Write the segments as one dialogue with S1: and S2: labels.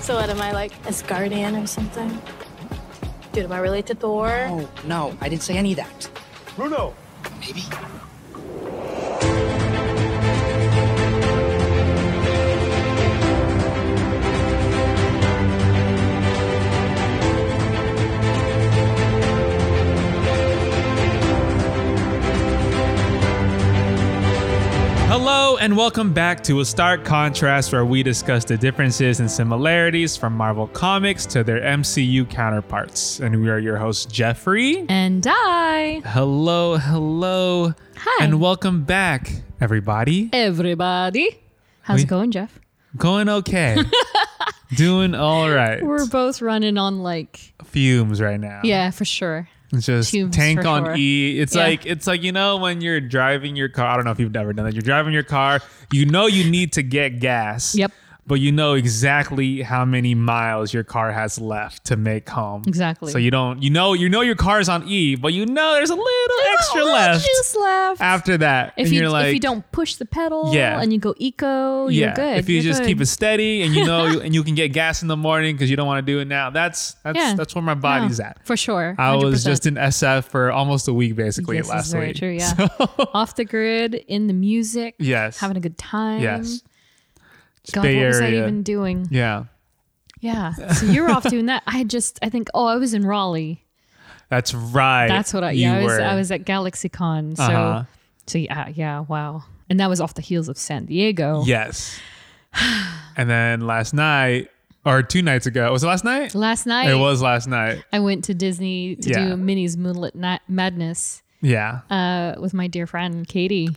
S1: So what am I like, as guardian or something? Dude, am I related to Thor?
S2: No, no, I didn't say any of that.
S3: Bruno!
S2: Maybe.
S4: Hello, and welcome back to A Stark Contrast, where we discuss the differences and similarities from Marvel Comics to their MCU counterparts. And we are your hosts, Jeffrey.
S5: And I.
S4: Hello, hello.
S5: Hi.
S4: And welcome back, everybody.
S5: Everybody. How's
S4: We-
S5: it going, Jeff?
S4: Going okay. Doing all right.
S5: We're both running on like,
S4: Oh. Fumes right now.
S5: yeah, for sure.
S4: It's just
S5: Fumes
S4: tank
S5: for
S4: on
S5: sure.
S4: E. It's
S5: Yeah.
S4: like it's like you know when you're driving your car. I don't know if you've ever done that. You're driving your car. You know you need to get gas.
S5: Yep.
S4: But you know exactly how many miles your car has left to make home.
S5: Exactly.
S4: So you don't. You know. You know your car's on E, but you know there's a little extra
S5: Oh,
S4: left
S5: Juice left.
S4: after that.
S5: if
S4: and
S5: you
S4: are like,
S5: if you don't push the pedal,
S4: Yeah.
S5: and you go eco,
S4: yeah.
S5: you're good.
S4: If you
S5: you're
S4: just
S5: good.
S4: keep it steady and you know and you can get gas in the morning because you don't want to do it now. That's that's
S5: Yeah.
S4: that's where my
S5: No,
S4: body's at.
S5: for sure.
S4: I was
S5: 100%.
S4: just in SF for almost a week basically
S5: This is
S4: last
S5: very
S4: week.
S5: true, yeah. off the grid in the music.
S4: Yes.
S5: having a good time.
S4: yes.
S5: Um, God,
S4: Bay
S5: what was I
S4: Area.
S5: even doing?
S4: Yeah.
S5: Yeah. So you're off doing that. I just, I think, oh, I was in Raleigh.
S4: That's right.
S5: That's what I,
S4: You
S5: yeah, I was,
S4: were.
S5: I was at GalaxyCon. So,
S4: Uh-huh.
S5: so yeah, yeah, wow. And that was off the heels of San Diego.
S4: Yes. and then last night or two nights ago. Was it last night?
S5: Last night,
S4: it was last night.
S5: I went to Disney to
S4: Yeah.
S5: do Minnie's Moonlit Night Madness
S4: Yeah.
S5: uh, with my dear friend Katie.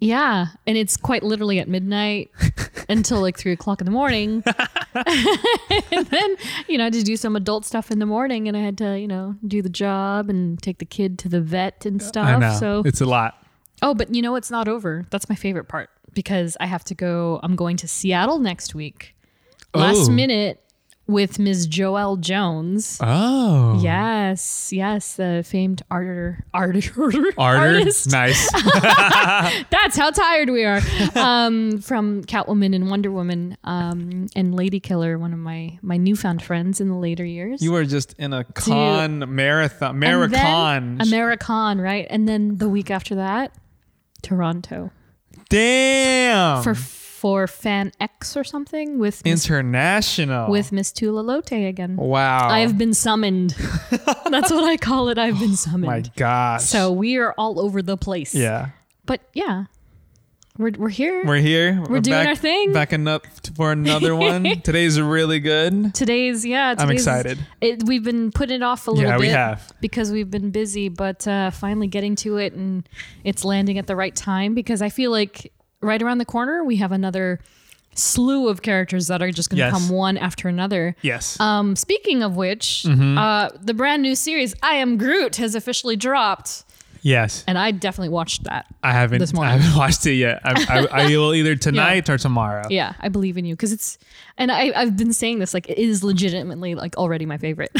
S5: Yeah, and it's quite literally at midnight until like three o'clock in the morning. and then, you know, I had to do some adult stuff in the morning, and I had to, you know, do the job and take the kid to the vet and stuff.
S4: I know.
S5: So
S4: it's a lot.
S5: Oh, but you know it's not over. That's my favorite part because I have to go. I'm going to Seattle next week. Last
S4: Oh.
S5: minute with Ms. Joelle Jones.
S4: Oh.
S5: Yes, yes, the famed arter, arter,
S4: Harder.
S5: artist.
S4: Nice.
S5: That's how tired we are um, from Catwoman and Wonder Woman um, and Lady Killer, one of my my newfound friends in the later years.
S4: you were just in a con marathon.
S5: And then-
S4: Maricon.
S5: Americon, right? And then the week after that, Toronto.
S4: Damn.
S5: for for fan X or something with Miss,
S4: International.
S5: with Miss Tula Lote again.
S4: Oh, wow.
S5: I've been summoned. That's what I call it. I've been
S4: my
S5: summoned.
S4: gosh.
S5: So we are all over the place.
S4: yeah.
S5: But yeah, we're we're here.
S4: We're here. We're,
S5: doing
S4: back,
S5: our thing.
S4: Back up for another one. Today's really good.
S5: today's yeah. Today's,
S4: excited.
S5: It, we've been putting it off a little
S4: Yeah,
S5: bit
S4: we have.
S5: because we've been busy, but uh, finally getting to it and it's landing at the right time because I feel like right around the corner we have another slew of characters that are just going to
S4: Yes.
S5: come one after another.
S4: Yes.
S5: Um, speaking of which,
S4: Mm-hmm.
S5: uh, the brand new series I Am Groot has officially dropped,
S4: yes.
S5: and I definitely watched that.
S4: I haven't.
S5: this morning.
S4: I haven't watched it yet. I, I, I will either tonight or tomorrow.
S5: Yeah, I believe in you because it's, and I, I've been saying this like it is legitimately like already my favorite.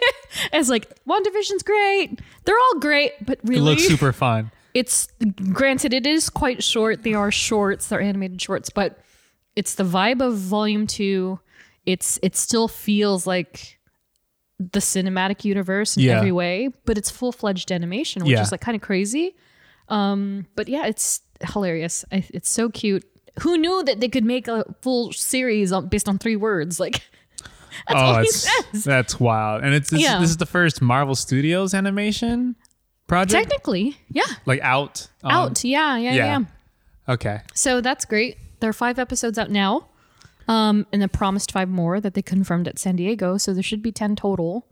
S5: it's like one division's great; they're all great, but
S4: It
S5: really,
S4: looks super fun.
S5: it's granted it is quite short. They are shorts; they're animated shorts, but it's the vibe of Volume Two. It's it still feels like the cinematic universe in
S4: Yeah.
S5: every way, but it's full fledged animation, which
S4: Yeah.
S5: is like kind of crazy. Um, but yeah, it's hilarious. I, it's so cute. Who knew that they could make a full series on, based on three words? Like that's all
S4: oh,
S5: he
S4: it's,
S5: says.
S4: that's wild. And it's this,
S5: Yeah.
S4: this is the first Marvel Studios animation project,
S5: Technically, yeah,
S4: like out. on-
S5: out, yeah, yeah,
S4: Um, yeah.
S5: yeah,
S4: Okay.
S5: So that's great. There are five episodes out now, um, and they promised five more that they confirmed at San Diego. So there should be ten total.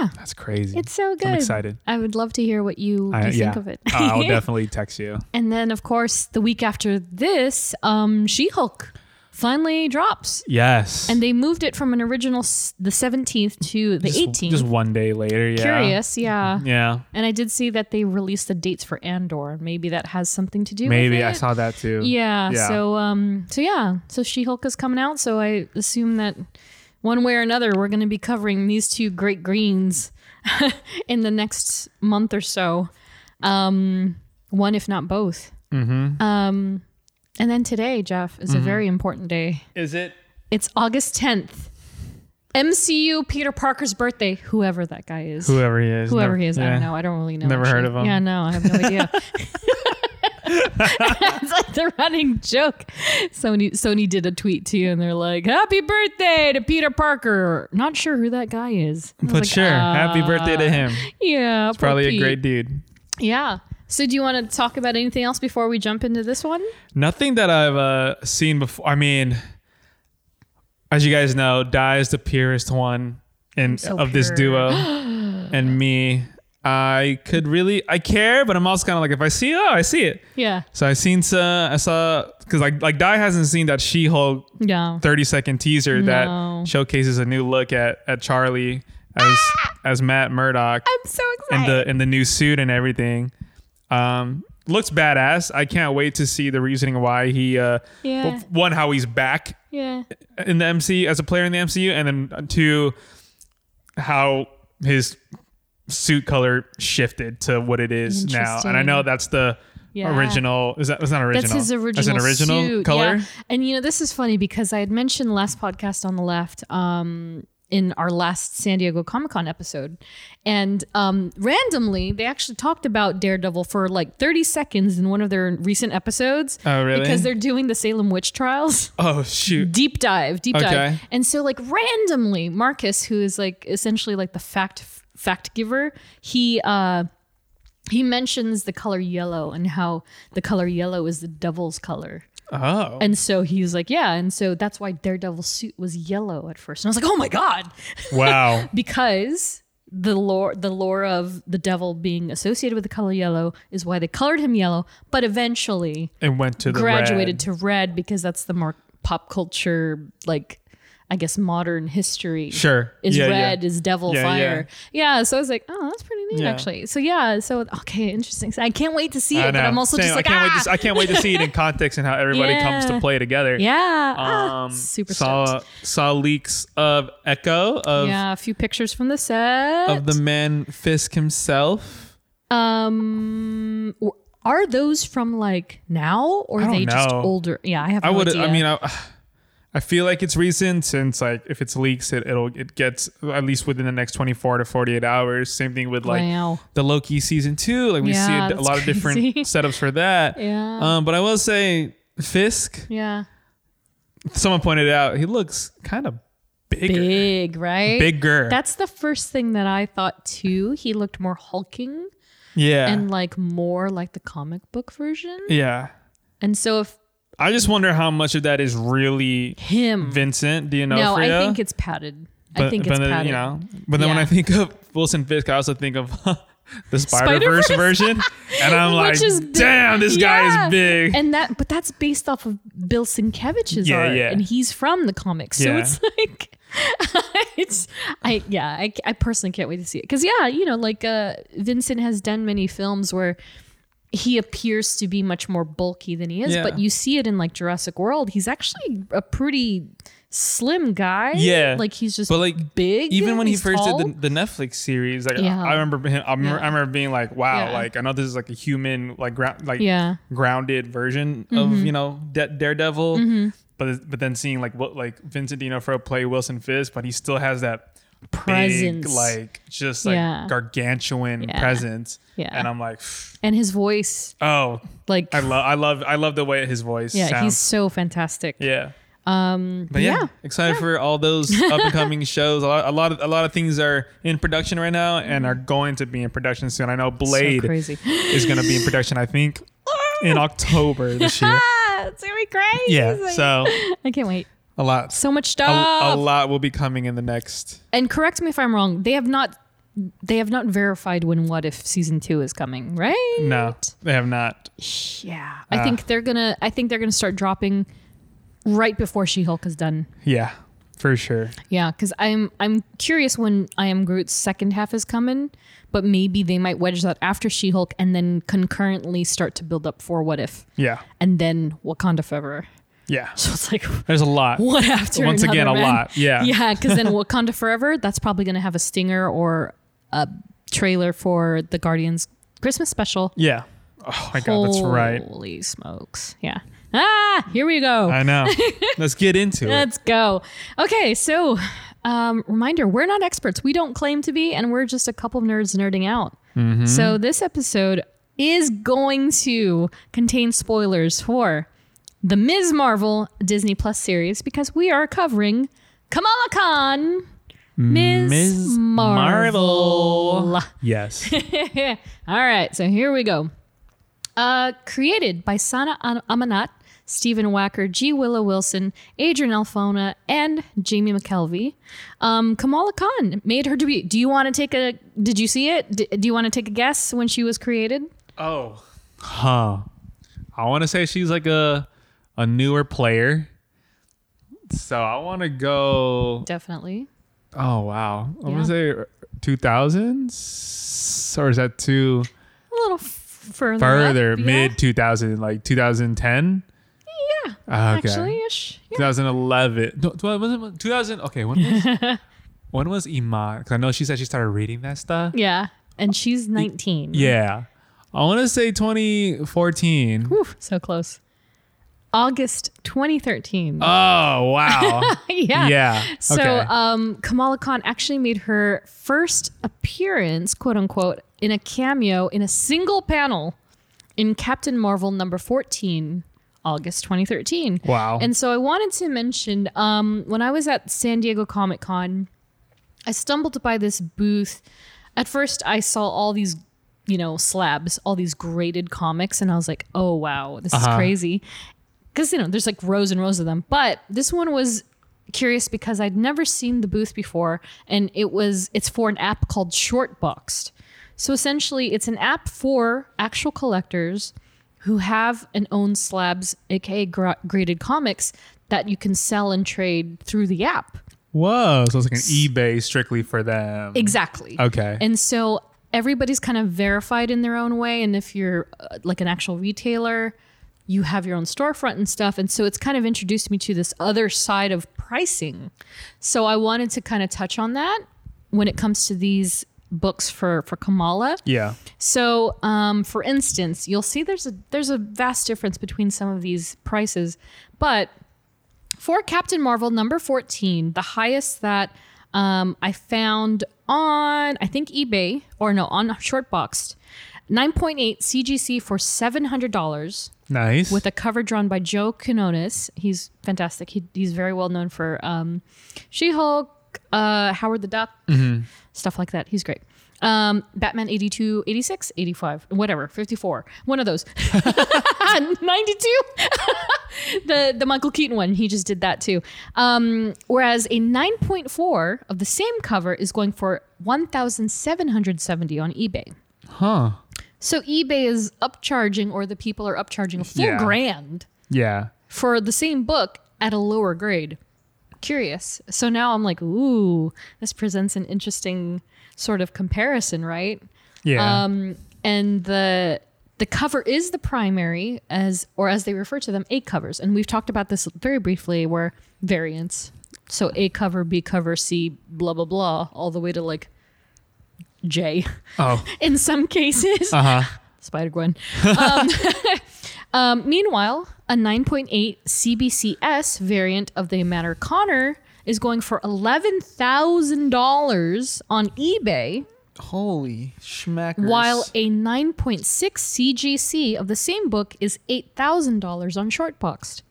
S5: Yeah,
S4: That's crazy.
S5: it's so good.
S4: I'm excited.
S5: I would love to hear what you,
S4: I-
S5: you
S4: yeah.
S5: think of it.
S4: Uh, I'll definitely text you.
S5: And then, of course, the week after this, um, She Hulk finally drops.
S4: Yes.
S5: And they moved it from an original, s- the 17th to the
S4: just,
S5: 18th.
S4: Just one day later. Yeah.
S5: Curious, yeah.
S4: Yeah.
S5: And I did see that they released the dates for Andor, and maybe that has something to do with
S4: Maybe
S5: it.
S4: I saw that too.
S5: Yeah, So, um, so yeah. So She Hulk is coming out. So I assume that one way or another, we're going to be covering these two great greens in the next month or so. Um, one, if not both. Um, and then today, Jeff, is a very important day.
S4: is it?
S5: It's August 10th. MCU Peter Parker's birthday, whoever that guy is.
S4: Whoever he is.
S5: Whoever
S4: never-
S5: he is, I
S4: yeah.
S5: don't know. I don't really know.
S4: Never heard
S5: actually.
S4: of him.
S5: Yeah, no, I have no idea. it's like the running joke. Sony Sony did a tweet to you, and they're like, "Happy birthday to Peter Parker." Not sure who that guy is, I
S4: But
S5: was like, "Uh,
S4: sure, happy birthday to him.
S5: Yeah, poor
S4: Probably a
S5: Pete.
S4: great dude.
S5: Yeah. So, do you want to talk about anything else before we jump into this one?
S4: Nothing that I've uh, seen before. I mean, as you guys know, Di is the purest one in
S5: so
S4: of this duo,
S5: pure.
S4: and me. I could really, I care, but I'm also kind of like, if I see, oh, I see it.
S5: Yeah.
S4: So I seen some, I saw, because like like Di hasn't seen that She-Hulk
S5: Yeah.
S4: 30 second teaser
S5: No.
S4: that showcases a new look at at Charlie as as Matt Murdock
S5: Ah! I'm so
S4: in
S5: excited.
S4: the in the new suit and everything. Um, looks badass. I can't wait to see the reasoning why he. Uh,
S5: Yeah.
S4: well, f- one, how he's back
S5: yeah.
S4: in the MCU as a player in the MCU, and then uh, two, how his suit color shifted to what it is now. And I know
S5: Interesting.
S4: that's the
S5: Yeah.
S4: original. Is that? That's not original.
S5: That's his original.
S4: That's an original
S5: suit,
S4: color.
S5: yeah. And you know, this is funny because I had mentioned last podcast on the left. Um, in our last San Diego Comic Con episode. And um, randomly, they actually talked about Daredevil for like 30 seconds in one of their recent episodes.
S4: Oh, really?
S5: Because they're doing the Salem witch trials.
S4: Oh shoot.
S5: deep dive deep
S4: Okay.
S5: dive and so like randomly marcus who is like essentially like the fact fact giver he uh he mentions the color yellow and how the color yellow is the devil's color
S4: Oh.
S5: and so he was like yeah and so that's why daredevil's suit was yellow at first and i was like oh my god
S4: Wow.
S5: because the lore the lore of the devil being associated with the color yellow is why they colored him yellow but eventually
S4: and went to the
S5: graduated
S4: red.
S5: to red because that's the more pop culture like I guess modern history.
S4: Sure.
S5: Is
S4: Yeah,
S5: red,
S4: yeah.
S5: is devil
S4: Yeah,
S5: fire. Yeah. So I was like, oh, that's pretty neat
S4: Yeah.
S5: actually. So yeah, so okay, interesting. So I can't wait to see
S4: I
S5: it, but
S4: know.
S5: I'm also
S4: Same.
S5: just like,
S4: I can't,
S5: ah!
S4: wait to, I can't wait to see it in context and how everybody comes to
S5: Yeah.
S4: play together.
S5: yeah. ah,
S4: Um,
S5: super
S4: saw
S5: stoked.
S4: saw leaks of Echo of
S5: Yeah, a few pictures from the set.
S4: of the man Fisk himself.
S5: um w- are those from like now or
S4: I
S5: are they
S4: don't
S5: just
S4: know.
S5: older? Yeah, I have no
S4: I would.
S5: idea.
S4: I mean, I, I feel like it's recent since like if it's leaks, it it'll it gets at least within the next twenty four to forty eight hours. Same thing with like
S5: Wow.
S4: the Loki season two. Like we
S5: Yeah,
S4: see a, a
S5: that's
S4: lot of different
S5: crazy.
S4: setups for that.
S5: Yeah.
S4: Um, but I will say Fisk.
S5: yeah.
S4: Someone pointed out he looks kind of bigger.
S5: Big, right?
S4: Bigger.
S5: That's the first thing that I thought too. He looked more hulking
S4: yeah.
S5: and like more like the comic book version.
S4: yeah.
S5: And so if
S4: I just wonder how much of that is really
S5: him,
S4: Vincent D'Onofrio.
S5: no, I think it's padded. I think it's
S4: then,
S5: padded.
S4: you know. But then when
S5: Yeah.
S4: I think of Wilson Fisk, I also think of the Spider Verse
S5: Spider-Verse.
S4: version, and I'm like,
S5: Which is
S4: damn, this guy
S5: Yeah.
S4: is big.
S5: And that, but that's based off of Bill Sienkiewicz's
S4: Yeah,
S5: art,
S4: yeah.
S5: and he's from the comics, so
S4: Yeah.
S5: it's like, it's I yeah, I, I personally can't wait to see it because yeah, you know, like uh, Vincent has done many films where he appears to be much more bulky than he is,
S4: Yeah.
S5: but you see it in like Jurassic World, he's actually a pretty slim guy.
S4: Yeah.
S5: like he's just
S4: but like
S5: big.
S4: even when he
S5: he's
S4: first
S5: tall.
S4: did the, the Netflix series, like
S5: Yeah.
S4: I remember him, I remember,
S5: Yeah.
S4: I remember being like, wow,
S5: Yeah.
S4: like I know this is like a human, like ground, like
S5: Yeah. Mm-hmm.
S4: grounded version of you know Da- Daredevil, but but then seeing like what like Vincent D'Onofrio play Wilson Fisk, but he still has that
S5: Presence.
S4: big, like just like
S5: Yeah.
S4: gargantuan
S5: Yeah.
S4: presence,
S5: Yeah.
S4: and I'm like, pff,
S5: and his voice,
S4: oh,
S5: like
S4: I love I love I love the way his voice
S5: yeah,
S4: sounds.
S5: he's so fantastic.
S4: yeah.
S5: Um,
S4: But yeah,
S5: yeah.
S4: excited for all those up and coming shows. A lot, a lot of a lot of things are in production right now and are going to be in production soon. I know Blade
S5: So crazy.
S4: is going to be in production. I think in October this year.
S5: Ah, it's gonna be great.
S4: Yeah, so
S5: I can't wait.
S4: a lot,
S5: So much
S4: a, a
S5: stuff.
S4: lot will be coming in the next.
S5: and correct me if I'm wrong. They have not. They have not verified when What If season two is coming, right?
S4: No, Uh. they have not.
S5: Yeah. I think they're gonna. I think they're gonna start dropping right before She Hulk is done.
S4: Yeah, for sure.
S5: Yeah, because I'm I'm curious when I Am Groot's second half is coming, but maybe they might wedge that after She Hulk and then concurrently start to build up for What If
S4: Yeah,
S5: and then Wakanda Forever.
S4: yeah.
S5: So it's like
S4: There's a lot.
S5: one after
S4: Once
S5: another,
S4: again, a
S5: man.
S4: lot. Yeah.
S5: yeah because then wakanda forever that's probably going to have a stinger or a trailer for the guardians christmas special
S4: Yeah. Oh my god, that's right.
S5: holy smokes yeah ah here we go
S4: I know. Let's get into it.
S5: let's go okay so um, reminder we're not experts. We don't claim to be, and we're just a couple of nerds nerding out. So this episode is going to contain spoilers for the Ms. Marvel Disney Plus series because we are covering Kamala Khan. Ms.
S4: Ms. Marvel.
S5: Marvel.
S4: Yes.
S5: All right, so here we go. Uh, created by Sana Am- Amanat, Stephen Wacker, G. Willow Wilson, Adrian Alfona, and Jamie McKelvey. Um, Kamala Khan made her debut. Do you want to take a? Did you see it? D- do you want to take a guess when she was created?
S4: Oh. Huh. I want to say she's like a a newer player. So I want to go.
S5: Definitely.
S4: Oh wow. I
S5: Yeah.
S4: want to say 2000s or is that too
S5: A little f- further.
S4: further?
S5: up, yeah.
S4: Mid 2000, like 2010.
S5: Yeah.
S4: ah, Okay.
S5: Actually, ish. Yeah.
S4: 2011. No, 12 was it 2000? Okay. When was when was Iman? 'Cause I know she said she started reading that stuff.
S5: Yeah. And she's 19.
S4: Yeah. I want to say 2014.
S5: Whew, so close. August 2013.
S4: Oh wow.
S5: yeah.
S4: yeah.
S5: So
S4: okay.
S5: um, Kamala Khan actually made her first appearance, quote unquote, in a cameo in a single panel in Captain Marvel number 14, August 2013.
S4: Wow.
S5: And so I wanted to mention um, when I was at San Diego Comic Con, I stumbled by this booth. At first, I saw all these, you know, slabs, all these graded comics, and I was like, oh, wow, this is
S4: Uh-huh.
S5: crazy. Because, you know, there's like rows and rows of them. But this one was curious because I'd never seen the booth before, and it was it's for an app called Shortboxed. So essentially, it's an app for actual collectors who have and own slabs, aka gra- graded comics, that you can sell and trade through the app.
S4: Whoa. So it's like an eBay strictly for them.
S5: Exactly.
S4: Okay.
S5: And so everybody's kind of verified in their own way. And if you're uh, like an actual retailer, you have your own storefront and stuff. And so it's kind of introduced me to this other side of pricing. So I wanted to kind of touch on that when it comes to these books for for Kamala.
S4: yeah.
S5: So, um, for instance, you'll see there's a there's a vast difference between some of these prices, but for Captain Marvel number fourteen, the highest that um, I found on I think eBay or no on Shortboxed, nine point eight CGC for seven hundred dollars
S4: Nice.
S5: with a cover drawn by Joe Quinones. He's fantastic. He, he's very well known for um, She Hulk, uh, Howard the Duck, stuff like that. He's great. Um, Batman 82, 86, 85, whatever, 54, one of those. 92 the the Michael Keaton one, he just did that too. Um, whereas a 9.4 of the same cover is going for 1,770 on eBay.
S4: huh.
S5: So eBay is upcharging, or the people are upcharging a full
S4: Yeah.
S5: grand
S4: Yeah.
S5: for the same book at a lower grade. Curious. So now I'm like, ooh, this presents an interesting sort of comparison, right?
S4: Yeah.
S5: Um, and the the cover is the primary as or as they refer to them, A covers. And we've talked about this very briefly where variants. So A cover, B cover, C, blah blah blah, all the way to like J
S4: oh.
S5: in some cases.
S4: Uh huh.
S5: Spider Gwen. Um, um, meanwhile, a 9.8 CBCS variant of the Matter Connor is going for $11,000 on eBay,
S2: Holy schmackers.
S5: while a 9.6 CGC of the same book is $8,000 on Shortboxed.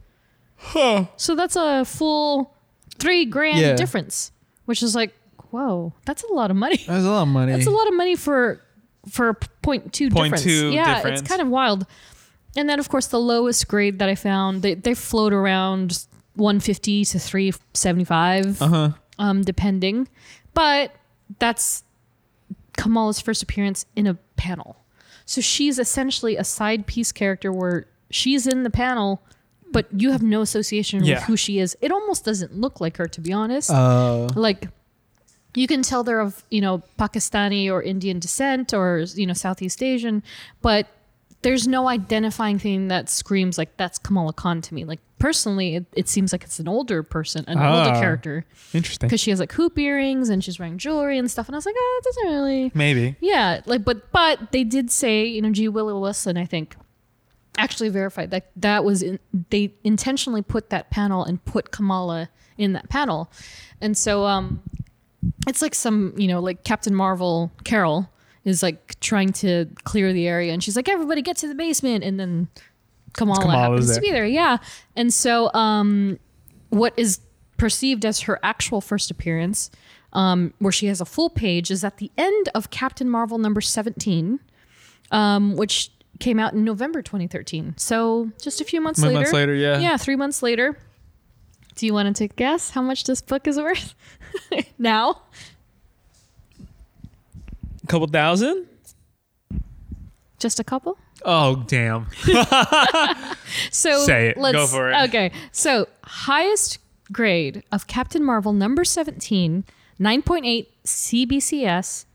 S5: So that's a full three grand
S2: Yeah.
S5: difference, which is like, whoa, that's a lot of money.
S2: That's a lot of money.
S5: That's a lot of money for for a p- point two
S4: Point
S5: difference.
S4: two
S5: yeah,
S4: difference.
S5: it's kind of wild. And then of course the lowest grade that I found, they they float around 150 to 375, uh-huh. um, depending. But that's Kamala's first appearance in a panel, so she's essentially a side piece character where she's in the panel. But you have no association with
S4: Yeah.
S5: who she is. It almost doesn't look like her, to be honest
S4: Oh.
S2: Uh,
S5: like you can tell they're of you know pakistani or indian descent or you know southeast asian but there's no identifying thing that screams like that's kamala khan to me like personally it, it seems like it's an older person an
S4: Ah.
S5: older character
S4: Interesting.
S5: because she has like hoop earrings and she's wearing jewelry and stuff and i was like oh that doesn't really
S4: Maybe.
S5: yeah, like but but they did say, you know, G. Willow Wilson, I think, actually verified that that was in, they intentionally put that panel and put Kamala in that panel, and so um, it's like some you know like Captain Marvel Carol is like trying to clear the area and she's like everybody get to the basement and then Kamala
S4: Kamala's
S5: happens
S4: there.
S5: to be there yeah and so um, what is perceived as her actual first appearance um, where she has a full page is at the end of Captain Marvel number 17 um, which came out in November 2013 so just a few months
S4: Few
S5: later
S4: months later, yeah.
S5: yeah three months later do you want to take a guess how much this book is worth now
S4: A couple thousand?
S5: just a couple
S4: Oh, damn.
S5: So
S4: Say it.
S5: Let's,
S4: Go for it.
S5: Okay. So highest grade of Captain Marvel number 17, 9.8 CBCS,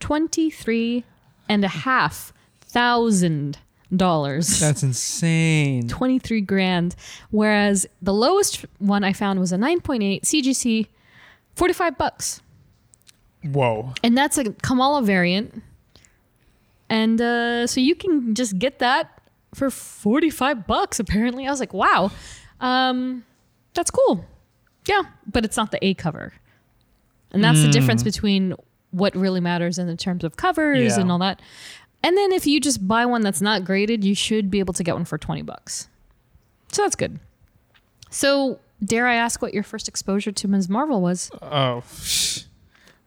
S5: 23 and a half thousand dollars.
S4: That's insane.
S5: 23 grand. Whereas the lowest one I found was a 9.8 CGC, 45 bucks.
S4: Whoa.
S5: And that's a Kamala variant. And uh, so you can just get that for 45 bucks, apparently. I was like, wow, um, that's cool. Yeah, but it's not the A cover. And that's the difference between what really matters in the terms of covers
S4: Yeah.
S5: and all that. And then if you just buy one that's not graded, you should be able to get one for 20 bucks. So that's good. So, dare I ask what your first exposure to Ms. Marvel was?
S4: Oh.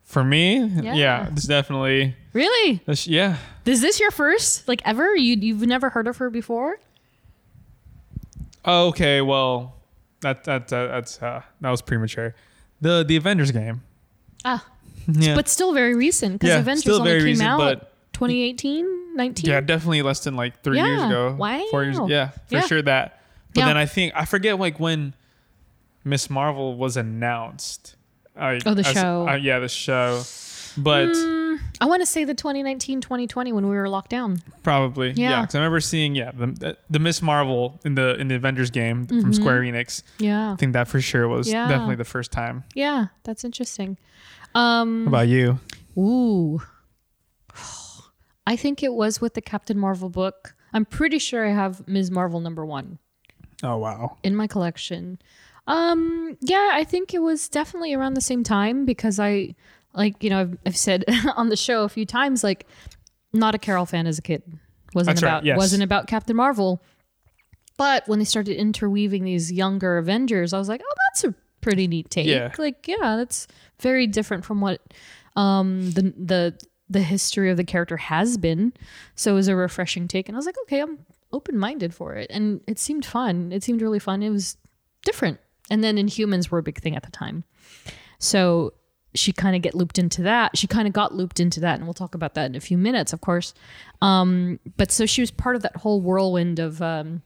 S4: For me? Yeah.
S5: Yeah.
S4: it's definitely.
S5: Really?
S4: that's- yeah.
S5: Is this your first, like ever? You you've never heard of her before?
S4: Okay, well, that, that, that, that's, uh, that was premature. The, the Avengers game.
S5: Ah,
S4: Yeah.
S5: but still very recent because
S4: Yeah,
S5: Avengers
S4: still
S5: only
S4: very
S5: came
S4: recent,
S5: out
S4: but-
S5: 2018, 19.
S4: Yeah, definitely less than like three years
S5: Yeah.
S4: ago.
S5: Wow.
S4: Four years. Yeah, for
S5: Yeah.
S4: sure that. But
S5: Yeah.
S4: then I think I forget like when Miss Marvel was announced. Like,
S5: Oh, the
S4: as-
S5: show. Mm.
S4: uh, yeah, the show. But
S5: I want to say the 2019, 2020 when we were locked down.
S4: probably yeah,
S5: Yeah.
S4: because I remember seeing yeah the the Miss Marvel in the in the Avengers game from Square Enix.
S5: Yeah.
S4: I think that for sure was
S5: Mm-hmm. Yeah.
S4: definitely the first time.
S5: Yeah, that's interesting. Mm.
S4: What about you?
S5: Ooh. I think it was with the Captain Marvel book. I'm pretty sure I have Ms. Marvel number 1
S4: Oh wow.
S5: in my collection. Um, yeah, I think it was definitely around the same time because I, like, you know, I've, I've said on the show a few times, like, not a Carol fan as a kid. Wasn't
S4: That's right,
S5: about
S4: yes.
S5: wasn't about Captain Marvel. But when they started interweaving these younger Avengers, I was like, oh, that's a pretty neat take.
S4: Yeah.
S5: Like, yeah, that's very different from what um the the the history of the character has been. So it was a refreshing take, and I was like, okay, I'm open minded for it, and it seemed fun. It seemed really fun. It was different, and then Inhumans were a big thing at the time, so she kind of get looped into that. She kind of got looped into that, and we'll talk about that in a few minutes, of course. Um, but so she was part of that whole whirlwind of um,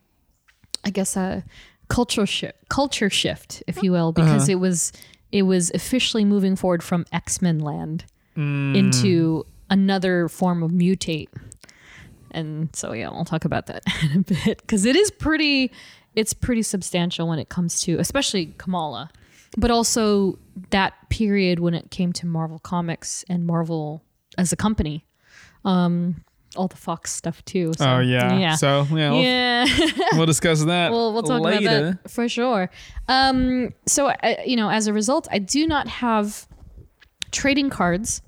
S5: I guess a cultural shift, culture shift, if you will, because it was it was officially moving forward from X Men land into another form of mutate, and so yeah, we'll talk about that in a bit because it is pretty it's pretty substantial when it comes to especially Kamala, but also that period when it came to Marvel Comics and Marvel as a company. Um, all the Fox stuff too. So,
S4: Oh yeah. So Oh, yeah, we'll,
S5: yeah.
S4: we'll discuss that.
S5: We'll, we'll talk
S4: later.
S5: about that for sure. Um, so, I, you know, as a result, I do not have trading cards,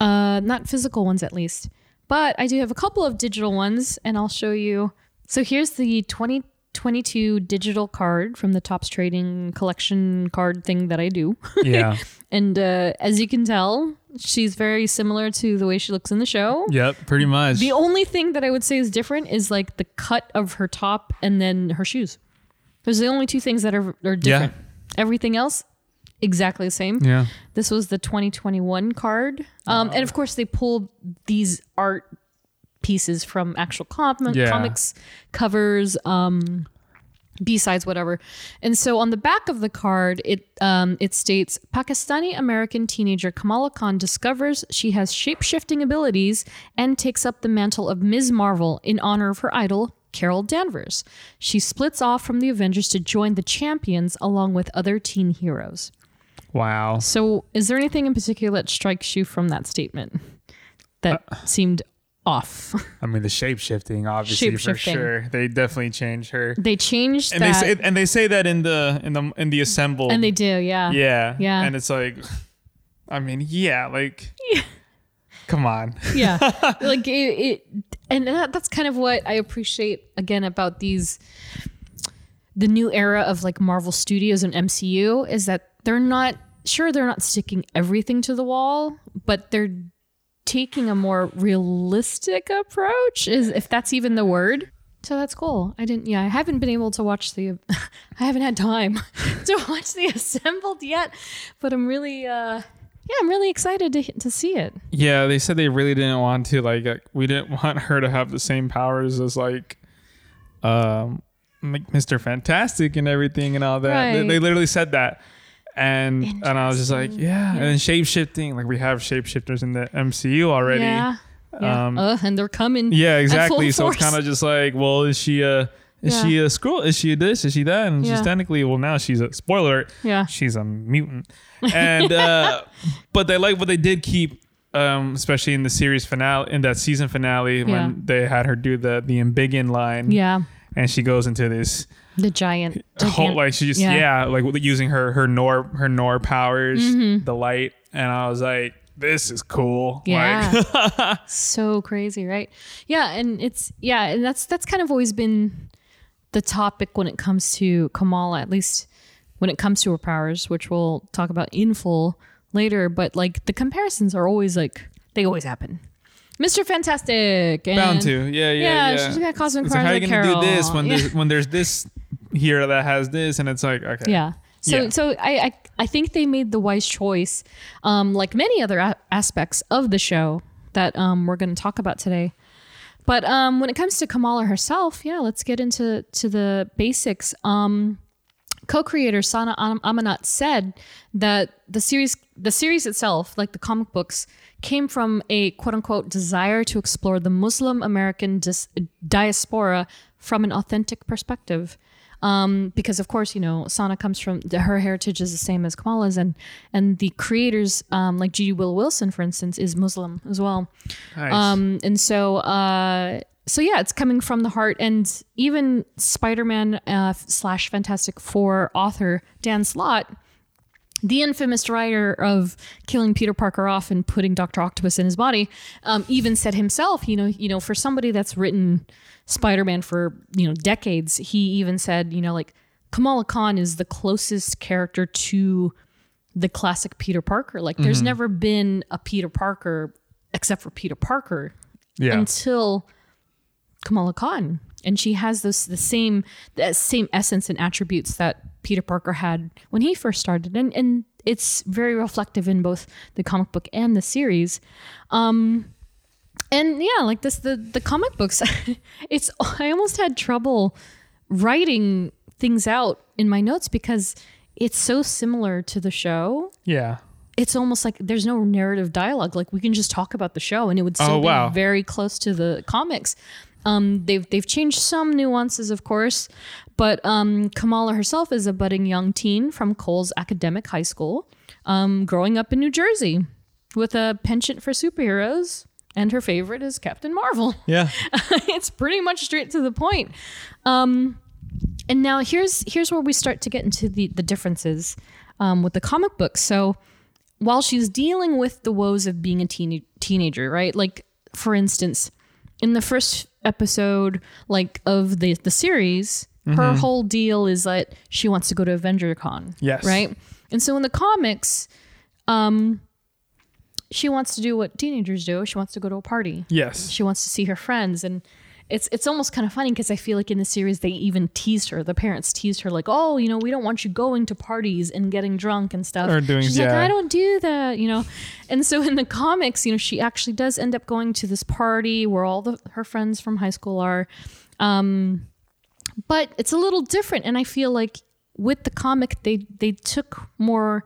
S5: uh, not physical ones at least, but I do have a couple of digital ones, and I'll show you. So, here's the 2022 digital card from the Topps Trading collection card thing that I do.
S4: Yeah.
S5: and uh, as you can tell, she's very similar to the way she looks in the show.
S4: yep. Pretty much.
S5: The only thing that I would say is different is like the cut of her top and then her shoes. Those are the only two things that are, are different. Everything else, exactly the same.
S4: yeah.
S5: This was the 2021 card. Um, and of course, they pulled these art pieces from actual com-
S4: Yeah.
S5: comics, covers, um, B-sides, whatever. And so on the back of the card, it um, it states Pakistani American teenager Kamala Khan discovers she has shape-shifting abilities and takes up the mantle of Ms. Marvel in honor of her idol. Carol Danvers. She splits off from the Avengers to join the Champions along with other teen heroes.
S4: Wow. Uh.
S5: So, is there anything in particular that strikes you from that statement that seemed off.
S4: I mean, the shape shifting, obviously for
S5: Shape-shifting.
S4: sure. They definitely changed her,
S5: they changed
S4: and
S5: that,
S4: they say and they say that in the in the in the assemble.
S5: and they do, yeah,
S4: yeah,
S5: Yeah.
S4: And it's like, I mean, yeah, like, come on.
S5: yeah. Like it, it and that, that's kind of what I appreciate again about these the new era of like Marvel Studios and MCU is that they're not sure they're not sticking everything to the wall, but they're taking a more realistic approach is if that's even the word. So that's cool. I didn't yeah, I haven't been able to watch the I haven't had time to watch the assembled yet, but I'm really uh yeah, I'm really excited to to see it.
S4: Yeah, they said they really didn't want to like, like we didn't want her to have the same powers as like um like Mr. Fantastic and everything and all that. They- They,
S5: Right.
S4: literally said that. And and I was just like, yeah. And then shape shifting, like we have shapeshifters in the MCU already.
S5: Yeah. Yeah.
S4: Um,
S5: Ugh, and they're coming.
S4: Yeah,
S5: at
S4: exactly.
S5: full
S4: So it's
S5: force.
S4: kind of just like, well, is she a is
S5: Yeah.
S4: she a scroll? Is she this? Is she that? And she's
S5: Yeah.
S4: technically, well, now she's a spoiler. alert,
S5: Yeah.
S4: she's a mutant. And uh, but they like what they did keep, um, especially in the series finale, in that season finale
S5: Yeah.
S4: when they had her do the the embiggen line.
S5: Yeah.
S4: and she goes into this
S5: The giant.
S4: whole
S5: gigan-
S4: like she just yeah, like with- using her her nor her nor powers,
S5: Mm-hmm.
S4: the light, and I was like, this is cool.
S5: Yeah.
S4: Like,
S5: so crazy, right? Yeah, and it's yeah, and that's that's kind of always been the topic when it comes to Kamala, at least when it comes to her powers, which we'll talk about in full later, but like the comparisons are always like they always happen. Mr. Fantastic and
S4: bound to yeah yeah yeah.
S5: yeah, she's got Cosmic
S4: It's like, how are you
S5: Chronicle
S4: gonna do this
S5: Carol.
S4: when
S5: Yeah.
S4: there's when there's this here that has this and it's like okay
S5: Yeah. So
S4: Yeah.
S5: so I, I I think they made the wise choice, um, like many other a- aspects of the show that um, we're going to talk about today. But um, when it comes to Kamala herself, yeah, let's get into to the basics. Um, co-creator Sana Am- Amanat said that the series the series itself, like the comic books, came from a quote unquote desire to explore the Muslim American dis- diaspora from an authentic perspective. Um, because of course, you know, Sana comes from her heritage is the same as Kamala's, and and the creators, um, like G. Will Wilson, for instance, is Muslim as well.
S4: nice.
S5: Um, and so, uh, so yeah, it's coming from the heart. And even Spider-Man uh, slash Fantastic Four author Dan Slott, the infamous writer of killing Peter Parker off and putting Doctor Octopus in his body, um, even said himself, you know, you know, for somebody that's written Spider-Man for you know decades, he even said, you know, like Kamala Khan is the closest character to the classic Peter Parker. Like, there's never been a Peter Parker except for Peter Parker
S4: yeah
S5: until Kamala Khan, and she has those the same the same essence and attributes that Peter Parker had when he first started, and and it's very reflective in both the comic book and the series. Um, and yeah, like this the the comic books, it's I almost had trouble writing things out in my notes because it's so similar to the show
S4: yeah
S5: it's almost like there's no narrative dialogue. Like we can just talk about the show, and it would still
S4: Oh, wow.
S5: be very close to the comics. Um, they've they've changed some nuances, of course, but um, Kamala herself is a budding young teen from Cole's academic high school, um, growing up in New Jersey, with a penchant for superheroes, and her favorite is Captain Marvel.
S4: yeah
S5: it's pretty much straight to the point. Um, and now here's here's where we start to get into the the differences um, with the comic books. So while she's dealing with the woes of being a teen- teenager, right? Like for instance, in the first episode, like of the the series, her whole deal is that she wants to go to Avenger Con.
S4: Yes.
S5: Right. And so in the comics, um, she wants to do what teenagers do. She wants to go to a party
S4: yes
S5: she wants to see her friends and it's it's almost kind of funny because I feel like in the series they even teased her. The parents teased her like, "Oh, you know, we don't want you going to parties and getting drunk and stuff."
S4: Or doing-
S5: She's like,
S4: yeah.
S5: "I don't do that," you know. And so in the comics, you know, she actually does end up going to this party where all the her friends from high school are. Um, but it's a little different, and I feel like with the comic they they took more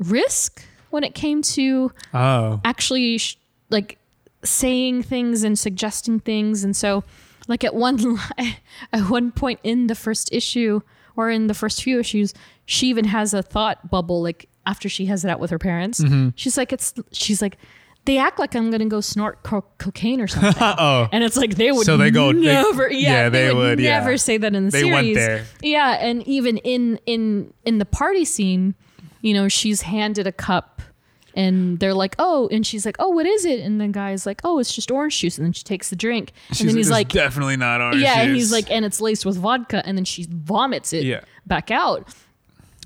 S5: risk when it came to
S4: oh
S5: actually sh- like saying things and suggesting things and so like at one li- at one point in the first issue or in the first few issues she
S4: Mm-hmm.
S5: even has a thought bubble like after she has it out with her parents she's like it's she's like they act like I'm gonna go snort co- cocaine or something.
S4: Uh oh.
S5: And it's like they would
S4: So they go- they-
S5: never yeah,
S4: yeah,
S5: they,
S4: they
S5: would,
S4: would, yeah.
S5: never say that in the
S4: They
S5: series.
S4: went there.
S5: Yeah, and even in in in the party scene, you know, she's handed a cup and they're like, "Oh," and she's like, "Oh, what is it?" And the guy's like, "Oh, it's just orange juice." And then she takes the drink, and then he's like,
S4: definitely not orange.
S5: yeah, and he's
S4: juice."
S5: like, and it's laced with vodka, and then she vomits it
S4: Yeah.
S5: back out.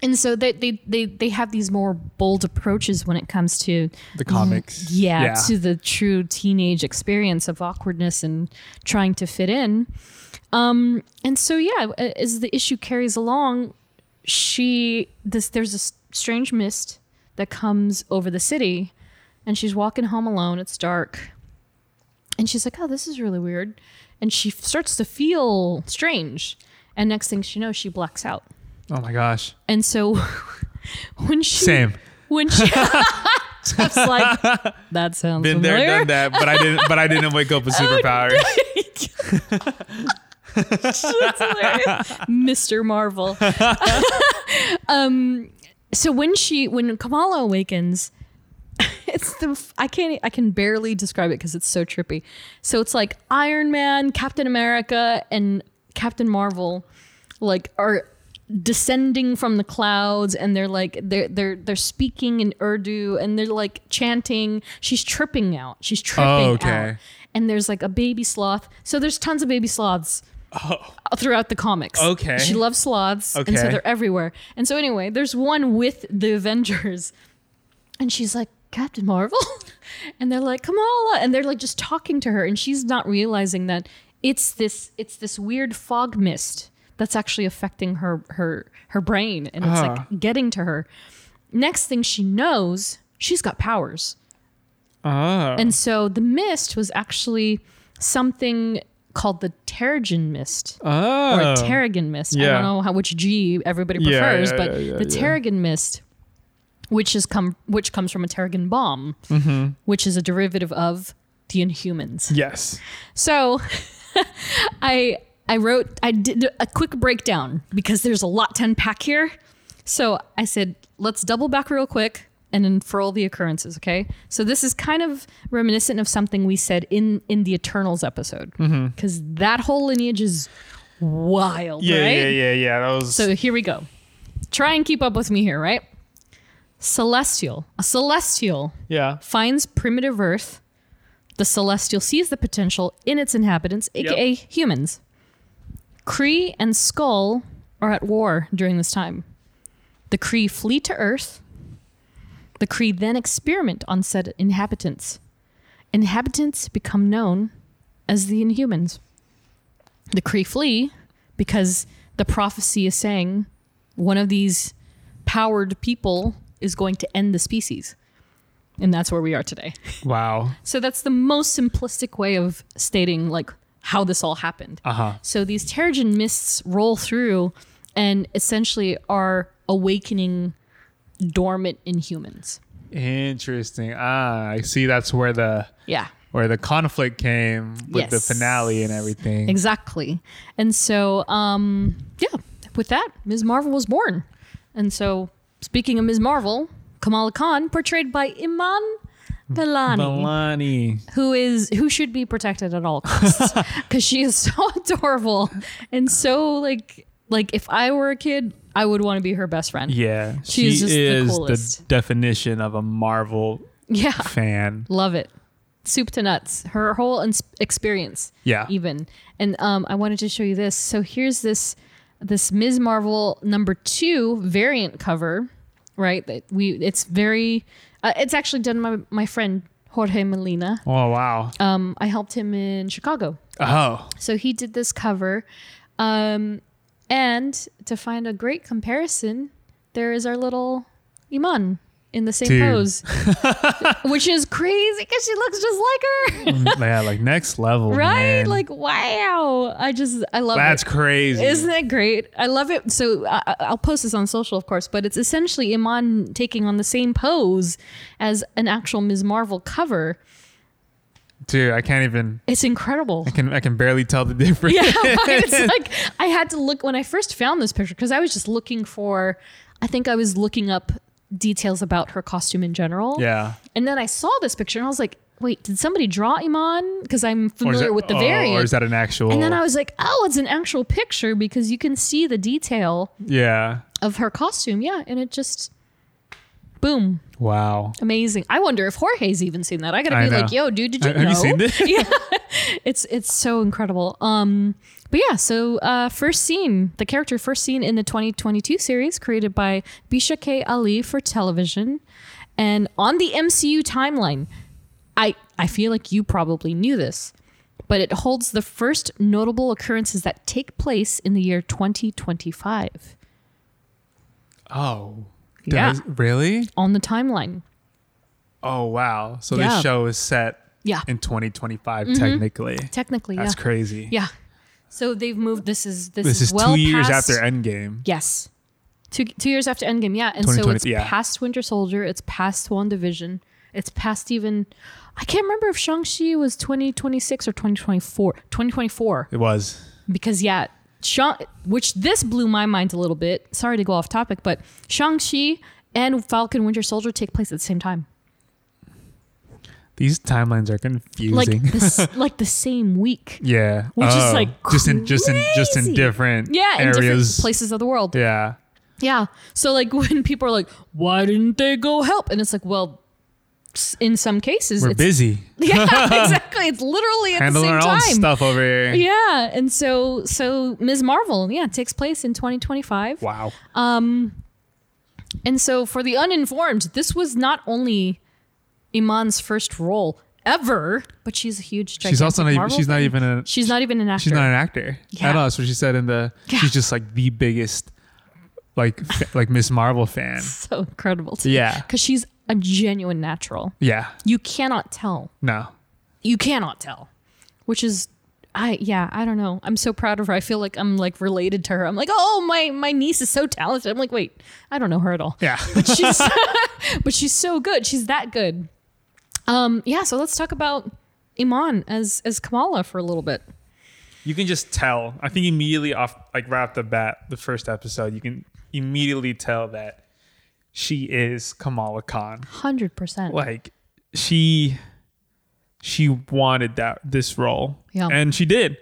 S5: And so they, they they they have these more bold approaches when it comes to
S4: the comics.
S5: yeah, to the true teenage experience of awkwardness and trying to fit in. Um, and so yeah, a- as the issue carries along, she this there's a s- strange mist that comes over the city, and she's walking home alone. It's dark, and she's like, "Oh, this is really weird," and she f- starts to feel strange. And next thing she knows, she blacks out.
S4: oh my gosh.
S5: And so when she
S4: Same.
S5: when she I was like that sounds
S4: Been there,
S5: familiar. Oh,
S4: done that, but I didn't. But I didn't wake up with superpowers.
S5: That's hilarious. Mr. Marvel. um so when she when Kamala awakens it's the I can't I can barely describe it cuz it's so trippy. So it's like Iron Man, Captain America and Captain Marvel like are descending from the clouds and they're like they're they're they're speaking in Urdu and they're like chanting. She's tripping out. She's tripping out.
S4: Oh, okay.
S5: And there's like a baby sloth. So there's tons of baby sloths throughout the comics.
S4: Oh. Okay.
S5: She loves sloths. And so
S4: Okay.
S5: they're everywhere. And so anyway, there's one with the Avengers. And she's like, Captain Marvel? And they're like, Kamala. And they're like just talking to her. And she's not realizing that it's this it's this weird fog mist that's actually affecting her her her brain. And it's like getting to her. Next thing she knows, she's got powers.
S4: Oh.
S5: And so the mist was actually something called the Terrigen mist
S4: Oh.
S5: or a Terrigen mist. I
S4: Yeah.
S5: don't know how which G everybody
S4: Yeah,
S5: prefers,
S4: yeah,
S5: but
S4: yeah, yeah,
S5: the
S4: yeah.
S5: Terrigen mist, which is come which comes from a Terrigen bomb,
S4: Mm-hmm.
S5: which is a derivative of the Inhumans.
S4: yes.
S5: So, I I wrote I did a quick breakdown because there's a lot to unpack here. So I said let's double back real quick and unfurl the occurrences. Okay, so this is kind of reminiscent of something we said in in the Eternals episode because that whole lineage is wild,
S4: Mm-hmm. Yeah,
S5: right?
S4: yeah, yeah, yeah. That was
S5: So here we go. Try and keep up with me here, right? Celestial, a celestial
S4: yeah.
S5: finds primitive Earth, the Celestial sees the potential in its inhabitants, aka humans. Kree and Skull are at war during this time. The Kree flee to Earth. The Kree then experiment on said inhabitants. Inhabitants become known as the Inhumans. The Kree flee because the prophecy is saying one of these powered people is going to end the species. And that's where we are today.
S4: Wow.
S5: So that's the most simplistic way of stating like how this all happened.
S4: Uh huh.
S5: So these Terrigen mists roll through and essentially are awakening dormant inhumans.
S4: Interesting. Ah, I see. That's where the
S5: Yeah.
S4: where the conflict came with the
S5: Yes.
S4: finale and everything.
S5: Exactly. And so, um, yeah, with that, Ms. Marvel was born. And so, speaking of Ms. Marvel, Kamala Khan, portrayed by Iman Vellani,
S4: Milani.
S5: who is who should be protected at all costs because she is so adorable and so like like if I were a kid, I would want to be her best friend.
S4: Yeah,
S5: She's
S4: she
S5: just the
S4: is the,
S5: coolest.
S4: definition of a Marvel
S5: yeah.
S4: fan.
S5: Love it. Soup to nuts. Her whole ins- experience.
S4: Yeah.
S5: Even. And um, I wanted to show you this. So here's this this Ms. Marvel number two variant cover, right? That we it's very uh, it's actually done by my friend Jorge Molina.
S4: Oh wow.
S5: Um, I helped him in Chicago.
S4: oh,
S5: So he did this cover. Um, and to find a great comparison, there is our little Iman in the same
S4: Dude.
S5: pose, which is crazy because she looks just like her,
S4: yeah, like next level,
S5: right?
S4: Oh, man.
S5: Like, wow. I just, I love
S4: that's
S5: it.
S4: crazy.
S5: Isn't that great? I love it. So I, I- I'll post this on social, of course, but it's essentially Iman taking on the same pose as an actual Ms. Marvel cover.
S4: Dude, I can't even.
S5: It's incredible.
S4: I can I can barely tell the difference.
S5: Yeah, right? it's like I had to look when I first found this picture because I was just looking for. I think I was looking up details about her costume in general.
S4: Yeah.
S5: And then I saw this picture and I was like, wait, did somebody draw Iman? Because
S4: Or
S5: I'm
S4: is
S5: familiar
S4: that-
S5: with the
S4: oh,
S5: variant.
S4: Or is that an actual?
S5: and then I was like, oh, it's an actual picture because you can see the detail
S4: yeah.
S5: of her costume. Yeah. And it just, boom,
S4: Wow.
S5: amazing. I wonder if Jorge's even seen that. I gotta
S4: I
S5: be
S4: know.
S5: like, yo, dude, did you
S4: Ha- have
S5: know?
S4: you seen this?
S5: yeah, it's it's so incredible. Um, but yeah, so uh, first scene, the character first seen in the 2022 series created by Bisha K Ali for television, and on the MCU timeline, I I feel like you probably knew this. But it holds the first notable occurrences that take place in the year 2025
S4: Oh.
S5: Yeah.
S4: Does, Really?
S5: on the timeline.
S4: Oh wow. So
S5: Yeah.
S4: this show is set
S5: Yeah,
S4: in 2025 technically.
S5: technically,
S4: That's
S5: yeah,
S4: crazy.
S5: yeah. So they've moved. This is this,
S4: This is
S5: well
S4: two years
S5: past-
S4: after Endgame.
S5: Yes. Two, two years after Endgame, yeah. And so
S4: 2020,
S5: it's
S4: yeah.
S5: past Winter Soldier, it's past One Division, it's past even I can't remember if Shang-Chi was 2026 or 2024. 2024
S4: It was.
S5: because yeah, Shang, which this blew my mind a little bit. Sorry to go off topic, but Shang-Chi and Falcon Winter Soldier take place at the same time.
S4: These timelines are confusing.
S5: Like this like the same week.
S4: yeah. Oh,
S5: Which is, like,
S4: just in just in just in
S5: crazy.
S4: different
S5: Yeah, in
S4: areas.
S5: different places of the world.
S4: Yeah.
S5: Yeah. So like when people are like, "Why didn't they go help?" and it's like, well, s- in some cases,
S4: We're
S5: it's,
S4: busy
S5: Yeah, exactly. It's literally at
S4: handling
S5: the
S4: our
S5: same
S4: own
S5: time.
S4: stuff over here.
S5: Yeah, and so so Ms. Marvel, yeah, takes place in 2025.
S4: Wow.
S5: And so for the uninformed, this was not only Iman's first role ever, but she's a huge.
S4: She's also not even
S5: gigantic Marvel
S4: she's not
S5: fan.
S4: even a
S5: She's not even an actor.
S4: she's not an actor.
S5: Yeah.
S4: I know that's what she said in the
S5: Yeah.
S4: she's just like the biggest like fa- like Miss Marvel fan.
S5: so incredible. To
S4: Yeah.
S5: because she's a genuine natural.
S4: Yeah.
S5: You cannot tell.
S4: No.
S5: you cannot tell which is i yeah i don't know i'm so proud of her i feel like i'm like related to her i'm like oh my my niece is so talented i'm like wait i don't know her at all
S4: Yeah.
S5: she's but she's so good she's that good um yeah so let's talk about iman as as kamala for a little bit
S4: you can just tell. I think immediately off, like right off the bat, the first episode, you can immediately tell that she is Kamala Khan.
S5: 100%
S4: Like she, she wanted that this role,
S5: Yeah.
S4: and she did.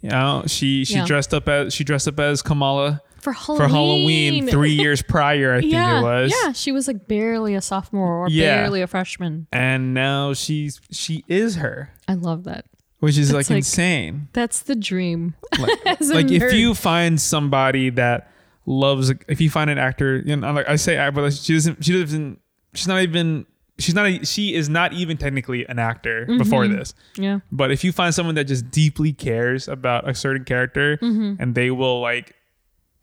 S4: You know, she she
S5: Yeah.
S4: dressed up as she dressed up as Kamala
S5: for halloween
S4: for Halloween three years prior, I think
S5: yeah,
S4: it was.
S5: yeah she was like barely a sophomore or
S4: Yeah.
S5: barely a freshman
S4: And now she's she is her,
S5: i love that
S4: which is like
S5: like-
S4: insane.
S5: that's the dream
S4: Like,
S5: As a
S4: like if
S5: nerd.
S4: you find somebody that loves if you find an actor you know like i say actor but she doesn't she doesn't she's not even she's not a, she is not even technically an actor before
S5: Mm-hmm.
S4: this
S5: yeah
S4: but if you find someone that just deeply cares about a certain character and they will like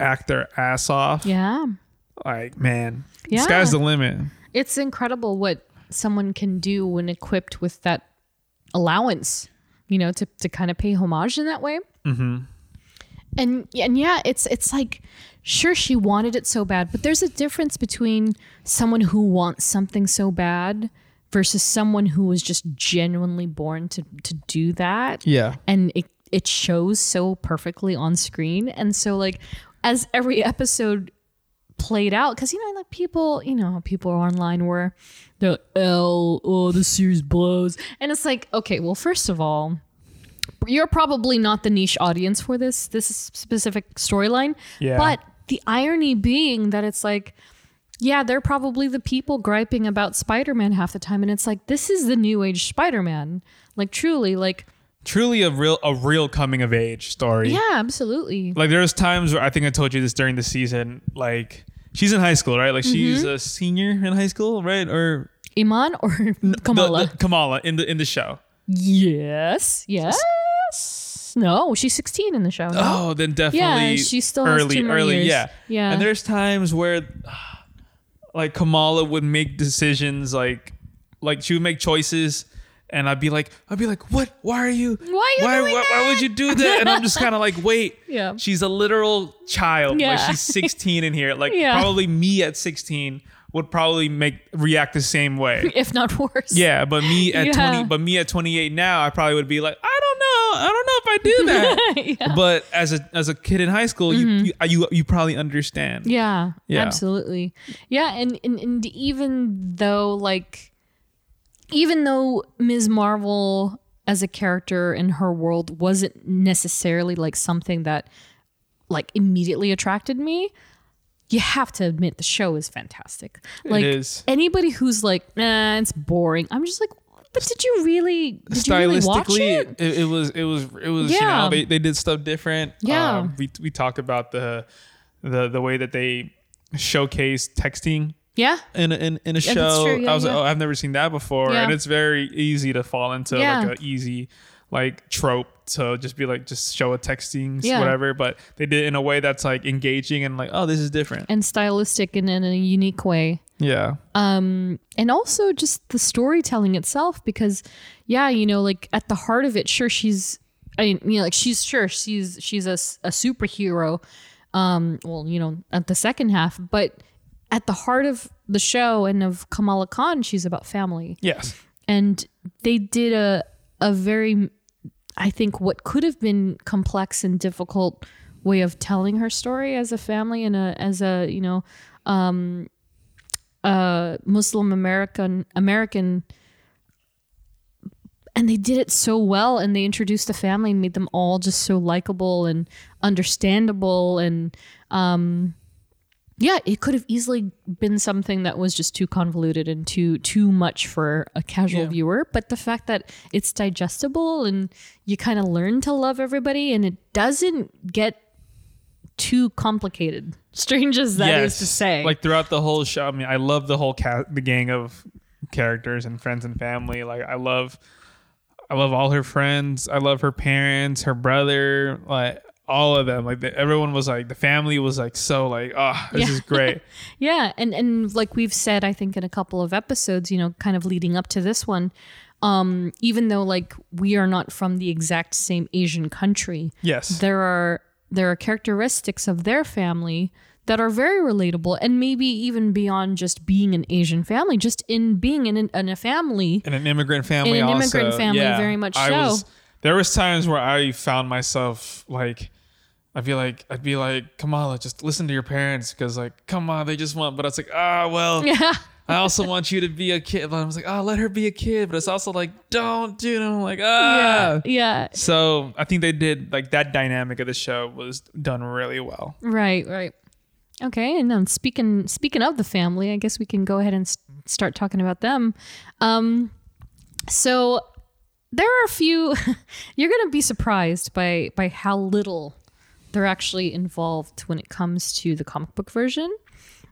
S4: act their ass off
S5: Mm-hmm. yeah
S4: like man
S5: Yeah.
S4: sky's the limit
S5: It's incredible what someone can do when equipped with that allowance, you know, to, to kind of pay homage in that way. Mm-hmm. And and yeah, it's it's like sure she wanted it so bad, but there's a difference between someone who wants something so bad versus someone who was just genuinely born to to do that
S4: yeah
S5: and it it shows so perfectly on screen and so like as every episode played out because you know like people you know how people online were the l oh the series blows and it's like okay well first of all you're probably not the niche audience for this this specific storyline
S4: Yeah.
S5: but the irony being that it's like yeah, they're probably the people griping about Spider Man half the time. And it's like, this is the new age Spider Man. Like, truly, like,
S4: truly a real a real coming of age story
S5: yeah, absolutely.
S4: like there's times where I think I told you this during the season. Like she's in high school, right? Like she's
S5: Mm-hmm.
S4: a senior in high school, right? Or
S5: Iman or
S4: the-
S5: Kamala?
S4: the- Kamala in the in the show.
S5: yes, yes. No, she's 16 in the show. no?
S4: Oh, then definitely.
S5: she still has
S4: early,
S5: two more
S4: early,
S5: years.
S4: yeah,
S5: Yeah.
S4: And there's times where, like Kamala would make decisions, like, like she would make choices, and I'd be like, I'd be like, what? Why are you?
S5: Why are you
S4: why,
S5: doing
S4: why, why would you do that? And I'm just kind of like, wait,
S5: Yeah.
S4: she's a literal child.
S5: Yeah.
S4: Like she's 16 in here. Like
S5: Yeah.
S4: probably me at 16 would probably make react the same way.
S5: If not worse.
S4: Yeah, but me at
S5: Yeah.
S4: 20, but me at 28 now, I probably would be like, I don't know. know. I don't know if I do that.
S5: yeah.
S4: But as a as a kid in high school, you, uh, you you you probably understand.
S5: Mm-hmm. Yeah,
S4: Yeah.
S5: absolutely. Yeah, and, and and even though like even though Ms. Marvel as a character in her world wasn't necessarily like something that like immediately attracted me, you have to admit the show is fantastic. Like
S4: is.
S5: anybody who's like, nah, it's boring. I'm just like, but did you really did you really watch it?
S4: it? It, was it was it was you
S5: Yeah.
S4: know they, they did stuff different.
S5: Yeah.
S4: Um, we we talked about the the the way that they showcase texting
S5: Yeah.
S4: in a, in, in a
S5: Yeah, that's
S4: show.
S5: true. Yeah,
S4: I was like,
S5: yeah.
S4: oh, I've never seen that before,
S5: Yeah.
S4: and it's very easy to fall into
S5: Yeah.
S4: like a easy like trope to just be like just show a texting
S5: Yeah.
S4: whatever. But they did it in a way that's like engaging and like oh, this is different.
S5: And stylistic and in a unique way.
S4: Yeah.
S5: and also just the storytelling itself because yeah you know like at the heart of it sure she's i mean you know like she's sure she's she's a, s- a superhero um well you know at the second half but at the heart of the show and of kamala khan she's about family
S4: Yes.
S5: and they did a a very i think what could have been complex and difficult way of telling her story as a family and a as a you know um uh muslim american american and they did it so well and they introduced the family and made them all just so likable and understandable and um yeah it could have easily been something that was just too convoluted and too too much for a casual viewer but the fact that it's digestible and you kind of learn to love everybody and it doesn't get too complicated strange as that is to say
S4: Like throughout the whole show, I mean, I love the whole cat, the gang of characters and friends and family. Like I love, I love all her friends. I love her parents, her brother, like all of them. Like the, everyone was like the family was like so like oh this
S5: Yeah.
S4: is great.
S5: Yeah, and and like we've said, I think in a couple of episodes, you know, kind of leading up to this one, um, even though like we are not from the exact same Asian country,
S4: Yes.
S5: there are there are characteristics of their family that are very relatable, and maybe even beyond just being an Asian family, just in being in, in a family.
S4: in an immigrant family.
S5: In an
S4: also.
S5: immigrant family,
S4: Yeah.
S5: very much
S4: I
S5: so.
S4: Was, there was times where I found myself like, I'd be like, I'd be like, Kamala, just listen to your parents because like, come on, they just want. But I was like, ah, well,
S5: Yeah.
S4: I also want you to be a kid. But I was like, ah, let her be a kid. But it's also like, don't do. And I'm like, ah.
S5: Yeah.
S4: So I think they did like that dynamic of the show was done really well.
S5: Right, right. Okay, and then speaking speaking of the family, I guess we can go ahead and s- start talking about them. Um, so there are a few. you're going to be surprised by by how little they're actually involved when it comes to the comic book version.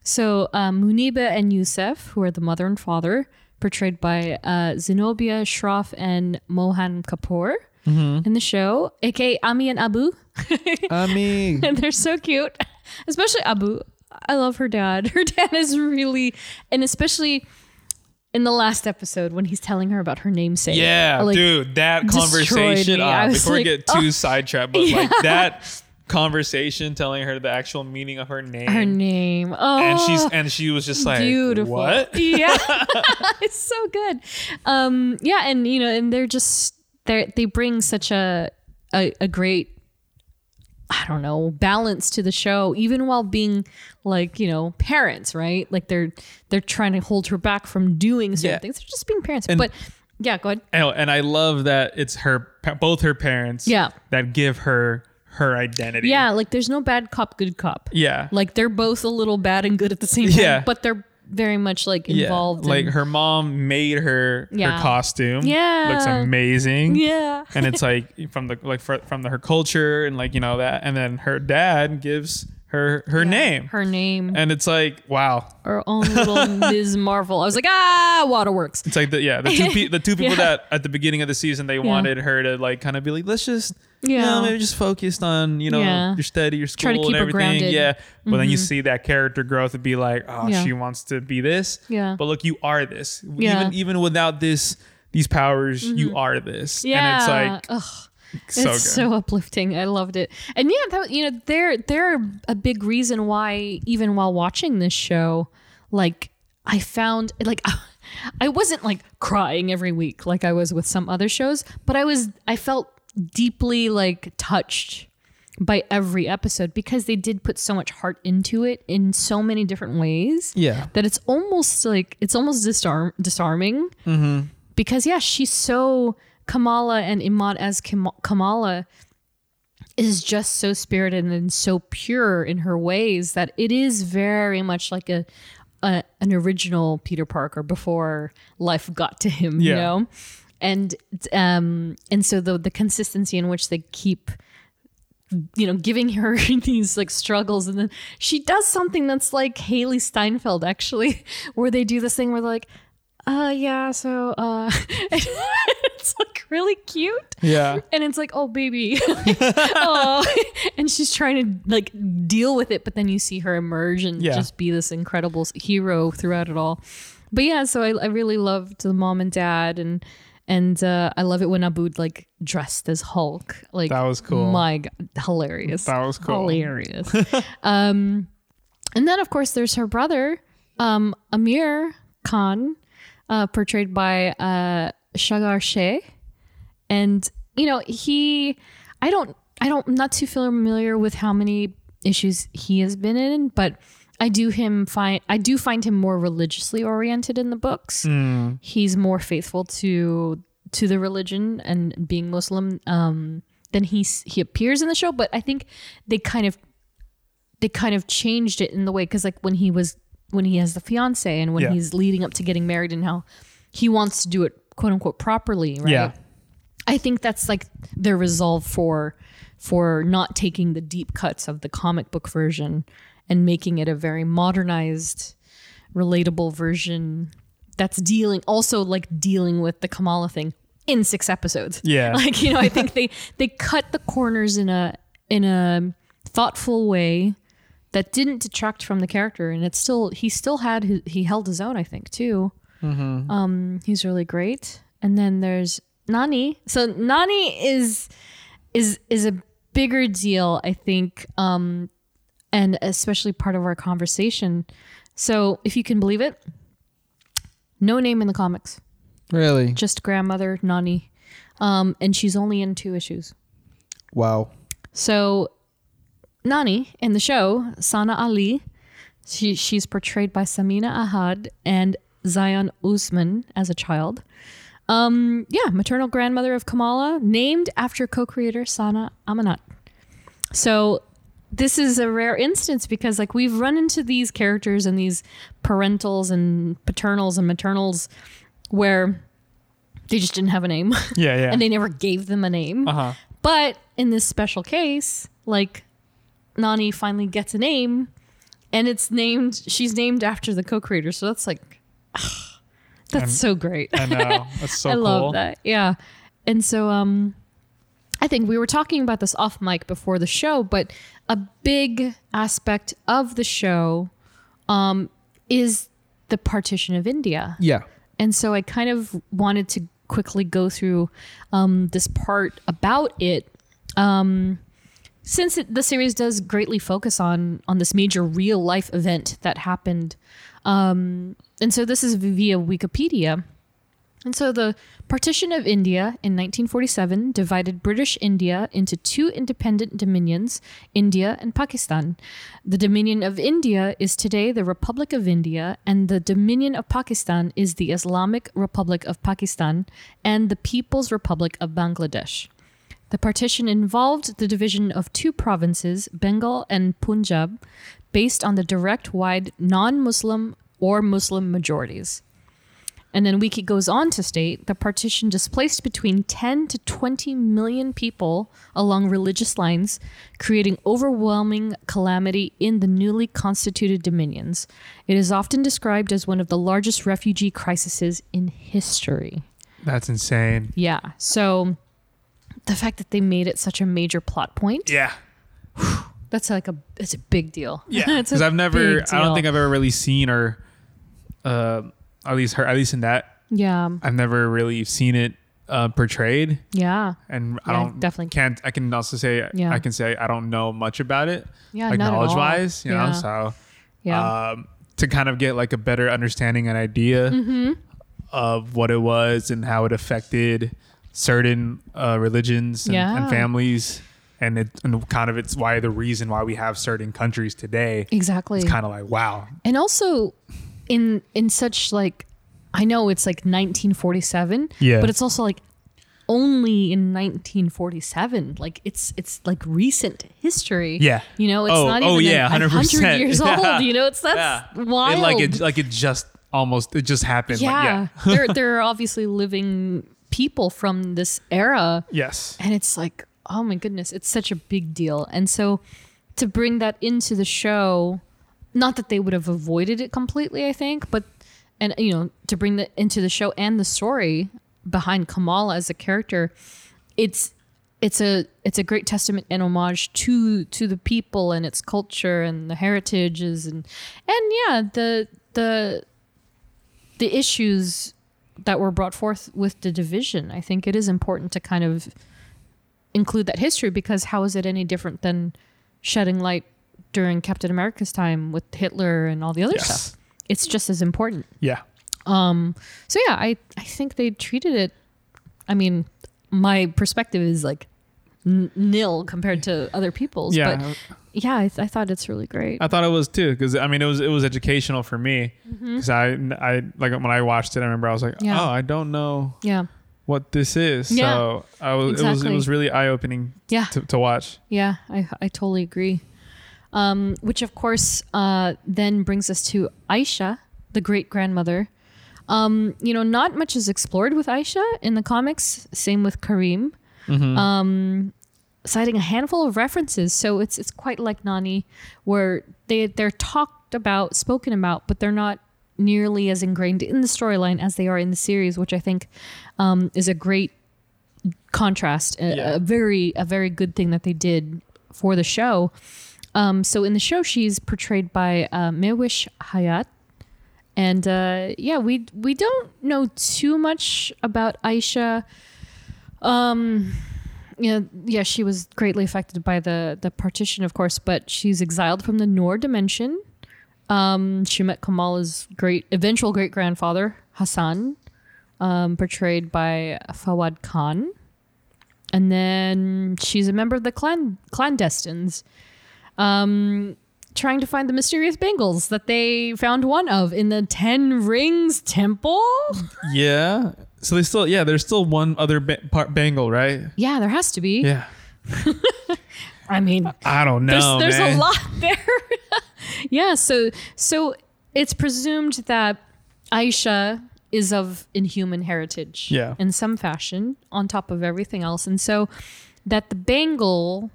S5: So um, Muniba and Yusef, who are the mother and father, portrayed by uh, Zenobia Shroff and Mohan Kapoor in the show, aka Ami and Abu
S2: I mean,
S5: and they're so cute especially abu i love her dad her dad is really and especially in the last episode when he's telling her about her namesake
S4: Yeah,
S5: Like,
S4: dude, that
S5: destroyed
S4: conversation.
S5: me.
S4: ah,
S5: I was
S4: before
S5: like, "Oh."
S4: we get too sidetracked, but like that conversation, telling her the actual meaning of her name,
S5: her name oh
S4: and she's and she was just like,
S5: beautiful
S4: What?
S5: yeah it's so good um yeah and you know and they're just they they bring such a, a a great i don't know balance to the show even while being like you know parents right like they're they're trying to hold her back from doing certain
S4: Yeah.
S5: things they're just being parents but yeah go ahead
S4: And, and I love that it's her, pa- both her parents,
S5: Yeah.
S4: that give her her identity.
S5: yeah like there's no bad cop good cop
S4: yeah,
S5: like they're both a little bad and good at the same time
S4: Yeah.
S5: but they're very much like
S4: Yeah.
S5: involved
S4: Like
S5: and-
S4: her mom made her
S5: Yeah.
S4: her costume.
S5: Yeah.
S4: looks amazing.
S5: yeah
S4: and it's like from the like fr- from the, her culture and like you know that, and then her dad gives her her name.
S5: her name
S4: and it's like wow
S5: our own little Ms. Marvel. I was like, ah, waterworks.
S4: It's like the yeah, the two pe- the two people
S5: Yeah.
S4: that at the beginning of the season they wanted her to like kind of be like, let's just yeah,
S5: Yeah.
S4: maybe just focused on you know
S5: Yeah.
S4: your study, your school,
S5: Try to keep
S4: and
S5: her
S4: everything.
S5: grounded. Mm-hmm.
S4: Yeah, but then you see that character growth and be like, oh,
S5: Yeah.
S4: she wants to be this.
S5: Yeah.
S4: but look, you are this.
S5: Yeah. Mm-hmm.
S4: even even without this these powers, you are this.
S5: Yeah.
S4: and it's like
S5: Ugh,
S4: so good.
S5: it's so uplifting. I loved it. And yeah, that, you know, they're they're a big reason why even while watching this show, like I found like I wasn't like crying every week like I was with some other shows, but I was I felt deeply like touched by every episode because they did put so much heart into it in so many different ways
S2: Yeah.
S5: that it's almost like it's almost disarm disarming because yeah she's so Kamala and Imad as Kim- Kamala is just so spirited and so pure in her ways that it is very much like a, a an original Peter Parker before life got to him you
S4: Yeah.
S5: know and um and so the the consistency in which they keep you know, giving her these like struggles. And then she does something that's like Haley Steinfeld, actually, where they do this thing where they're like, uh, yeah, so, uh, it's like really cute.
S2: Yeah.
S5: And it's like, oh, baby. oh. And she's trying to like deal with it, but then you see her emerge and
S4: Yeah.
S5: just be this incredible s- hero throughout it all. But yeah, so I, I really loved the mom and dad and and uh, I love it when Abood like dressed as Hulk. Like
S4: That was cool.
S5: My God, hilarious.
S4: That was cool.
S5: Hilarious. um, and then of course there's her brother, um, Amir Khan, uh, portrayed by uh, Shagar Sheh and you know he i don't i don't I'm not too familiar with how many issues he has been in but i do him find i do find him more religiously oriented in the books
S4: Hmm.
S5: he's more faithful to to the religion and being muslim um than he's he appears in the show but i think they kind of they kind of changed it in the way because like when he was when he has the fiance and when
S4: Yeah.
S5: he's leading up to getting married and how he wants to do it quote unquote properly right
S4: Yeah.
S5: I think that's like their resolve for for not taking the deep cuts of the comic book version and making it a very modernized, relatable version that's dealing also like dealing with the Kamala thing in six episodes.
S4: Yeah.
S5: Like, you know, I think they they cut the corners in a in a thoughtful way that didn't detract from the character and it's still he still had his, he held his own, I think, too. Um, he's really great. And then there's Nani. So Nani is is is a bigger deal, I think, um, and especially part of our conversation. So if you can believe it, no name in the comics,
S2: Really?
S5: just grandmother Nani, um, and she's only in two issues.
S2: Wow.
S5: So Nani in the show, Sana Ali, she, she's portrayed by Samina Ahad and Zion Usman as a child. Um, yeah, maternal grandmother of Kamala, named after co-creator Sana Amanat. So this is a rare instance because like we've run into these characters and these parentals and paternals and maternals where they just didn't have a name
S4: Yeah, yeah.
S5: and they never gave them a name.
S4: uh-huh.
S5: But in this special case, like Nani finally gets a name and it's named she's named after the co-creator. So that's like that's so great.
S4: I know. That's so
S5: I
S4: cool.
S5: love that. Yeah. And so um I think we were talking about this off mic before the show, but a big aspect of the show um is the partition of India.
S2: Yeah.
S5: And so I kind of wanted to quickly go through um, this part about it. Um, since it, the series does greatly focus on on this major real life event that happened, um, and so this is via Wikipedia. And so the partition of India in 1947 divided British India into two independent dominions, India and Pakistan. The Dominion of India is today the Republic of India, and the Dominion of Pakistan is the Islamic Republic of Pakistan and the People's Republic of Bangladesh. The partition involved the division of two provinces, Bengal and Punjab, based on the direct wide non Muslim or Muslim majorities. And then Wiki goes on to state the partition displaced between 10 to 20 million people along religious lines, creating overwhelming calamity in the newly constituted dominions. It is often described as one of the largest refugee crises in history.
S4: That's insane.
S5: Yeah. So the fact that they made it such a major plot point,
S4: Yeah.
S5: that's like a it's a big deal.
S4: Yeah.
S5: It's a
S4: Because I've never,
S5: big
S4: I don't
S5: deal.
S4: think I've ever really seen or, uh, at least her, at least in that,
S5: Yeah.
S4: I've never really seen it uh, portrayed.
S5: Yeah.
S4: and I
S5: Yeah,
S4: don't
S5: definitely.
S4: can't. I can also say
S5: Yeah.
S4: I can say I don't know much about it,
S5: Yeah,
S4: like
S5: not at all.
S4: knowledge wise, you
S5: Yeah.
S4: know. So
S5: Yeah.
S4: um, to kind of get like a
S5: Mm-hmm.
S4: better understanding and idea of what it was and how it affected certain uh, religions and, and
S5: Yeah.
S4: families, and it and kind of it's why the reason why we have certain countries today.
S5: Exactly.
S4: It's kind of like wow,
S5: and also in in such like I know it's like 1947,
S4: Yeah.
S5: but it's also like only in 1947. Like it's it's like recent history.
S4: Yeah.
S5: You know, it's
S4: Oh,
S5: not even
S4: oh, yeah,
S5: a- a
S4: 100%.
S5: hundred years
S4: Yeah.
S5: old. You know, it's that's wild.
S4: It, like it like it just almost it just happened. Like,
S5: yeah.
S4: yeah.
S5: they're they're obviously living people from this era.
S4: Yes.
S5: And it's like, oh my goodness, it's such a big deal. And so to bring that into the show, not that they would have avoided it completely, I think, but and you know, to bring that into the show and the story behind Kamala as a character, it's it's a it's a great testament and homage to to the people and its culture and the heritages and and yeah, the the the issues that were brought forth with the division. I think it is important to kind of include that history because how is it any different than shedding light during Captain America's time with Hitler and all the other
S4: Yes.
S5: stuff? It's just as important.
S4: Yeah.
S5: Um, So yeah, I I think they treated it. I mean, my perspective is like n- nil compared to other people's.
S4: Yeah.
S5: but yeah, I, I thought it's really great.
S4: I thought it was too because I mean it was it was educational for me because I I like when I watched it I remember I was like
S5: Mm-hmm. Yeah.
S4: oh I don't know
S5: yeah,
S4: what this is
S5: Yeah.
S4: so I was it was it
S5: Exactly.
S4: was really eye opening
S5: yeah.
S4: to, to watch
S5: Yeah, I, I totally agree. Um, which, of course, uh, then brings us to Aisha, the great grandmother. Um, you know, not much is explored with Aisha in the comics. Same with Kareem, um, citing a handful of references. So it's it's quite like Nani, where they they're talked about, spoken about, but they're not nearly as ingrained in the storyline as they are in the series, which I think um, is a great contrast a,
S4: Yeah.
S5: a very a very good thing that they did for the show um, so in the show she's portrayed by uh, mewish hayat and uh, yeah we we don't know too much about aisha um you know, yeah she was greatly affected by the the partition of course but she's exiled from the noor dimension um, she met kamala's great eventual great grandfather hassan um, portrayed by Fawad Khan. And then she's a member of the clan- clandestines, um, trying to find the mysterious bangles that they found one of in the Ten Rings Temple.
S4: yeah so they still yeah there's still one other ba- part bangle right
S5: Yeah, there has to be.
S4: yeah
S5: I mean,
S4: I don't
S5: there's,
S4: know
S5: there's
S4: man.
S5: a lot there. yeah, so so it's presumed that Aisha is of inhuman heritage
S4: Yeah.
S5: in some fashion on top of everything else. And so that the bangle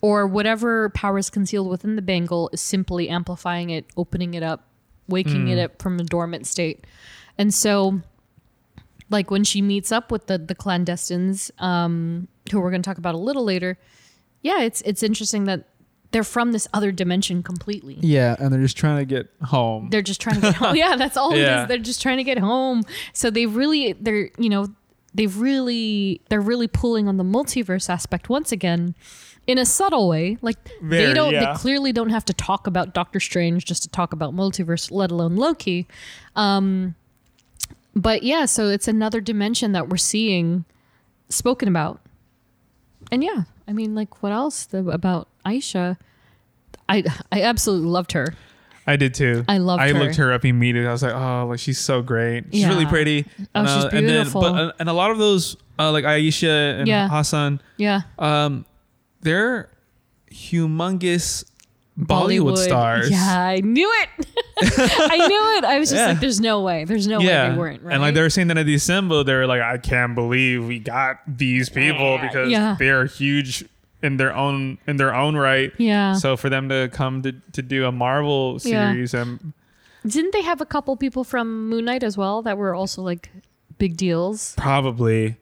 S5: or whatever power is concealed within the bangle is simply amplifying it, opening it up, waking it up from a dormant state. And so like when she meets up with the the clandestines um who we're going to talk about a little later yeah it's it's interesting that they're from this other dimension completely
S2: Yeah, and they're just trying to get home.
S5: they're just trying to get home yeah that's all it
S4: Yeah.
S5: is they're just trying to get home so they really they're you know they've really they're really pulling on the multiverse aspect once again in a subtle way like they
S4: Very,
S5: don't
S4: yeah.
S5: they clearly don't have to talk about doctor strange just to talk about multiverse let alone loki um but yeah so it's another dimension that we're seeing spoken about and yeah i mean like what else the, about aisha i i absolutely loved her
S4: I did too
S5: I loved
S4: I
S5: her.
S4: looked her up immediately I was like oh like she's so great she's
S5: Yeah.
S4: really pretty
S5: Oh,
S4: and,
S5: she's
S4: uh, and then,
S5: beautiful.
S4: but uh, and a lot of those uh, like Aisha and
S5: Yeah.
S4: Hassan
S5: yeah
S4: um, they're humongous Bollywood, stars.
S5: Yeah, I knew it. I knew it. I was just
S4: Yeah.
S5: like, there's no way. There's no way
S4: Yeah,
S5: they weren't. Right?
S4: and like they were saying that at the assemble, they were like, "I can't believe we got these people because
S5: Yeah.
S4: they are huge in their own in their own right."
S5: Yeah.
S4: So for them to come to, to do a Marvel
S5: Yeah.
S4: series, um,
S5: Didn't they have a couple people from Moon Knight as well that were also like big deals
S4: probably,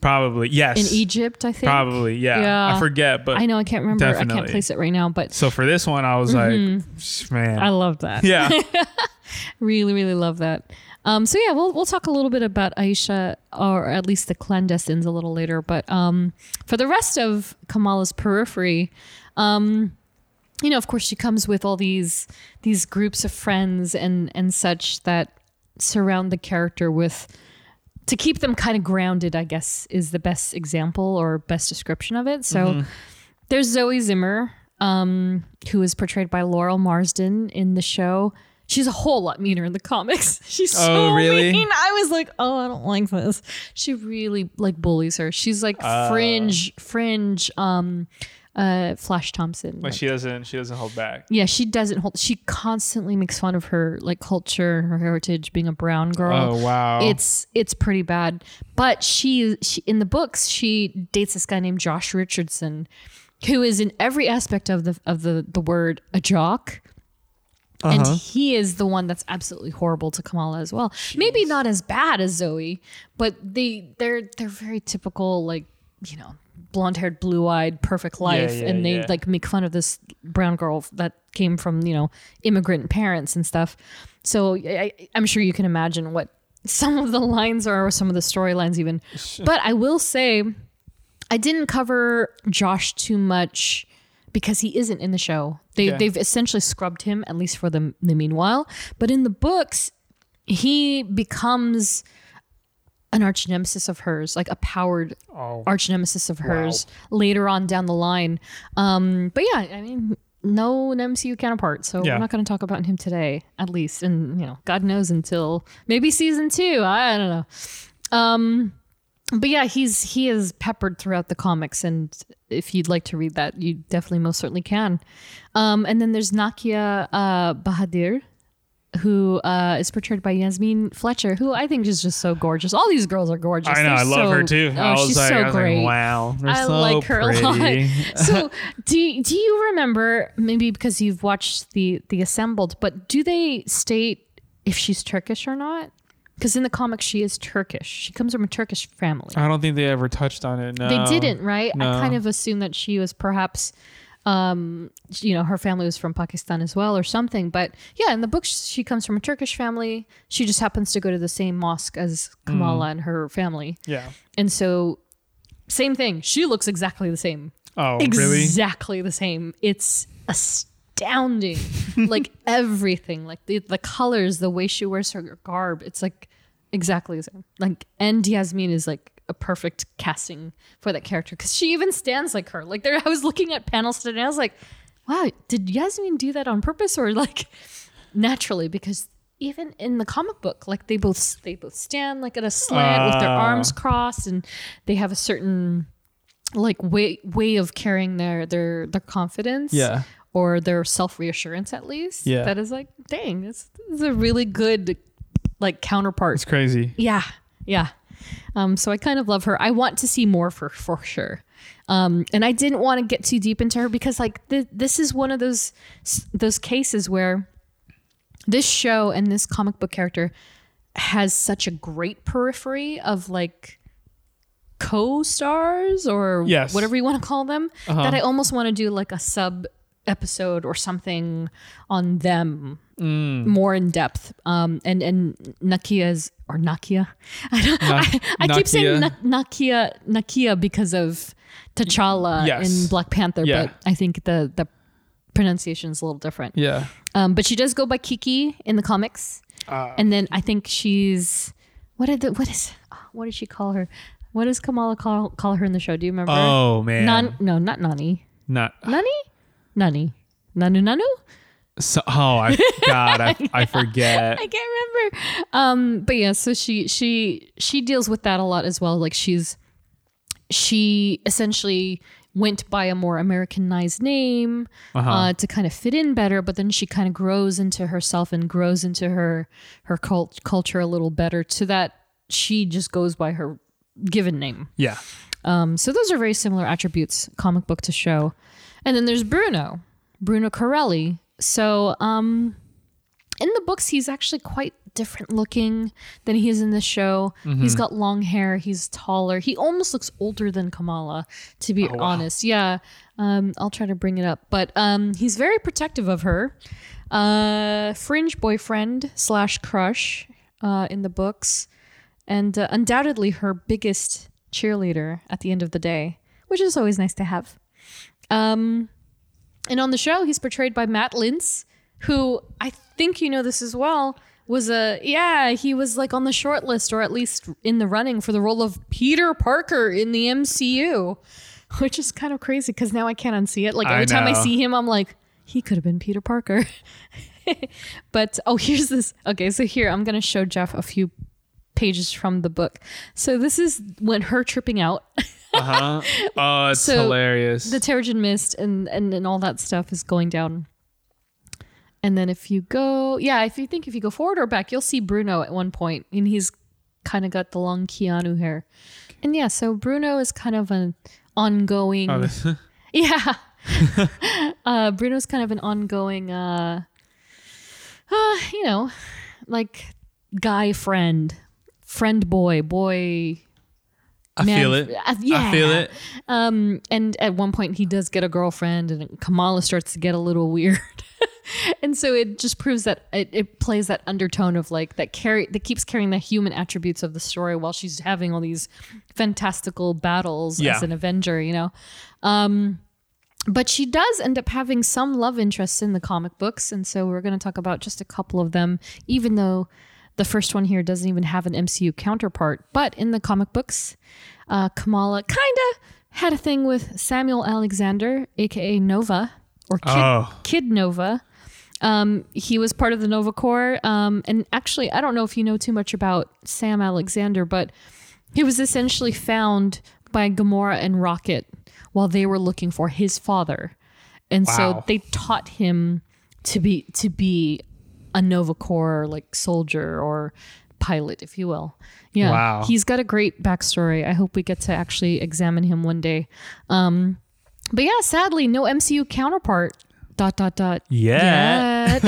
S4: probably yes,
S5: in Egypt? I think.
S4: probably yeah.
S5: Yeah.
S4: I forget, but
S5: I know. I can't remember. I can't
S4: Definitely.
S5: place it right now, but
S4: So for this one, I was like, man,
S5: Mm-hmm. I love that.
S4: yeah,
S5: Really, really love that. Um, so yeah, we'll we'll talk a little bit about Aisha or at least the clandestines a little later, but um, for the rest of Kamala's periphery, um, you know, of course, she comes with all these these groups of friends and and such that surround the character with to keep them kind of grounded, I guess, is the best example or best description of it. So
S4: Mm-hmm.
S5: there's Zoe Zimmer, um, who is portrayed by Laurel Marsden in the show. She's a whole lot meaner in the comics. She's so
S4: Oh, really?
S5: mean. I was like, oh, I don't like this. She really like bullies her. She's like
S4: Uh.
S5: fringe, fringe, um, uh, Flash Thompson.
S4: Like
S5: like-
S4: she doesn't she doesn't hold back.
S5: yeah, she doesn't hold. She constantly makes fun of her like culture, her heritage, being a brown girl.
S4: Oh wow.
S5: It's it's pretty bad. But she, she in the books she dates this guy named Josh Richardson, who is in every aspect of the of the the word a jock. And
S4: Uh-huh.
S5: he is the one that's absolutely horrible to Kamala as well. Maybe not as bad as Zoe, but they they're they're very typical like you know blonde haired, blue eyed, perfect life,
S4: yeah,
S5: and they
S4: yeah.
S5: like make fun of this brown girl that came from you know immigrant parents and stuff. So I, I- I'm sure you can imagine what some of the lines are, or some of the storylines even. but I will say, I didn't cover Josh too much because he isn't in the show. They
S4: Okay.
S5: they've essentially scrubbed him at least for the the meanwhile. But in the books, he becomes an arch nemesis of hers, like a powered
S4: oh
S5: arch nemesis of hers later on down the line. Um, but yeah, I mean, no MCU counterpart, so
S4: Yeah.
S5: we're not going to talk about him today, at least. And you know, God knows until maybe season two. I don't know. Um, but yeah, he's he is peppered throughout the comics, and if you'd like to read that, you definitely most certainly can. Um, and then there's Nakia uh, Bahadir. Who uh, is portrayed by Yasmin Fletcher, who I think is just so gorgeous. All these girls are gorgeous.
S4: I know, I
S5: They're
S4: love
S5: so-
S4: her too.
S5: Oh,
S4: I was
S5: she's
S4: like,
S5: so
S4: I was
S5: great.
S4: like, wow, they're
S5: I
S4: so
S5: like her
S4: pretty.
S5: a lot. So, do do you remember maybe because you've watched the the assembled, but do they state if she's Turkish or not? Because in the comics, she is Turkish. She comes from a Turkish family.
S4: I don't think they ever touched on it. No.
S5: they didn't, right?
S4: Um, no.
S5: I kind of assumed that she was perhaps, um, you know, her family was from Pakistan as well or something. But yeah, in the books, she comes from a Turkish family. She just happens to go to the same mosque as Kamala and her family,
S4: Mm. Yeah.
S5: and so. Same thing. She looks exactly the same
S4: Oh really?
S5: exactly the same. It's astounding. like everything, like the, the colors, the way she wears her garb, it's like exactly the same. Like, and Yasmin is like a perfect casting for that character because she even stands like her. Like, there, I was looking at panels today and I was like, wow, did Yasmin do that on purpose or like naturally? Because even in the comic book, like they both they both stand like at a slant with their
S4: Ah.
S5: arms crossed, and they have a certain like way way of carrying their their their confidence
S2: Yeah.
S5: or their self reassurance at least
S2: Yeah.
S5: that is like dang this, this is a really good like counterpart
S4: It's crazy.
S5: yeah yeah um so i kind of love her i want to see more for for sure um and i didn't want to get too deep into her because like th- this is one of those those cases where this show and this comic book character has such a great periphery of like co-stars or
S4: Yes.
S5: whatever you want to call them that I almost want to do like a sub episode or something on them more in depth. Um, and and Nakia's or Nakia, I, don't, I, I keep saying
S2: Nakia.
S5: Na- Nakia Nakia because of T'Challa
S4: Yes.
S5: in Black Panther,
S4: Yeah.
S5: but I think the the pronunciation is a little different.
S2: Yeah.
S5: Um, but she does go by Kiki in the comics,
S4: Ah.
S5: and then I think she's what did the, what is ah, what did she call her? What does Kamala call call her in the show? Do you remember?
S4: Oh man.
S5: Nan, no, not Nani.
S4: Not.
S5: Nani? Nani? Nanu Nanu?
S4: So, oh I, God, I, I forget.
S5: I can't remember. Um, but yeah, so she she she deals with that a lot as well. Like she's she essentially went by a more Americanized name uh to kind of fit in better, but then she kind of grows into herself and grows into her her cult, culture a little better. To that, she just goes by her given name.
S4: yeah.
S5: Um, so those are very similar attributes, comic book to show. And then there's Bruno, Bruno Corelli. So um, in the books, he's actually quite different looking than he is in the show. He's got long hair. He's taller. He almost looks older than Kamala, to be honest. Yeah, um, I'll try to bring it up. But um, he's very protective of her. Uh, fringe boyfriend slash crush uh, in the books and uh, undoubtedly her biggest cheerleader at the end of the day, which is always nice to have. Um, and on the show, he's portrayed by Matt Lintz, who I think you know this as well, was a yeah, he was like on the short list or at least in the running for the role of Peter Parker in the MCU, which is kind of crazy because now I can't unsee it. Like
S4: I
S5: every time I
S4: know.
S5: see him, I'm like, he could have been Peter Parker. but oh, here's this. Okay, so here I'm gonna show Jeff a few pages from the book. So this is when her tripping out
S4: Uh-huh. Oh, it's
S5: So,
S4: hilarious.
S5: the Terrigen Mist and, and and all that stuff is going down. And then if you go, yeah, if you think if you go forward or back, you'll see Bruno at one point, and he's kind of got the long Keanu hair. And yeah, so Bruno is kind of an ongoing,
S4: Oh, this-
S5: yeah. uh, Bruno's kind of an ongoing, uh, uh, you know, like guy friend, friend boy, boy.
S4: I
S5: man-
S4: feel it.
S5: Uh, yeah.
S4: I feel it.
S5: Um, and at one point, he does get a girlfriend, and Kamala starts to get a little weird. and so it just proves that it, it plays that undertone of like that carry that keeps carrying the human attributes of the story while she's having all these fantastical battles
S4: Yeah.
S5: as an Avenger, you know. Um, but she does end up having some love interests in the comic books, and so we're going to talk about just a couple of them, even though. The first one here doesn't even have an MCU counterpart, but in the comic books, uh, Kamala kinda had a thing with Samuel Alexander, aka Nova or Kid,
S4: Oh.
S5: Kid Nova. Um, he was part of the Nova Corps, um, and actually, I don't know if you know too much about Sam Alexander, but he was essentially found by Gamora and Rocket while they were looking for his father, and
S4: Wow.
S5: so they taught him to be to be a Nova Corps like soldier or pilot, if you will. Yeah,
S4: Wow.
S5: he's got a great backstory. I hope we get to actually examine him one day. Um, but yeah, sadly, no MCU counterpart. Dot dot dot.
S4: Yeah.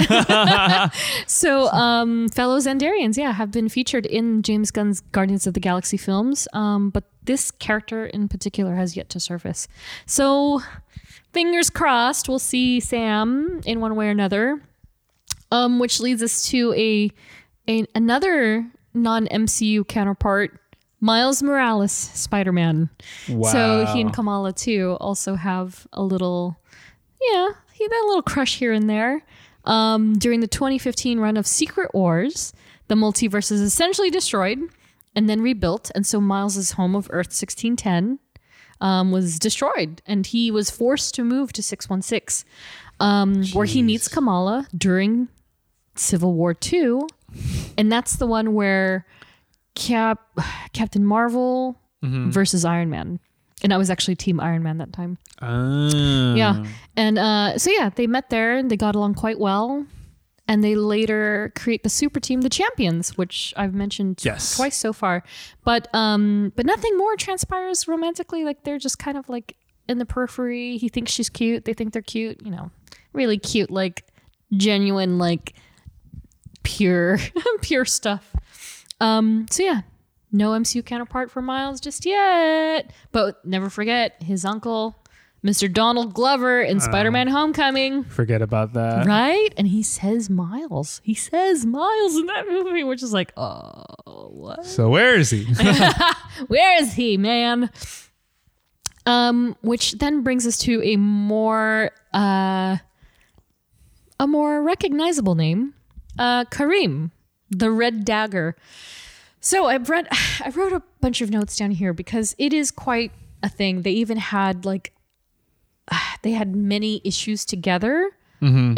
S5: Yet. so, um, fellow Zandarians, yeah, have been featured in James Gunn's Guardians of the Galaxy films, um, but this character in particular has yet to surface. So, fingers crossed, we'll see Sam in one way or another. Um, which leads us to a, a another non MCU counterpart, Miles Morales, Spider Man.
S4: Wow.
S5: So he and Kamala too also have a little, yeah, he had a little crush here and there. Um, during the 2015 run of Secret Wars, the multiverse is essentially destroyed and then rebuilt, and so Miles' home of Earth 1610 um, was destroyed, and he was forced to move to 616, um, where he meets Kamala during Civil War II, and that's the one where Cap Captain Marvel versus Iron Man. And I was actually Team Iron Man that time.
S4: Oh.
S5: Yeah. And uh, so, yeah, they met there and they got along quite well. And they later create the super team, the champions, which I've mentioned
S4: Yes.
S5: twice so far. But um, but nothing more transpires romantically. Like they're just kind of like in the periphery. He thinks she's cute. They think they're cute. You know, really cute, like genuine, like pure, pure stuff. Um, so yeah, no MCU counterpart for Miles just yet. But never forget his uncle, Mr. Donald Glover in Spider-Man: Homecoming,
S4: Forget about that.
S5: right? And he says Miles. He says Miles in that movie, which is like, oh, what?
S4: So where is he?
S5: Where is he, man? Um, which then brings us to a more uh, a more recognizable name, uh, Kareem, the Red Dagger. So I read, I wrote a bunch of notes down here because it is quite a thing. They even had like, they had many issues together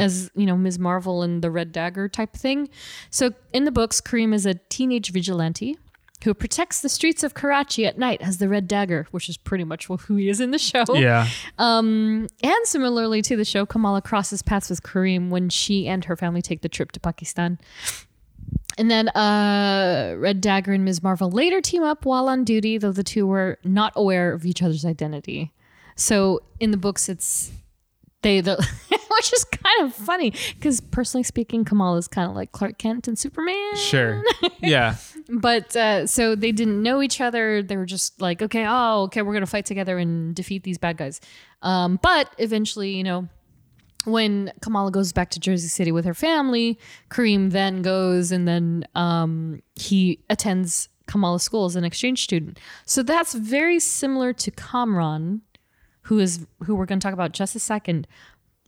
S5: as you know Ms. Marvel and the Red Dagger type thing. So in the books, Kareem is a teenage vigilante who protects the streets of Karachi at night as the Red Dagger, which is pretty much who he is in the show.
S4: yeah.
S5: And similarly to the show, Kamala crosses paths with Kareem when she and her family take the trip to Pakistan. And then uh, Red Dagger and Ms. Marvel later team up while on duty, though the two were not aware of each other's identity. So in the books, it's they, the, which is kind of funny because personally speaking, Kamala is kind of like Clark Kent and Superman.
S4: Sure. Yeah.
S5: But uh, so they didn't know each other. They were just like, okay, oh, okay, we're gonna fight together and defeat these bad guys. Um, but eventually, you know, when Kamala goes back to Jersey City with her family, Kareem then goes and then um, he attends Kamala school as an exchange student. So that's very similar to Kamran, who is who we're going to talk about just a second.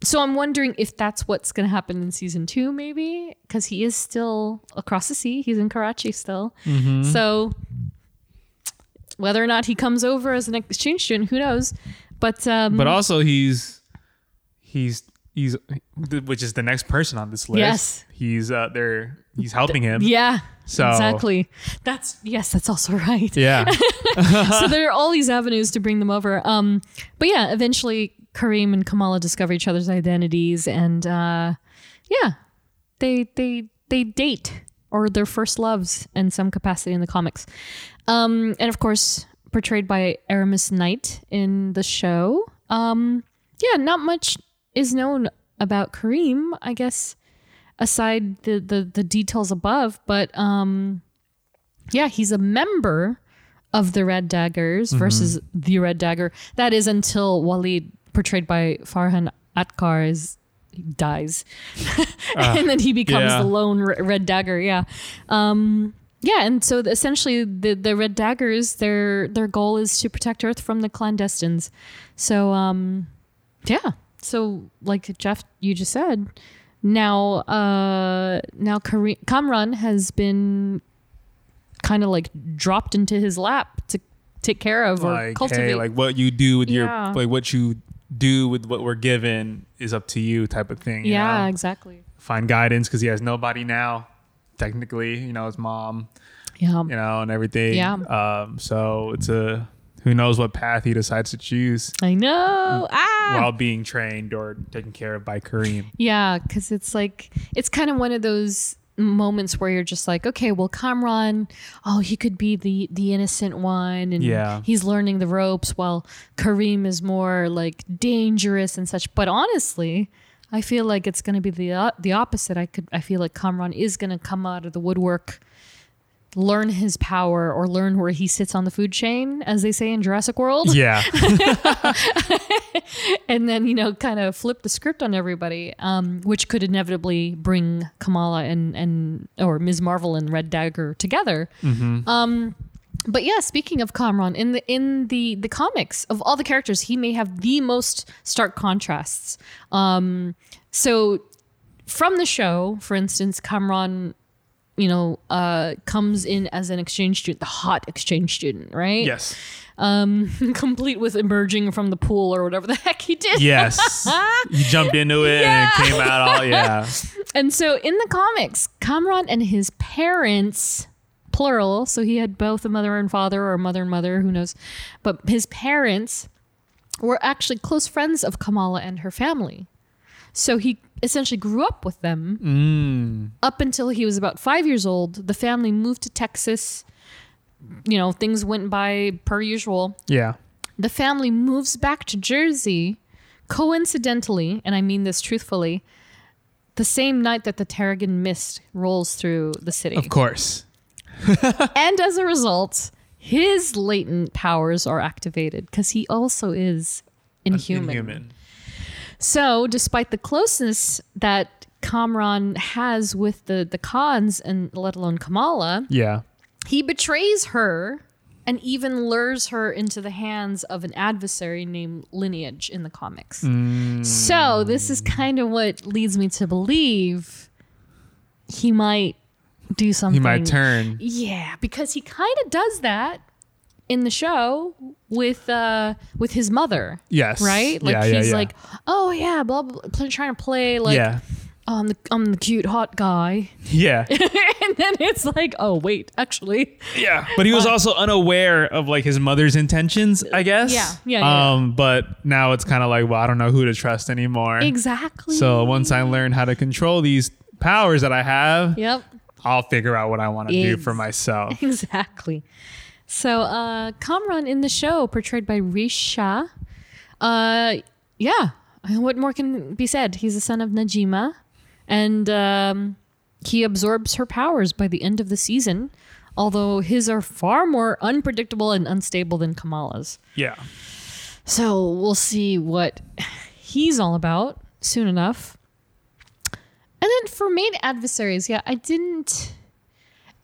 S5: so I'm wondering if that's what's going to happen in season two, maybe because he is still across the sea. He's in Karachi still. So whether or not he comes over as an exchange student, who knows? But um,
S4: But also he's he's he's which is the next person on this list.
S5: Yes.
S4: He's uh there he's helping him.
S5: yeah,
S4: So-
S5: exactly. That's yes, that's also right.
S4: Yeah.
S5: so there are all these avenues to bring them over. Um, but yeah, eventually Kareem and Kamala discover each other's identities, and uh, yeah, they they they date or their first loves in some capacity in the comics, um, and of course portrayed by Aramis Knight in the show. Um, yeah, not much is known about Kareem, I guess, aside the the, the details above, but. Um, yeah, he's a member of the Red Daggers versus the Red Dagger. That is until Walid, portrayed by Farhan Atkar, is dies, and then he becomes
S4: yeah.
S5: the lone re- Red Dagger. Yeah, um, yeah, and so the- essentially, the the Red Daggers their their goal is to protect Earth from the clandestines. So, um, yeah, so like Jeff, you just said. Now, uh, now Kare- Kamran has been kind of like dropped into his lap to take care of or
S4: like
S5: cultivate.
S4: hey, like what you do with
S5: Yeah.
S4: your like what you do with what we're given is up to you type of thing. you
S5: yeah,
S4: know?
S5: exactly.
S4: Find guidance because he has nobody now. Technically, you know, his mom,
S5: Yeah.
S4: you know, and everything.
S5: Yeah.
S4: Um, so it's a who knows what path he decides to choose
S5: I know. Ah.
S4: while being trained or taken care of by Kareem.
S5: Yeah, because it's like it's kind of one of those moments where you're just like, okay, well, Kamran, oh, he could be the the innocent one, and
S4: Yeah.
S5: he's learning the ropes, while Kareem is more like dangerous and such. But honestly. I feel like it's going to be the uh, the opposite. I could I feel like Kamran is going to come out of the woodwork, learn his power or learn where he sits on the food chain, as they say in Jurassic World
S4: Yeah.
S5: and then you know kind of flip the script on everybody um, which could inevitably bring kamala and and or ms marvel and red dagger together um, but yeah speaking of kamran in the in the the comics of all the characters he may have the most stark contrasts um, so from the show for instance kamran you know uh, comes in as an exchange student the hot exchange student right
S4: yes.
S5: um, complete with emerging from the pool or whatever the heck he did.
S4: Yes. you jumped into it and it came out all yeah.
S5: And so in the comics, Kamran and his parents, plural, so he had both a mother and father or a mother and mother, who knows, but his parents were actually close friends of Kamala and her family. So he essentially grew up with them up until he was about five years old. The family moved to Texas. You know, things went by per usual.
S4: Yeah.
S5: the family moves back to Jersey, coincidentally, and I mean this truthfully, the same night that the Tarragon mist rolls through the city.
S4: Of course.
S5: And as a result, his latent powers are activated because he also is inhuman.
S4: Inhuman.
S5: So, despite the closeness that Kamran has with the, the Khans and let alone Kamala,
S4: Yeah.
S5: he betrays her and even lures her into the hands of an adversary named Lineage in the comics. So, this is kind of what leads me to believe he might do something.
S4: He might turn.
S5: Yeah, because he kind of does that in the show with uh with his mother.
S4: Yes.
S5: Right? Like
S4: Yeah, yeah,
S5: he's
S4: yeah.
S5: like, "Oh yeah, blah blah, blah trying to play like
S4: yeah.
S5: oh, I'm the I'm the cute hot guy."
S4: Yeah.
S5: and then it's like, "Oh, wait, actually."
S4: Yeah. But he was also unaware of like his mother's intentions, I guess.
S5: Yeah, yeah, yeah.
S4: Um, but now it's kinda like, well, I don't know who to trust anymore.
S5: Exactly.
S4: So once I learn how to control these powers that I have,
S5: Yep,
S4: I'll figure out what I want to do for
S5: Ex-
S4: myself.
S5: exactly. So, uh, Kamran in the show, portrayed by Risha, uh, yeah, what more can be said? He's the son of Najima, and um, he absorbs her powers by the end of the season, although his are far more unpredictable and unstable than Kamala's.
S4: Yeah.
S5: So we'll see what he's all about soon enough. And then for main adversaries, yeah, I didn't.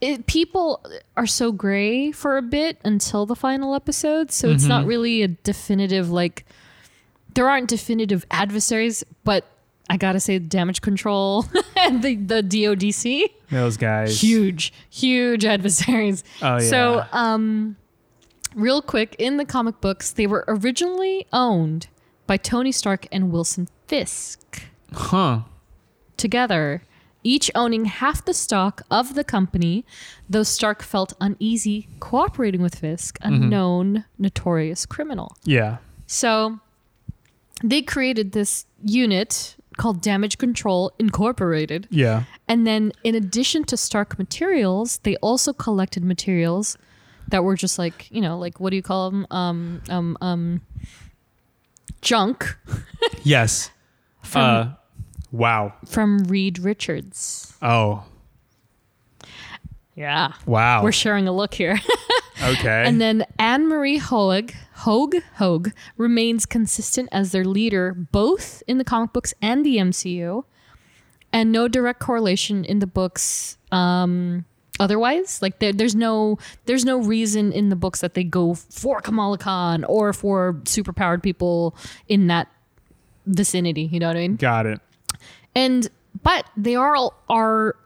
S5: It, people are so gray for a bit until the final episode, so it's not really a definitive like there aren't definitive adversaries, but I gotta say, damage control and the, the DODC,
S4: Those guys.
S5: huge, huge adversaries.
S4: Oh, yeah.
S5: So, um, real quick, in the comic books, they were originally owned by Tony Stark and Wilson Fisk
S4: Huh.
S5: together, each owning half the stock of the company, though Stark felt uneasy cooperating with Fisk, a
S4: Mm-hmm.
S5: known notorious criminal.
S4: Yeah.
S5: So they created this unit called Damage Control Incorporated.
S4: Yeah.
S5: And then, in addition to Stark materials, they also collected materials that were just like, you know, like what do you call them? Um, um, um, junk
S4: Yes. uh, wow.
S5: from Reed Richards.
S4: Oh.
S5: Yeah.
S4: Wow.
S5: We're sharing a look here.
S4: okay.
S5: And then Anne Marie Hoag, Hoag, Hoag remains consistent as their leader, both in the comic books and the MCU, and no direct correlation in the books. Um, otherwise, like there, there's no there's no reason in the books that they go for Kamala Khan or for superpowered people in that vicinity. You know what I mean?
S4: Got it.
S5: And but they are all, are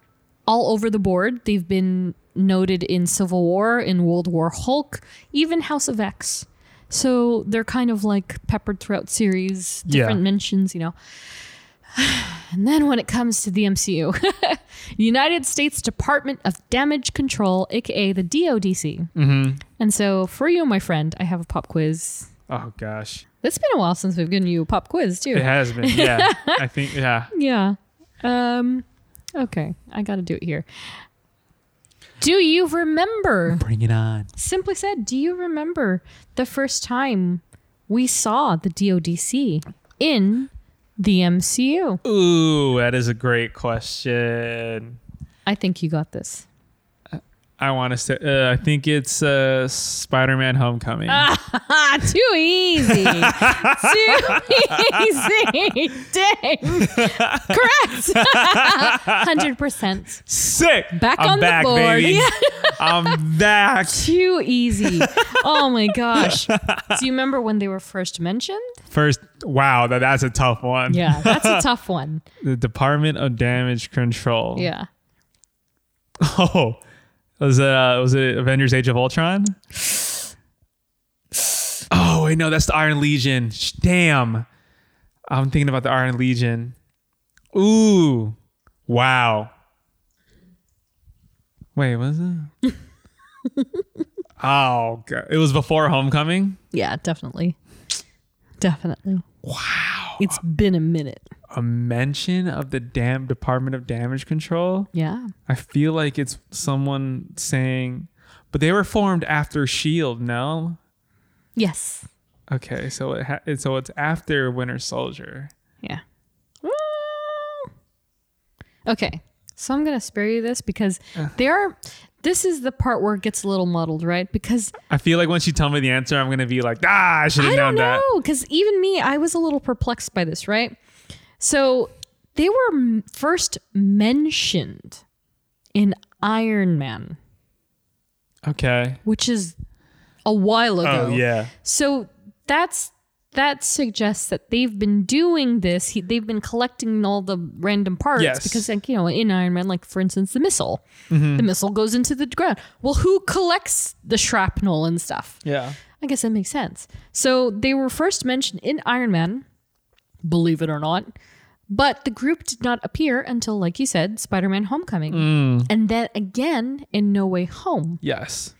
S5: all over the board. They've been noted in Civil War, in World War Hulk, even House of X. So they're kind of like peppered throughout series,
S4: Yeah.
S5: different mentions, you know. And then when it comes to the MCU, United States Department of Damage Control, aka the DODC. Mm-hmm. And so for you, my friend, I have a pop quiz.
S4: Oh gosh.
S5: It's been a while since we've given you a pop quiz, too.
S4: It has been. Yeah. I think. Yeah.
S5: Yeah. Um okay, I got to do it here. Do you remember?
S4: Bring it on.
S5: Simply said, do you remember the first time we saw the DODC in the MCU?
S4: Ooh, that is a great question.
S5: I think you got this.
S4: I want to say. Uh, I think it's uh, Spider-Man: Homecoming.
S5: Ah, too easy. too easy. Dang. Correct. 100%.
S4: Sick.
S5: Back
S4: I'm
S5: on the
S4: back,
S5: board.
S4: Baby.
S5: Yeah.
S4: I'm back.
S5: Too easy. Oh my gosh. Do you remember when they were first mentioned?
S4: First, wow, that, that's a tough one.
S5: Yeah, that's a tough one.
S4: The Department of Damage Control.
S5: Yeah.
S4: Oh, was it uh, was it Avengers: Age of Ultron? Oh wait, no, that's the Iron Legion. Sh- Damn, I'm thinking about the Iron Legion. Ooh, wow. Wait, was it? oh, God. it was before Homecoming.
S5: Yeah, definitely. Definitely. Wow. It's been a minute.
S4: A mention of the damn Department of Damage Control.
S5: Yeah.
S4: I feel like it's someone saying, but they were formed after Shield. E No,
S5: Yes.
S4: Okay, so it ha- it- so it's after Winter Soldier.
S5: Yeah. Okay. So I'm going to spare you this because there are this is the part where it gets a little muddled, right? Because
S4: I feel like once you tell me the answer, I'm gonna be like, ah, I should have
S5: I
S4: known
S5: don't
S4: that.
S5: know because even me, I was a little perplexed by this, right? So they were m- first mentioned in Iron Man,
S4: Okay.
S5: which is a while ago.
S4: Oh yeah.
S5: So that's that suggests that they've been doing this. He, they've been collecting all the random parts
S4: Yes.
S5: because, like you know, in Iron Man, like for instance, the missile, the missile goes into the ground. Well, who collects the shrapnel and stuff?
S4: Yeah.
S5: I guess that makes sense. So they were first mentioned in Iron Man, believe it or not, but the group did not appear until, like you said, Spider Man Homecoming. And then again in No Way Home.
S4: Yes.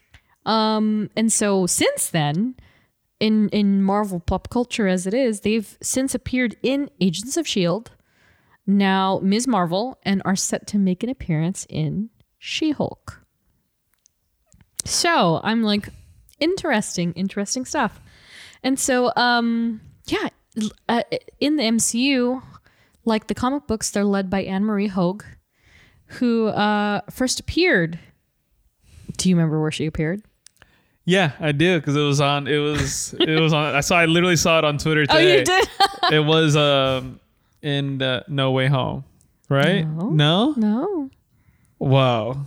S5: Um, and so since then, in, in Marvel pop culture as it is, they've since appeared in Agents of S.H.I.E.L.D., E now Ms. Marvel, and are set to make an appearance in She Hulk. So I'm like, interesting, interesting stuff. And so, um, yeah, l- uh, in the MCU, like the comic books, they're led by Anne Marie Hogue, who uh, first appeared. Do you remember where she appeared?
S4: Yeah, I do because it was on. It was. It was on. I saw. I literally saw it on Twitter
S5: Oh,
S4: today.
S5: you did?
S4: it was um in the No Way Home, right?
S5: No.
S4: No.
S5: no.
S4: Wow.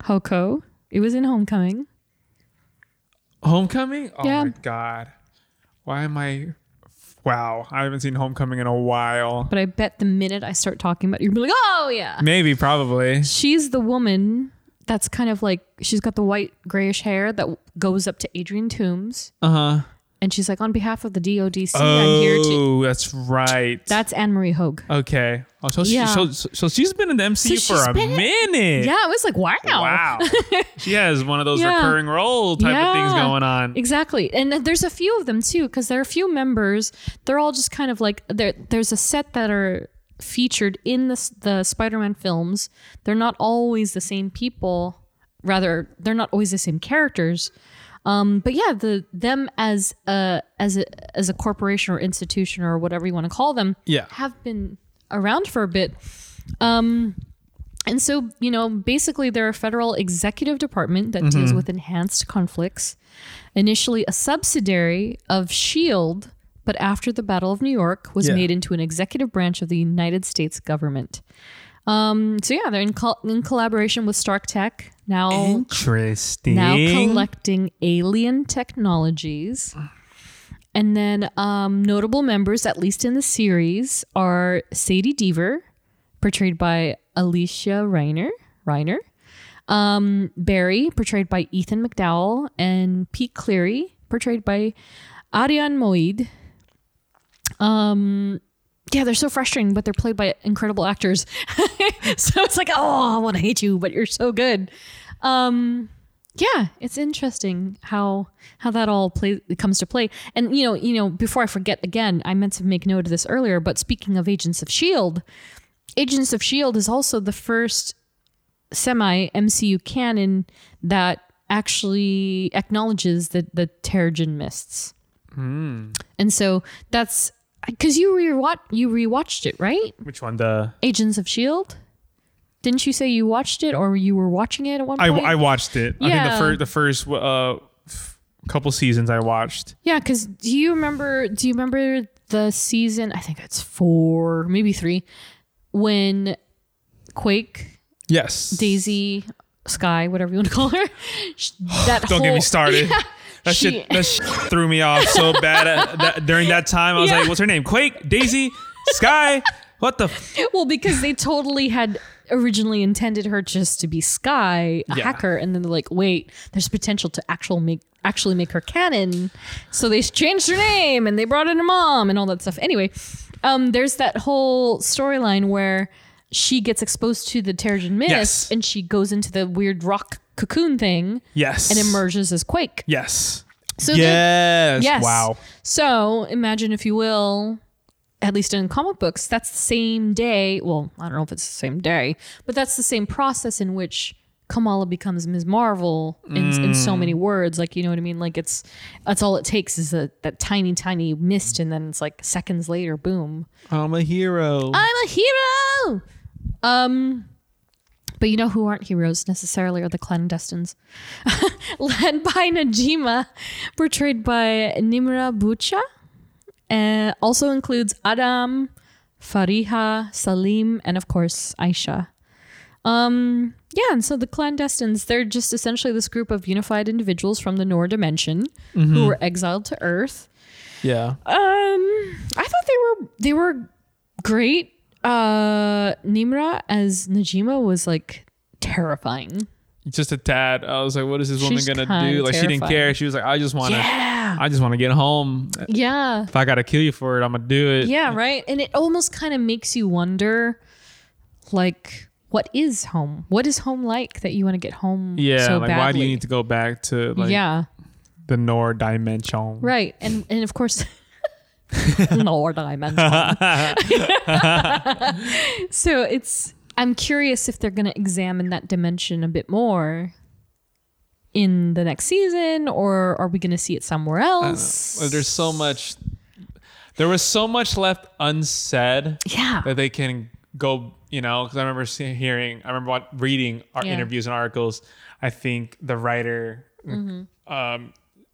S5: Hoko. It was in Homecoming.
S4: Homecoming. Oh
S5: Yeah.
S4: my god. Why am I Wow, I haven't seen Homecoming in a while.
S5: But I bet the minute I start talking about it, you're gonna be like, oh yeah.
S4: Maybe, probably.
S5: She's the woman that's kind of like she's got the white grayish hair that w- goes up to Adrian Toombs,
S4: Uh huh.
S5: and she's like, on behalf of the DODC, I'm here to.
S4: Oh, that's right.
S5: That's Anne Marie Hogue.
S4: okay. Oh, so,
S5: Yeah.
S4: she, so, so she's been in the MCU
S5: So she's
S4: for a
S5: been-
S4: minute.
S5: Yeah, I was like, wow.
S4: Wow. she has one of those
S5: Yeah.
S4: recurring role type of things
S5: Yeah.
S4: going on.
S5: Exactly. And then there's a few of them too, because there are a few members. They're all just kind of like there. There's a set that are featured in the s- the Spider-Man films. They're not always the same people. Rather, they're not always the same characters. Um, but yeah, the them as a as a as a corporation or institution or whatever you want to call them,
S4: Yeah.
S5: have been around for a bit. Um, and so, you know, basically they're a federal executive department that deals with enhanced conflicts, initially a subsidiary of SHIELD, E but after the Battle of New York was
S4: Yeah.
S5: made into an executive branch of the United States government. Um, so yeah, they're in, col in collaboration with Stark Tech, now
S4: Interesting.
S5: now collecting alien technologies. And then um, notable members, at least in the series, are Sadie Deaver, portrayed by Alicia Reiner, Reiner, um, Barry, portrayed by Ethan McDowell, and Pete Cleary, portrayed by Ariane Moid. Um, yeah, they're so frustrating, but they're played by incredible actors. so it's like, oh, I want to hate you, but you're so good yeah it's interesting how how that all play comes to play and you know you know before i forget again i meant to make note of this earlier but speaking of agents of shield E agents of shield E is also the first semi mcu canon that actually acknowledges the the terrigen mists and so that's because you rewatch you rewatched it right
S4: Which one? The
S5: agents of shield E didn't you say you watched it or you were watching it at one
S4: I,
S5: point
S4: I watched it. I think
S5: Yeah.
S4: the first the first uh f- couple seasons I watched.
S5: Yeah, because do you remember? Do you remember the season? I think it's four, maybe three, when Quake,
S4: Yes.
S5: Daisy, Sky, whatever you want to call her, sh- that
S4: Don't get
S5: whole-
S4: me started.
S5: Yeah,
S4: That
S5: she-
S4: shit that shit threw me off so bad. At, that, during that time, I was
S5: Yeah.
S4: like, "What's her name? Quake, Daisy, Sky." What the? F-
S5: well, because they totally had originally intended her just to be Sky, a
S4: Yeah.
S5: hacker, and then they're like, wait, there's potential to actual make actually make her canon. So they changed her name and they brought in her mom and all that stuff. Anyway, um, there's that whole storyline where she gets exposed to the Terrigen Mist
S4: Yes.
S5: and she goes into the weird rock cocoon thing
S4: yes.
S5: and emerges as Quake.
S4: Yes.
S5: So there-
S4: yes.
S5: Yes.
S4: Wow.
S5: So imagine, if you will, at least in comic books, that's the same day. Well, I don't know if it's the same day, but that's the same process in which Kamala becomes Ms. Marvel in, in so many words. Like, you know what I mean? Like it's, that's all it takes is that that tiny, tiny mist. And then it's like seconds later, boom,
S2: I'm a hero.
S5: I'm a hero. Um, but you know who aren't heroes necessarily are the clandestines. Led by Najima, portrayed by Nimra Bucha. Uh, also includes Adam, Fariha, Salim, and of course Aisha. Um, yeah, and so the clandestines, they're just essentially this group of unified individuals from the Nor dimension who were exiled to Earth.
S2: yeah.
S5: Um, I thought they were they were great. Uh, Nimra as Najima was like terrifying.
S4: Just a tad. I was like, "What is this woman
S5: She's
S4: gonna do?"
S5: kinda
S4: Like she didn't
S5: terrifying.
S4: care. She was like, "I just wanna,
S5: Yeah,
S4: I just wanna get home.
S5: yeah,
S4: If I gotta kill you for it, I'm gonna do it."
S5: yeah. Right, and it almost kind of makes you wonder, like, what is home? What is home like that you want to get home?
S4: Yeah.
S5: so
S4: like,
S5: badly?
S4: why do you need to go back to like
S5: yeah,
S4: the Nor dimension?
S5: right, and and of course. nor dimension. so it's I'm curious if they're going to examine that dimension a bit more in the next season, or are we going to see it somewhere else?
S4: Like, Uh, There's so much. There was so much left unsaid
S5: yeah,
S4: that they can go. You know, because I remember see- hearing, I remember what, reading our
S5: Yeah.
S4: interviews and articles. I think the writer,
S5: Mm-hmm.
S4: um,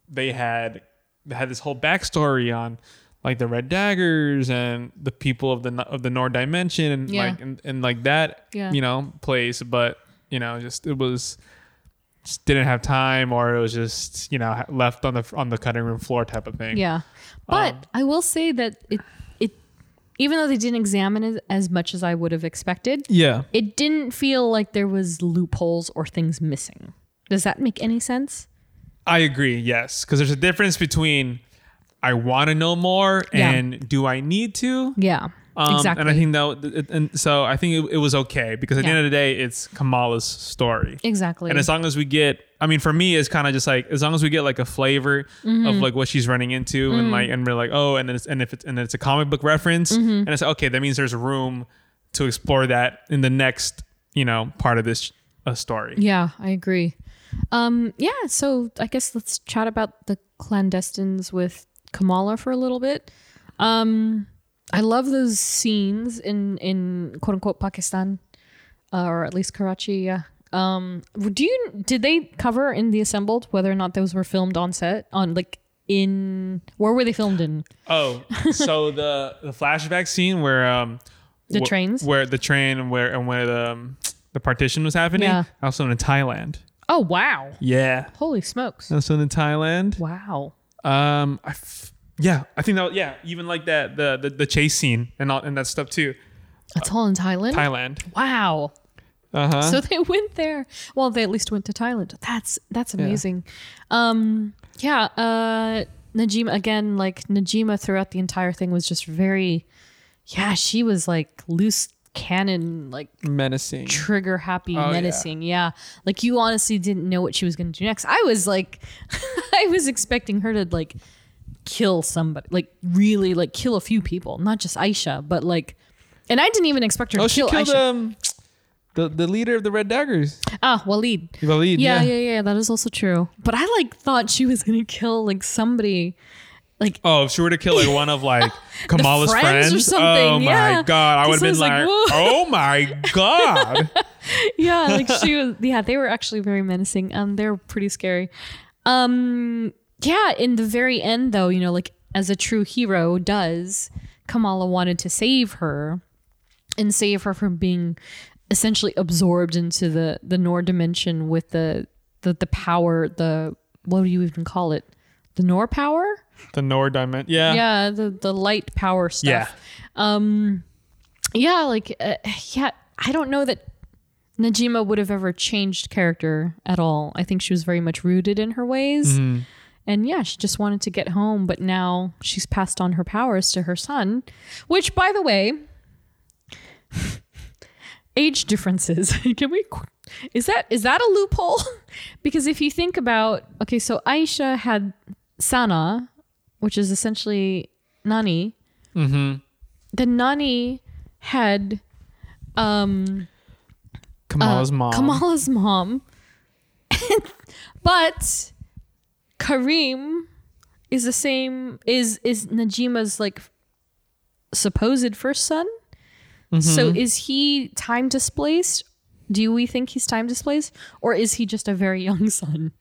S4: they had they had this whole backstory on like the Red Daggers and the people of the N- of the Nord Dimension and
S5: Yeah.
S4: like and, and like that.
S5: Yeah.
S4: You know, place, but you know, just it was just didn't have time or it was just you know left on the on the cutting room floor type of thing.
S5: Yeah.
S4: Um,
S5: But I will say that it it even though they didn't examine it as much as I would have expected,
S2: Yeah.
S5: it didn't feel like there was loopholes or things missing. Does that make any sense?
S4: I agree. Yes, because there's a difference between I want to know more
S5: Yeah.
S4: and do I need to.
S5: Yeah.
S4: Um,
S5: exactly.
S4: And I think that, and so I think it, it was okay because at the
S5: Yeah.
S4: end of the day, it's Kamala's story.
S5: exactly.
S4: And as long as we get, I mean, for me, it's kind of just like as long as we get like a flavor
S5: Mm-hmm.
S4: of like what she's running into, and like, and we're like, oh, and it's, and if it's and it's a comic book reference,
S5: Mm-hmm.
S4: and it's like, okay, that means there's room to explore that in the next, you know, part of this uh, story.
S5: yeah, I agree. Um yeah, so I guess let's chat about the clandestines with Kamala for a little bit. Um I love those scenes in in quote unquote Pakistan uh, or at least Karachi, yeah. Um do you did they cover in the assembled whether or not those were filmed on set on like in where were they filmed in?
S4: Oh, so the the flashback scene where um
S5: The trains?
S4: where the train and where and where the um, the partition was happening.
S5: Yeah.
S4: Also in Thailand.
S5: Oh wow.
S4: Yeah.
S5: Holy smokes.
S4: Also in Thailand.
S5: Wow.
S4: Um, I f- yeah, I think that yeah, even like that the the, the chase scene and all and that stuff too.
S5: That's all in Thailand?
S4: Thailand.
S5: Wow.
S4: Uh
S2: Uh-huh.
S4: huh.
S5: So they went there. Well, they at least went to Thailand. That's that's amazing. Um yeah, uh Najima again, like Najima throughout the entire thing was just very yeah, she was like loose cannon, like
S2: Menacing.
S5: trigger happy,
S2: Oh,
S4: yeah.
S5: menacing. Yeah. Like you honestly didn't know what she was gonna do next. I was like I was expecting her to like kill somebody, like really like kill a few people, not just Aisha, but like and I didn't even expect her
S2: Oh,
S5: to
S2: she
S5: kill
S2: killed
S5: Aisha.
S2: um the the leader of the Red Daggers.
S5: ah, Walid.
S2: Walid,
S5: yeah,
S2: yeah.
S5: yeah, yeah, That is also true. But I like thought she was gonna kill like somebody. Like
S4: Oh, if she were to kill like one of like Kamala's
S5: friends or something,
S4: oh
S5: yeah.
S4: my god, I would have
S5: I
S4: been
S5: was like,
S4: like,
S5: whoa.
S4: oh my god.
S5: yeah, like she was. Yeah, they were actually very menacing. Um, they're pretty scary. Um, yeah. In the very end, though, you know, like as a true hero does, Kamala wanted to save her, and save her from being essentially absorbed into the the Nor dimension with the the the power. The what do you even call it? The Nor power.
S4: the Nor diamond. Yeah.
S5: yeah the the light power
S4: Yeah.
S5: stuff yeah like uh, yeah i don't know that najima would have ever changed character at all i think she was very much rooted in her ways and yeah she just wanted to get home but now she's passed on her powers to her son which by the way age differences can we qu- is that is that a loophole because if you think about okay so aisha had sana which is essentially nani the nanny had um
S4: Kamala's
S5: Uh,
S4: mom.
S5: Kamala's mom. but Kareem is the same is is Najima's like supposed first son. So
S2: Mm-hmm.
S5: is he time displaced? Do we think he's time displaced or is he just a very young son?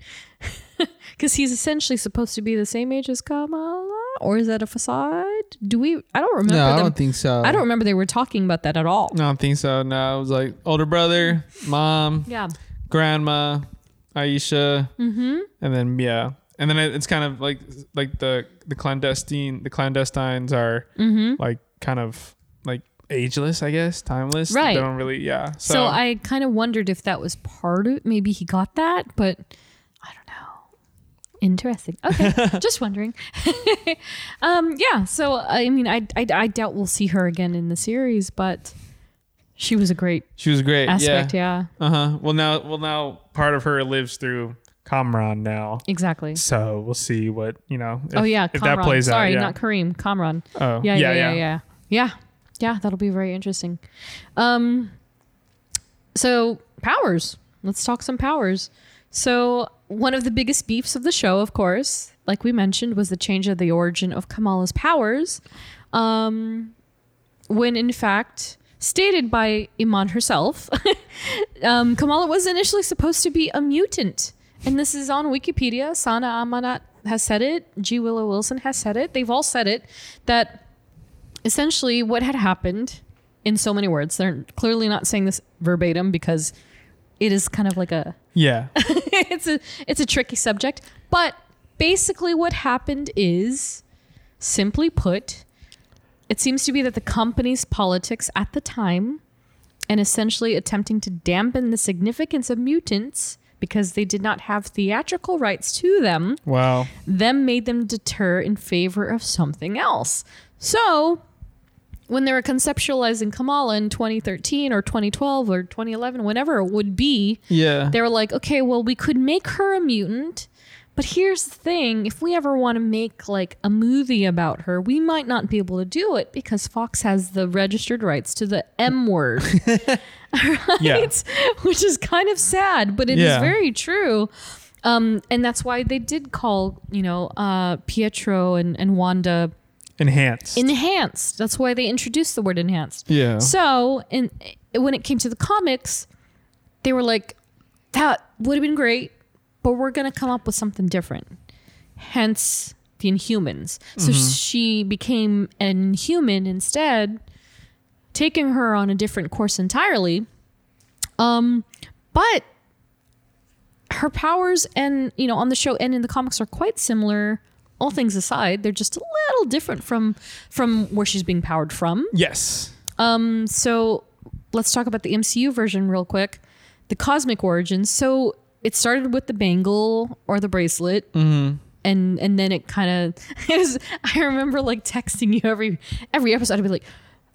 S5: Cuz he's essentially supposed to be the same age as Kamala or is that a facade? Do we I don't remember
S2: No, I
S5: them-
S2: don't think so.
S5: I
S4: Oh.
S5: don't remember they were talking about that at all.
S2: I don't think so. No, it was like older brother, mom,
S5: Yeah.
S2: grandma, Aisha, mm-hmm. and then yeah, and then it, it's kind of like like the the clandestine the clandestines are like kind of like ageless, I guess, timeless.
S5: Right.
S2: They don't really yeah. So,
S5: So, I kind of wondered if that was part of maybe he got that, but I don't know. Interesting. Okay, just wondering. um, yeah. So I mean, I, I I doubt we'll see her again in the series, but she was a great
S2: she was great.
S5: aspect.
S2: yeah.
S5: Yeah,
S2: Uh huh.
S4: Well now well now part of her lives through Kamran now.
S5: exactly.
S4: So we'll see what you know. If,
S5: oh yeah,
S4: if that
S5: Kamran.
S4: plays
S5: Sorry,
S4: out. Yeah.
S5: not Kareem. Kamran.
S4: oh
S5: yeah, yeah, yeah, yeah, yeah, yeah. That'll be very interesting. Um, so powers. Let's talk some powers. So one of the biggest beefs of the show, of course, like we mentioned, was the change of the origin of Kamala's powers. Um, when in fact stated by Iman herself, um, Kamala was initially supposed to be a mutant. And this is on Wikipedia. Sana Amanat has said it. G. Willow Wilson has said it. They've all said it that essentially what had happened in so many words they're clearly not saying this verbatim because it is kind of like a
S4: Yeah.
S5: it's a it's a tricky subject, but basically what happened is simply put, it seems to be that the company's politics at the time and essentially attempting to dampen the significance of mutants because they did not have theatrical rights to them
S2: Wow.
S5: them made them deter in favor of something else. So, when they were conceptualizing Kamala in 2013 or 2012 or 2011, whenever it would be,
S2: Yeah.
S5: they were like, okay, well, we could make her a mutant. But here's the thing if we ever want to make like a movie about her, we might not be able to do it because Fox has the registered rights to the M word
S2: yeah.
S5: it's- which is kind of sad, but it is
S2: Yeah.
S5: very true. Um, and that's why they did call, you know, uh, Pietro and, and Wanda
S2: Enhanced.
S5: enhanced. That's why they introduced the word enhanced.
S2: yeah.
S5: So, and when it came to the comics, they were like, that would have been great, but we're going to come up with something different. Hence the Inhumans. So she became an Inhuman instead, taking her on a different course entirely. Um, but her powers and, you know, on the show and in the comics are quite similar. All things aside, they're just a little different from from where she's being powered from.
S2: yes.
S5: Um, so let's talk about the MCU version real quick. The cosmic origins. So it started with the bangle or the bracelet. And and then it kind of is. I remember like texting you every every episode. I'd be like,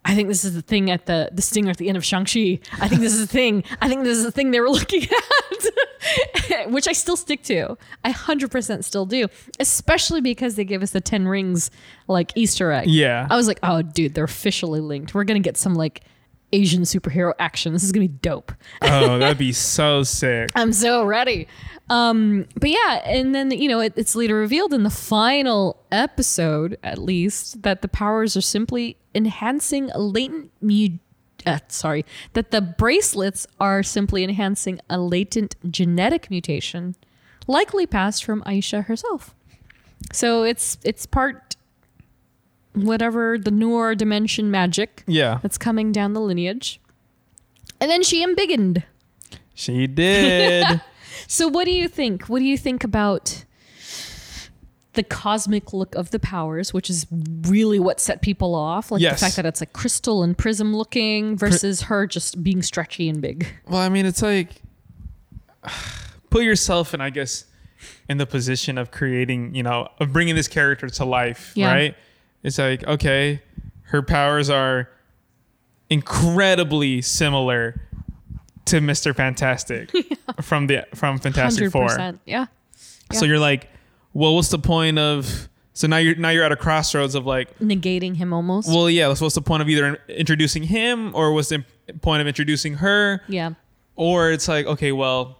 S5: I think this is the thing at the the stinger at the end of Shang Chi. I think this is the thing. I think this is the thing they were looking at, which I still stick to. I hundred percent still do, especially because they gave us the ten rings like Easter egg.
S2: Yeah.
S5: I was like, oh, dude, they're officially linked. We're gonna get some like Asian superhero action. This is gonna be dope.
S2: oh, that'd be so sick.
S5: I'm so ready. Um, but yeah, and then you know, it, it's later revealed in the final episode, at least, that the powers are simply enhancing a latent mu. Uh, sorry, that the bracelets are simply enhancing a latent genetic mutation, likely passed from Aisha herself. So it's it's part whatever the newer dimension magic
S2: Yeah.
S5: that's coming down the lineage. And then she embiggened.
S2: She did.
S5: So what do you think? What do you think about the cosmic look of the powers, which is really what set people off, like
S2: Yes.
S5: the fact that it's like crystal and prism looking versus her just being stretchy and big.
S2: well, I mean, it's like put yourself in, I guess, in the position of creating, you know, of bringing this character to life,
S5: Yeah.
S2: right? It's like, okay, her powers are incredibly similar to Mr. Fantastic from the from Fantastic 4
S5: Yeah.
S2: So
S5: Yeah.
S2: you're like, well, what's the point of so now you're now you're at a crossroads of like,
S5: Negating him almost.
S2: well, yeah, what's the point of either introducing him or what's the point of introducing her?
S5: yeah.
S2: or it's like okay well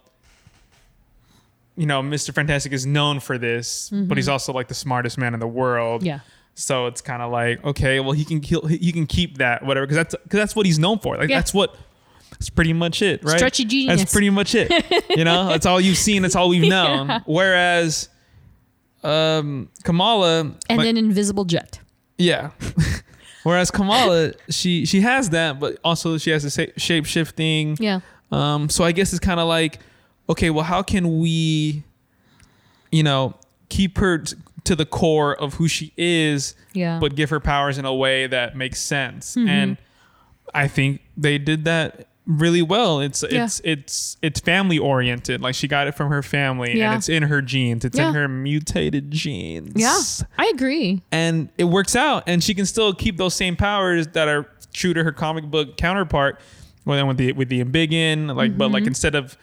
S2: you know mr fantastic is known for this but he's also like the smartest man in the world
S5: Mm-hmm. Yeah.
S2: so it's kind of like oh, okay well he can kill he can keep that whatever because that's because that's what he's known for like
S5: Yeah.
S2: that's what that's pretty much it right
S5: Stretchy genius.
S2: that's pretty much it you know that's all you've seen that's all we've known whereas um kamala
S5: And
S2: like-
S5: then invisible jet.
S2: yeah. Whereas Kamala, she she has that, but also she has the sa- shape shifting.
S5: Yeah.
S2: Um. So I guess it's kind of like, okay, well, how can we, you know, keep her t- to the core of who she is,
S5: Yeah.
S2: but give her powers in a way that makes sense?
S5: Mm-hmm.
S2: And I think they did that really well. It's
S5: Yeah.
S2: it's it's it's family oriented. Like she got it from her family,
S5: Yeah.
S2: and it's in her genes. It's
S5: Yeah.
S2: in her mutated genes
S5: yeah. I agree.
S2: and it works out and she can still keep those same powers that are true to her comic book counterpart well then with the with the embiggen like but
S5: Mm-hmm.
S2: like instead of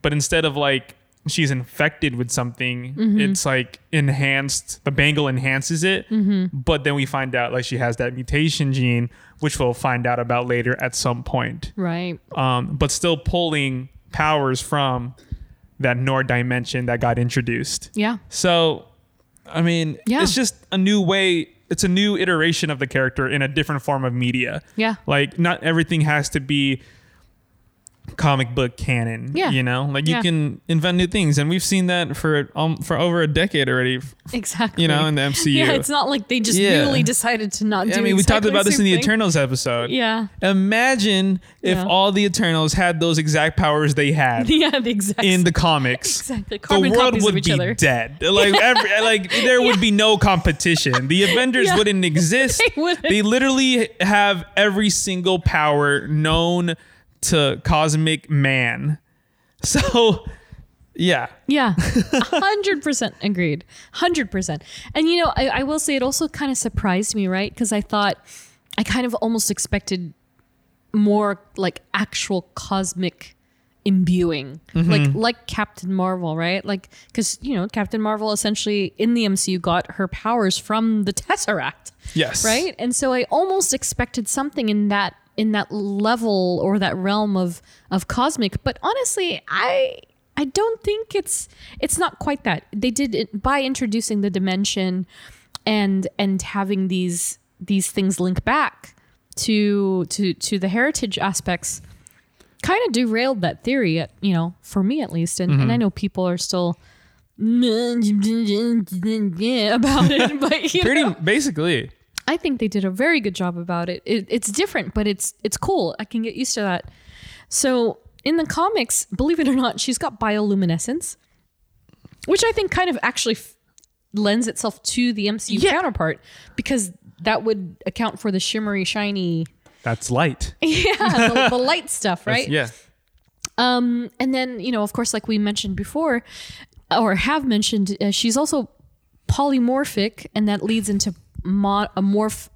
S2: but instead of like she's infected with something
S5: Mm-hmm.
S2: it's like enhanced the bangle enhances it
S5: Mm-hmm.
S2: but then we find out like she has that mutation gene which we'll find out about later at some point
S5: Right.
S2: um, but still pulling powers from that nor dimension that got introduced
S5: Yeah.
S2: so, I mean,
S5: Yeah.
S2: it's just a new way. It's a new iteration of the character in a different form of media.
S5: Yeah.
S2: Like, not everything has to be
S4: comic book canon.
S5: Yeah.
S4: You know, like you
S5: Yeah.
S4: can invent new things, and we've seen that for um, for over a decade already. f-
S5: Exactly.
S4: You know, in the MCU.
S5: Yeah, it's not like they just
S4: Yeah.
S5: newly decided to not do.
S4: I mean, we talked
S5: exactly
S4: about this in the
S5: same thing.
S4: Eternals episode.
S5: Yeah.
S4: Imagine if
S5: Yeah.
S4: all the Eternals had those exact powers they had
S5: Yeah, the exact
S4: in the comics.
S5: exactly
S4: The
S5: carbon
S4: world
S5: copies
S4: would
S5: of each
S4: be
S5: other.
S4: dead. Like every, like there would be no competition. The Avengers
S5: Yeah.
S4: wouldn't exist.
S5: They wouldn't.
S4: literally have every single power known to cosmic man. So, yeah,
S5: Yeah, hundred percent agreed, hundred percent. And you know, I, I will say it also kind of surprised me, right? Because I thought I kind of almost expected more like actual cosmic imbuing, like like Captain Marvel, right? Like because you know Captain Marvel essentially in the MCU got her powers from the Tesseract,
S4: yes,
S5: right? And so I almost expected something in that in that level or that realm of of cosmic, but honestly, I I don't think it's it's not quite that. They did it by introducing the dimension and and having these these things link back to to to the heritage aspects kind of derailed that theory at, you know for me at least and,
S4: Mm-hmm.
S5: and i know people are still about it but you
S4: Pretty
S5: know.
S4: basically,
S5: I think they did a very good job about it. it. It's different, but it's it's cool. I can get used to that. So in the comics, believe it or not, she's got bioluminescence, which I think kind of actually f- lends itself to the MCU counterpart because that would account for the shimmery, shiny,
S4: that's light.
S5: yeah, the, the light stuff, right?
S4: Yeah,
S5: Um, and then you know, of course, like we mentioned before, or have mentioned, uh, she's also polymorphic, and that leads into mo- a morph.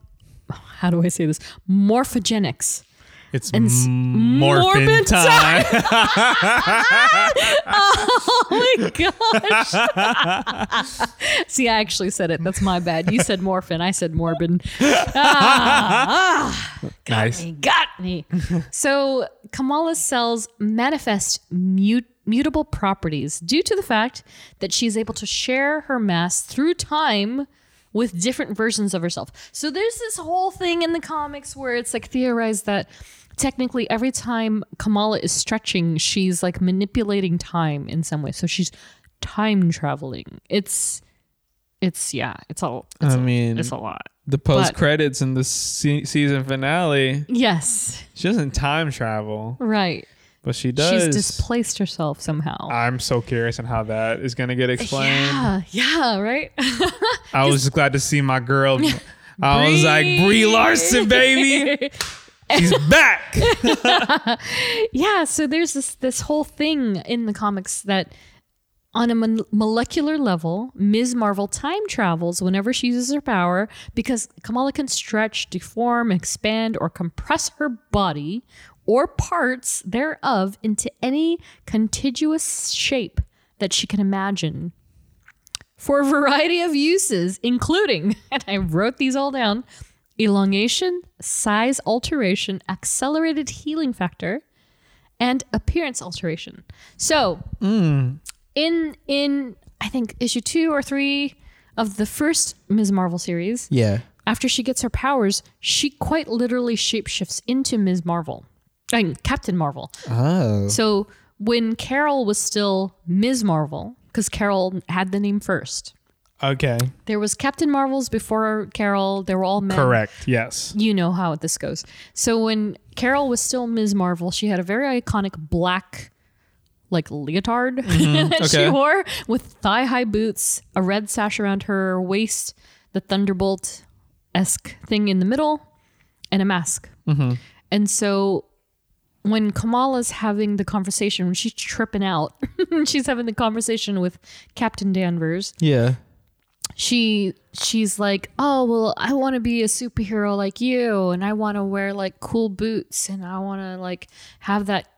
S5: How do I say this? Morphogenics.
S4: it's
S5: s-
S4: m- morphin
S5: morbid
S4: time.
S5: Oh my gosh! See, I actually said it. That's my bad. You said morphin. I said morbid.
S4: Nice.
S5: He got me. so Kamala's cells manifest mute, mutable properties due to the fact that she is able to share her mass through time with different versions of herself. So there's this whole thing in the comics where it's like theorized that technically every time Kamala is stretching, she's like manipulating time in some way. So she's time traveling. It's it's yeah, it's all it's,
S4: I mean,
S5: it's a lot.
S4: the post credits in the se- season finale.
S5: Yes,
S4: She doesn't time travel,
S5: right.
S4: but she does.
S5: She's displaced herself somehow.
S4: I'm so curious on how that is going to get explained.
S5: Yeah, Ah, yeah, right.
S4: I was just glad to see my girl. I was like, Brie Larson, baby. She's back.
S5: yeah, so there's this this whole thing in the comics that on a mon- molecular level, Ms. Marvel time travels whenever she uses her power because Kamala can stretch, deform, expand, or compress her body or parts thereof into any contiguous shape that she can imagine for a variety of uses, including, and I wrote these all down elongation, size alteration, accelerated healing factor, and appearance alteration. So,
S4: Hmm.
S5: in in I think issue 2 or 3 of the first Ms. Marvel series,
S4: Yeah.
S5: after she gets her powers, she quite literally shapeshifts into Ms. Marvel. I mean, Captain Marvel.
S4: Oh.
S5: So when Carol was still Ms. Marvel, because Carol had the name first,
S4: Okay.
S5: there was Captain Marvel's before Carol. They were all men.
S4: Correct. Yes.
S5: You know how this goes. So when Carol was still Ms. Marvel, she had a very iconic black, like leotard that
S4: Okay.
S5: she wore with thigh high boots, a red sash around her waist, the thunderbolt esque thing in the middle, and a mask. And so when Kamala's having the conversation, when she's tripping out, she's having the conversation with Captain Danvers
S4: Yeah.
S5: she she's like, "Oh, well, I want to be a superhero like you and I want to wear like cool boots and I want to like have that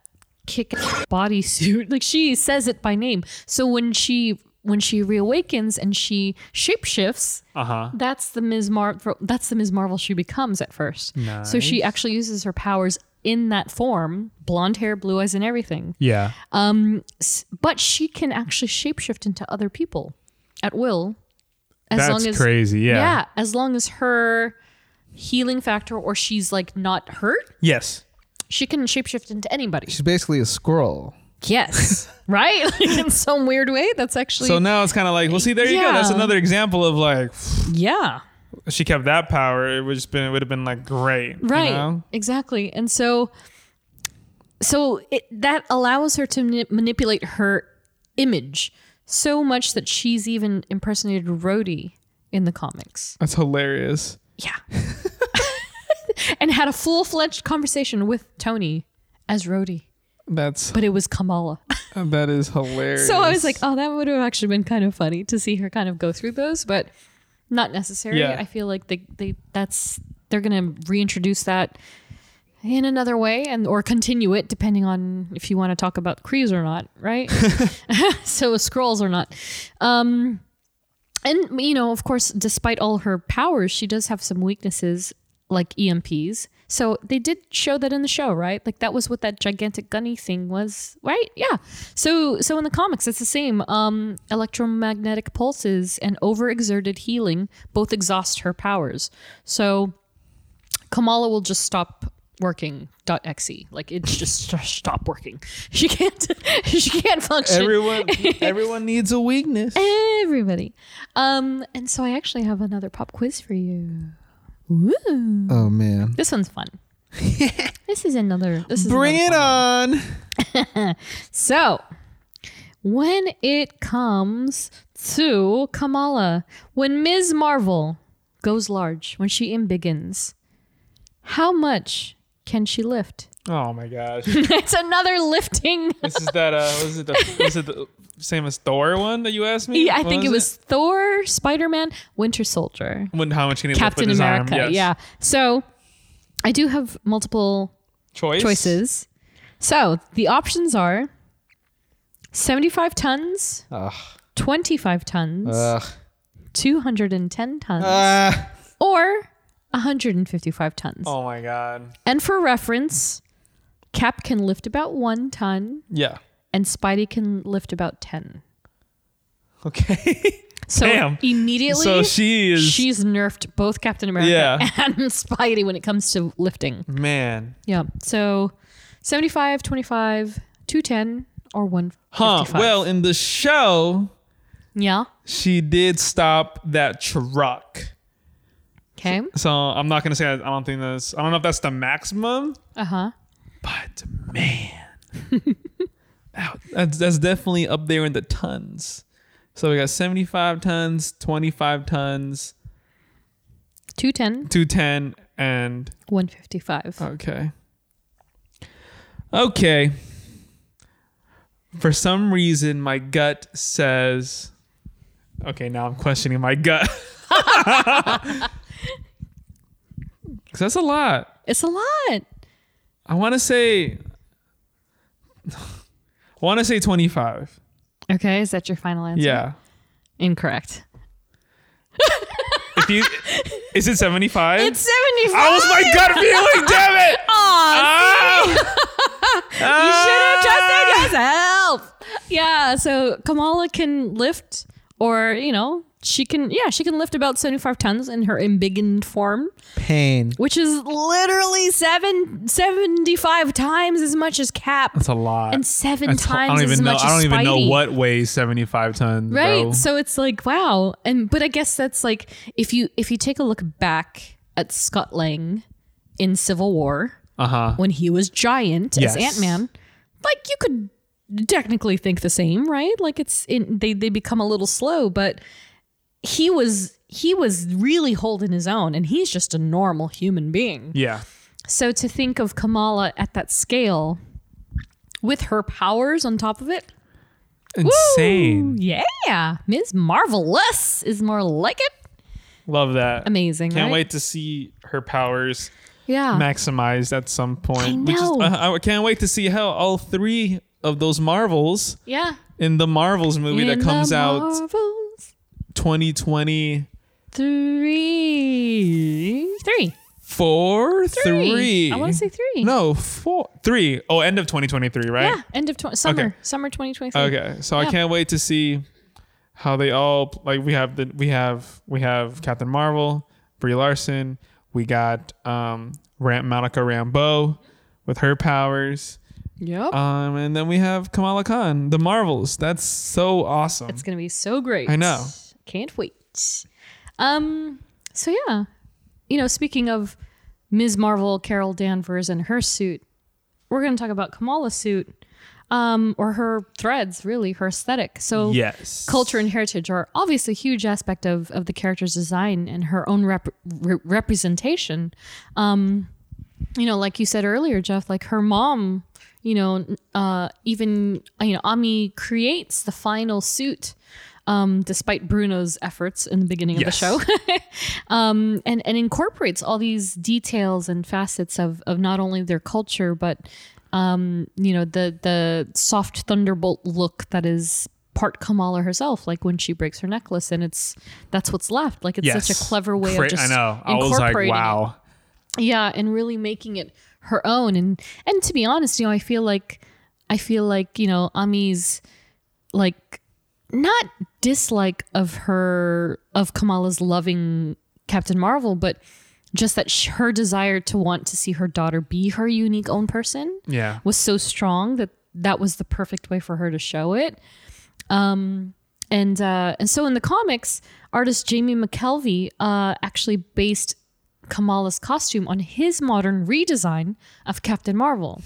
S5: kick bodysuit." Like she says it by name. So when she when she reawakens and she shapeshifts,
S4: Uh huh.
S5: that's the Ms. Marvel that's the Ms. Marvel she becomes at first. So she actually uses her powers in that form, blonde hair, blue eyes and everything.
S4: Yeah.
S5: S- But she can actually shapeshift into other people at will. As
S4: That's
S5: long as
S4: crazy. Yeah.
S5: yeah, as long as her healing factor or she's like not hurt,
S4: Yes.
S5: She can shapeshift into anybody.
S3: She's basically a squirrel.
S5: Yes. right? Like in some weird way. That's actually
S2: So now it's kind of like, well, see, there you go. That's
S5: Yeah.
S2: another example of like,
S5: Yeah.
S2: if she kept that power. It would just been, it would have been like great, you
S5: Right.
S2: know?
S5: Exactly. And so so it, that allows her to mani- manipulate her image so much that she's even impersonated Rhodey in the comics.
S2: That's hilarious.
S5: Yeah. and had a full-fledged conversation with Tony as Rhodey,
S2: That's
S5: but it was Kamala.
S2: that is hilarious.
S5: So I was like, oh, that would have actually been kind of funny to see her kind of go through those, but not necessary.
S2: Yeah.
S5: I feel like they, they that's they're gonna reintroduce that in another way and or continue it depending on if you want to talk about Kree's or not, right? so scrolls or not. Um and you know, of course, despite all her powers, she does have some weaknesses like EMPs. So they did show that in the show, right? Like that was what that gigantic gunny thing was, right? Yeah. So so in the comics, it's the same. Um, electromagnetic pulses and overexerted healing both exhaust her powers. So Kamala will just stop working .exe like it's just stop working she can't she can't function
S3: Everyone, everyone needs a weakness.
S5: everybody um and so i actually have another pop quiz for you
S3: Oh man,
S5: This one's fun. this is another. This is
S3: bring
S5: another
S3: it
S5: fun one.
S3: on!
S5: So, when it comes to Kamala, when Ms. Marvel goes large, when she imbigins, how much can she lift?
S2: oh my gosh,
S5: it's another lifting.
S2: this is that. Uh, was it the was it the same as Thor one that you asked me?
S5: Yeah, I
S2: What
S5: think it was Thor, Spider Man, Winter Soldier.
S2: When how much can he lift
S5: Captain
S2: with his arm? Yes.
S5: America. Yeah. So, I do have multiple
S2: Choice.
S5: choices. So the options are 75 tons,
S3: Ugh.
S5: 25 tons,
S2: Uh.
S3: Ugh.
S5: 210 tons,
S3: Ah.
S5: or 155 tons.
S2: Oh my god.
S5: And for reference, Cap can lift about one ton,
S2: Yeah.
S5: and Spidey can lift about 10.
S2: Okay.
S5: So
S2: Damn.
S5: immediately,
S2: so she is
S5: she's nerfed both Captain America
S2: Yeah.
S5: and Spidey when it comes to lifting.
S2: man.
S5: Yeah. So 75, 25, 210, or 155.
S2: Huh. Well, in the show,
S5: yeah.
S2: she did stop that truck.
S5: Okay.
S2: So I'm not gonna say I I don't think that's I don't know if that's the maximum,
S5: Uh huh.
S2: but man, That- that's that's definitely up there in the tons. So we got 75 tons, 25 tons,
S5: 210,
S2: 210, and
S5: 155.
S2: okay, okay. For some reason, my gut says, okay, now I'm questioning my gut. Cause that's a lot.
S5: It's a lot.
S2: I want to say. I want to say 25.
S5: Okay. Is that your final answer?
S2: Yeah.
S5: Incorrect.
S2: If you, is it 75?
S5: It's 75.
S2: I was my gut feeling. Damn it!
S5: Aw,
S2: Oh!
S5: you
S2: Ah!
S5: should have trusted yourself. Yeah. So Kamala can lift, or, you know, she can, yeah, she can lift about 75 tons in her embiggened form,
S3: Pain.
S5: which is literally seven, 75 times as much as Cap
S2: That's a lot.
S5: and seven
S2: That's-
S5: times
S2: I don't even
S5: as
S2: know.
S5: much
S2: I don't
S5: as
S2: even know
S5: Spidey.
S2: what weighs 75 tons,
S5: right
S2: bro.
S5: so it's like wow and but i guess that's like if you if you take a look back at scott lang in civil war
S2: Uh huh.
S5: when he was giant
S2: Yes.
S5: as ant-man like you could technically think the same right like it's in they they become a little slow but he was he was really holding his own and he's just a normal human being
S2: Yeah.
S5: so to think of kamala at that scale with her powers on top of it
S2: Insane.
S5: yeah, Ms. Marvelous is more like it.
S2: Love that.
S5: Amazing.
S2: Can't
S5: right?
S2: wait to see her powers
S5: Yeah.
S2: maximized at some point.
S5: I
S2: Which is-
S5: know.
S2: I- I can't wait to see how all three of those marvels
S5: yeah.
S2: in the Marvels movie
S5: In
S2: that comes
S5: the
S2: out
S5: Marvels
S2: 2024
S5: three. Three.
S2: three.
S5: I want to say three.
S2: no four three. Oh, end of 2023, right?
S5: Yeah. End of tw- summer.
S2: Okay.
S5: Summer 2023.
S2: Okay, so I
S5: Yeah.
S2: can't wait to see how they all like. We have the we have we have Captain Marvel, Brie Larson. We got um Ram- Monica Rambeau. with her powers.
S5: Yep.
S2: Um, and then we have Kamala Khan, the Marvels. That's so awesome.
S5: It's gonna be so great.
S2: I know.
S5: Can't wait. Um. So yeah, you know, speaking of Ms. Marvel, Carol Danvers, and her suit, we're gonna talk about Kamala's suit, um, or her threads, really, her aesthetic. So
S4: Yes.
S5: culture and heritage are obviously a huge aspect of, of the character's design and her own rep- re- representation. Um, you know, like you said earlier, Jeff, like her mom, you know, uh, even, you know, Ami creates the final suit. Um, despite Bruno's efforts in the beginning of
S4: Yes.
S5: the show, um, and and incorporates all these details and facets of of not only their culture but um, you know the the soft thunderbolt look that is part Kamala herself, like when she breaks her necklace, and it's that's what's left. Like it's
S4: Yes.
S5: such a clever way
S4: Cra-
S5: of just
S4: I know. I was like,
S5: incorporating it.
S4: wow.
S5: yeah, and really making it her own. And and to be honest, you know, I feel like I feel like you know Ami's like not dislike of her of Kamala's loving Captain Marvel, but just that sh- her desire to want to see her daughter be her unique own person
S2: Yeah.
S5: was so strong that that was the perfect way for her to show it. Um, and uh, and so in the comics, artist Jamie McKelvey uh, actually based Kamala's costume on his modern redesign of Captain Marvel.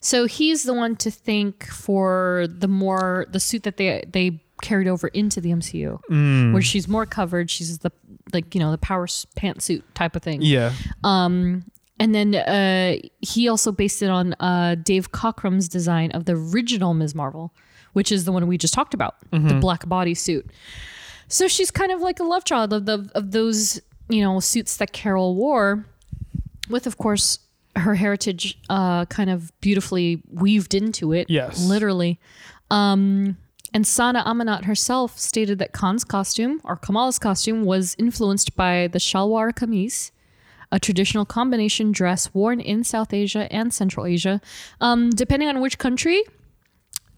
S5: So he's the one to thank for the more the suit that they they carried over into the MCU, where she's more covered. She's the like you know the power s- pantsuit type of thing.
S2: Yeah.
S5: And then uh, he also based it on uh, Dave Cockrum's design of the original Ms. Marvel, which is the one we just talked about, the black bodysuit. So she's kind of like a love child of the of those you know suits that Carol wore, with of course her heritage uh, kind of beautifully weaved into it.
S2: Yes.
S5: literally. Um, and Sana Amanat herself stated that Khan's costume or Kamala's costume was influenced by the shalwar kameez a traditional combination dress worn in South Asia and Central Asia. Um, depending on which country,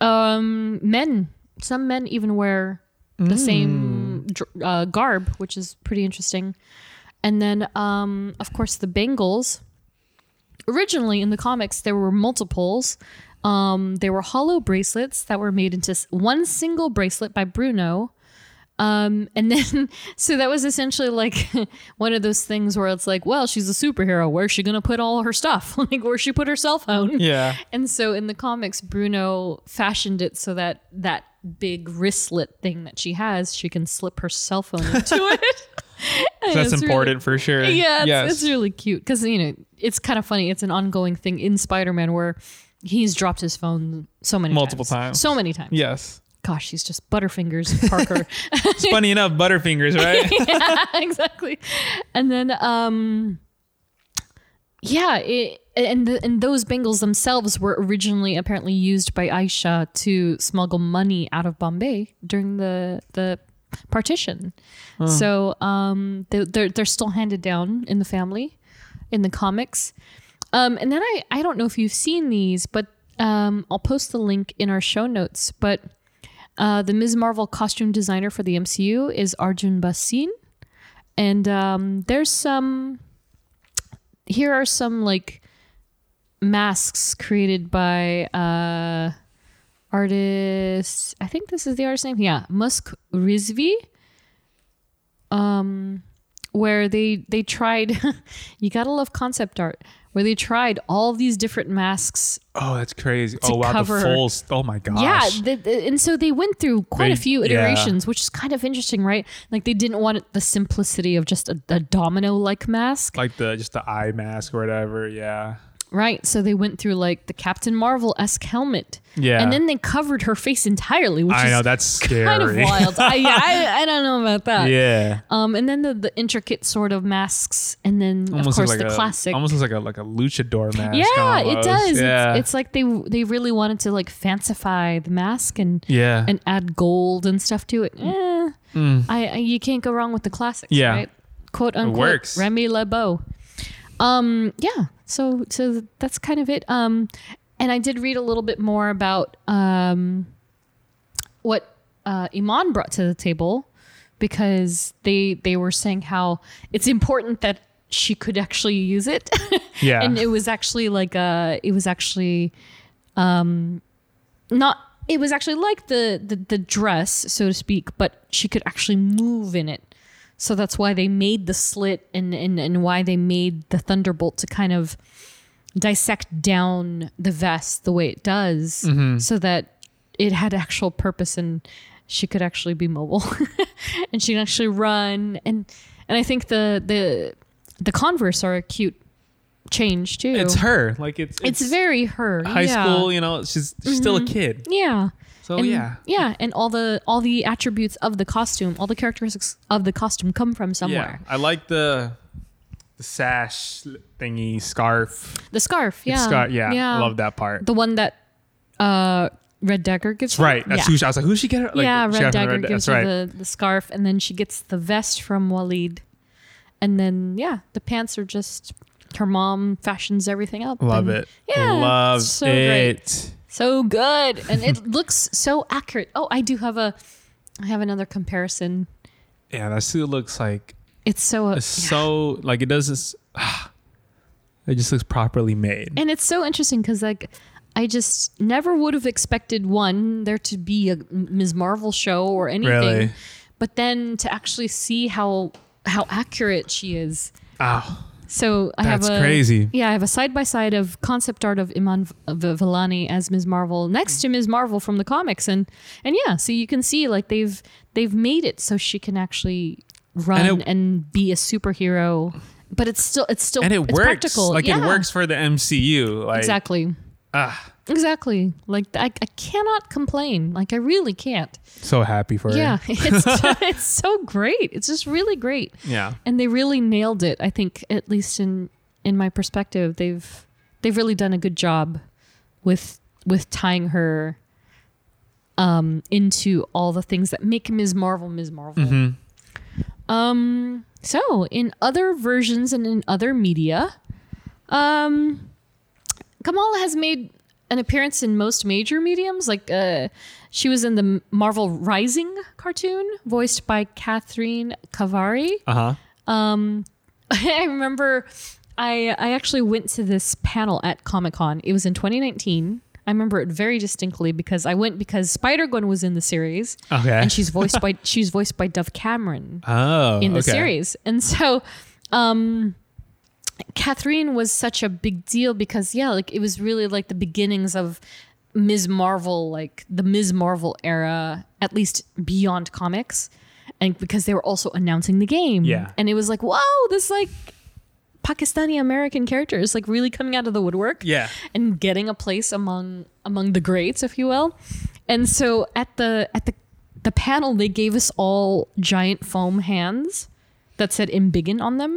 S5: um, men, some men even wear the same dr- uh, garb, which is pretty interesting. And then, um, of course, the Bengals. Originally in the comics, there were multiples. Um, there were hollow bracelets that were made into s- one single bracelet by Bruno. Um, and then, so that was essentially like one of those things where it's like, well, she's a superhero. Where's she going to put all her stuff? like, where's she put her cell phone?
S2: Yeah.
S5: And so in the comics, Bruno fashioned it so that that big wristlet thing that she has, she can slip her cell phone into it. And
S2: That's
S5: it's really-
S2: important for sure.
S5: yeah, it's,
S2: Yes.
S5: it's really cute because you know it's kind of funny. It's an ongoing thing in Spider-Man where he's dropped his phone so many
S2: Multiple times.
S5: so many times.
S2: yes.
S5: Gosh, he's just Butterfingers Parker.
S2: It's funny enough, Butterfingers, right?
S5: exactly. And then, um, yeah, it, and the, and those bangles themselves were originally apparently used by Aisha to smuggle money out of Bombay during the the partition. So um, they, they're they're still handed down in the family, in the comics. Um, and then I I don't know if you've seen these, but um, I'll post the link in our show notes. But uh, the Ms. Marvel costume designer for the MCU is Arjun Basin and um, there's some here are some like masks created by uh artist i think this is the artist name yeah musk rizvi um where they they tried you gotta love concept art where they tried all these different masks
S4: Oh, that's crazy. Oh, wow.
S5: cover-
S4: The full. s- Oh, my gosh.
S5: yeah, th- th- and so they went through quite a
S4: They-
S5: few
S4: yeah.
S5: iterations, which is kind of interesting, right? Like they didn't want it- the simplicity of just a, a domino-like mask,
S4: like the just the eye mask or whatever. Yeah.
S5: right? So they went through like the Captain Marvel-esque helmet,
S4: Yeah.
S5: and then they covered her face entirely, which
S4: I
S5: is
S4: know that's scary.
S5: kind of wild. I, I I don't know about that.
S4: yeah.
S5: Um, and then the, the intricate sort of masks, and then of
S4: Almost
S5: course
S4: looks like a,
S5: the classic.
S4: Almost looks like a like a luchador mask.
S5: yeah, it
S4: almost.
S5: does.
S4: Yeah.
S5: It's, it's like they they really wanted to like fancify the mask and
S4: yeah.
S5: and add gold and stuff to it. Eh, I, I you can't go wrong with the classics,
S4: Yeah.
S5: right? Quote unquote.
S4: works.
S5: Remy LeBeau. Um, yeah. So so that's kind of it. Um, and I did read a little bit more about um, what uh, Iman brought to the table because they they were saying how it's important that she could actually use it.
S4: Yeah.
S5: and it was actually like a it was actually um not it was actually like the, the the dress so to speak but she could actually move in it so that's why they made the slit and and, and why they made the thunderbolt to kind of dissect down the vest the way it does
S4: Mm-hmm.
S5: so that it had actual purpose and she could actually be mobile and she can actually run and and i think the the the converse are a cute change too
S4: It's her. Like it's
S5: it's, very her
S4: high
S5: yeah.
S4: school. You know, she's, she's still a kid.
S5: yeah
S4: So
S5: and,
S4: yeah.
S5: yeah and all the all the attributes of the costume all the characteristics of the costume come from somewhere
S4: Yeah. I like the the sash thingy scarf.
S5: the scarf yeah
S4: Yeah. Scarf. Yeah. I love that part.
S5: the one that uh red dagger gives her?
S4: right. That's
S5: yeah.
S4: who she, I was like, who she get her? Like,
S5: yeah
S4: she
S5: red
S4: got from
S5: dagger
S4: Red-
S5: gives
S4: that's right.
S5: her the, the scarf and then she gets the vest from walid and then yeah the pants are just her mom fashions everything up
S4: Love
S5: and-
S4: it.
S5: yeah it's
S4: Love
S5: so great.
S4: it.
S5: so good and it looks so accurate oh i do have a i have another comparison
S4: Yeah, that suit looks like
S5: it's so
S4: it's so like it doesn't. s- It just looks properly made.
S5: and it's so interesting because like i just never would have expected one there to be a ms marvel show or anything
S4: Really?
S5: but then to actually see how how accurate she is
S4: Ow.
S5: so i have
S4: That's
S5: a
S4: crazy.
S5: yeah i have a side by side of concept art of iman V- V- vellani as ms marvel next to ms marvel from the comics and and yeah so you can see like they've they've made it so she can actually run
S4: And
S5: and,
S4: it-
S5: be a superhero but it's still it's still
S4: And it
S5: it's
S4: works.
S5: practical
S4: Like it
S5: Yeah.
S4: works for the MCU. Like
S5: exactly
S4: ah,
S5: Exactly. Like I, I cannot complain. Like I really can't.
S4: so happy for
S5: Yeah,
S4: her.
S5: it's it's so great. It's just really great,
S4: Yeah.
S5: and they really nailed it. I think, at least in in my perspective, they've they've really done a good job with with tying her um into all the things that make Ms. Marvel Ms. Marvel. Um. So in other versions and in other media, um, Kamala has made an appearance in most major mediums. Like uh, she was in the Marvel Rising cartoon, voiced by Catherine Cavari.
S4: Uh huh.
S5: I remember I I actually went to this panel at Comic Con. It was in 2019. I remember it very distinctly because I went because Spider Gwen was in the series,
S4: Okay.
S5: and she's voiced by she's voiced by Dove Cameron
S4: oh.
S5: in the
S4: okay.
S5: series. And so um Catherine was such a big deal because yeah, like it was really like the beginnings of Ms. Marvel, like the Ms. Marvel era, at least beyond comics. And because they were also announcing the game.
S4: Yeah.
S5: And it was like, whoa, this like Pakistani American character is like really coming out of the woodwork
S4: Yeah.
S5: and getting a place among among the greats, if you will. And so at the at the the panel, they gave us all giant foam hands that said "Imbigin" on them,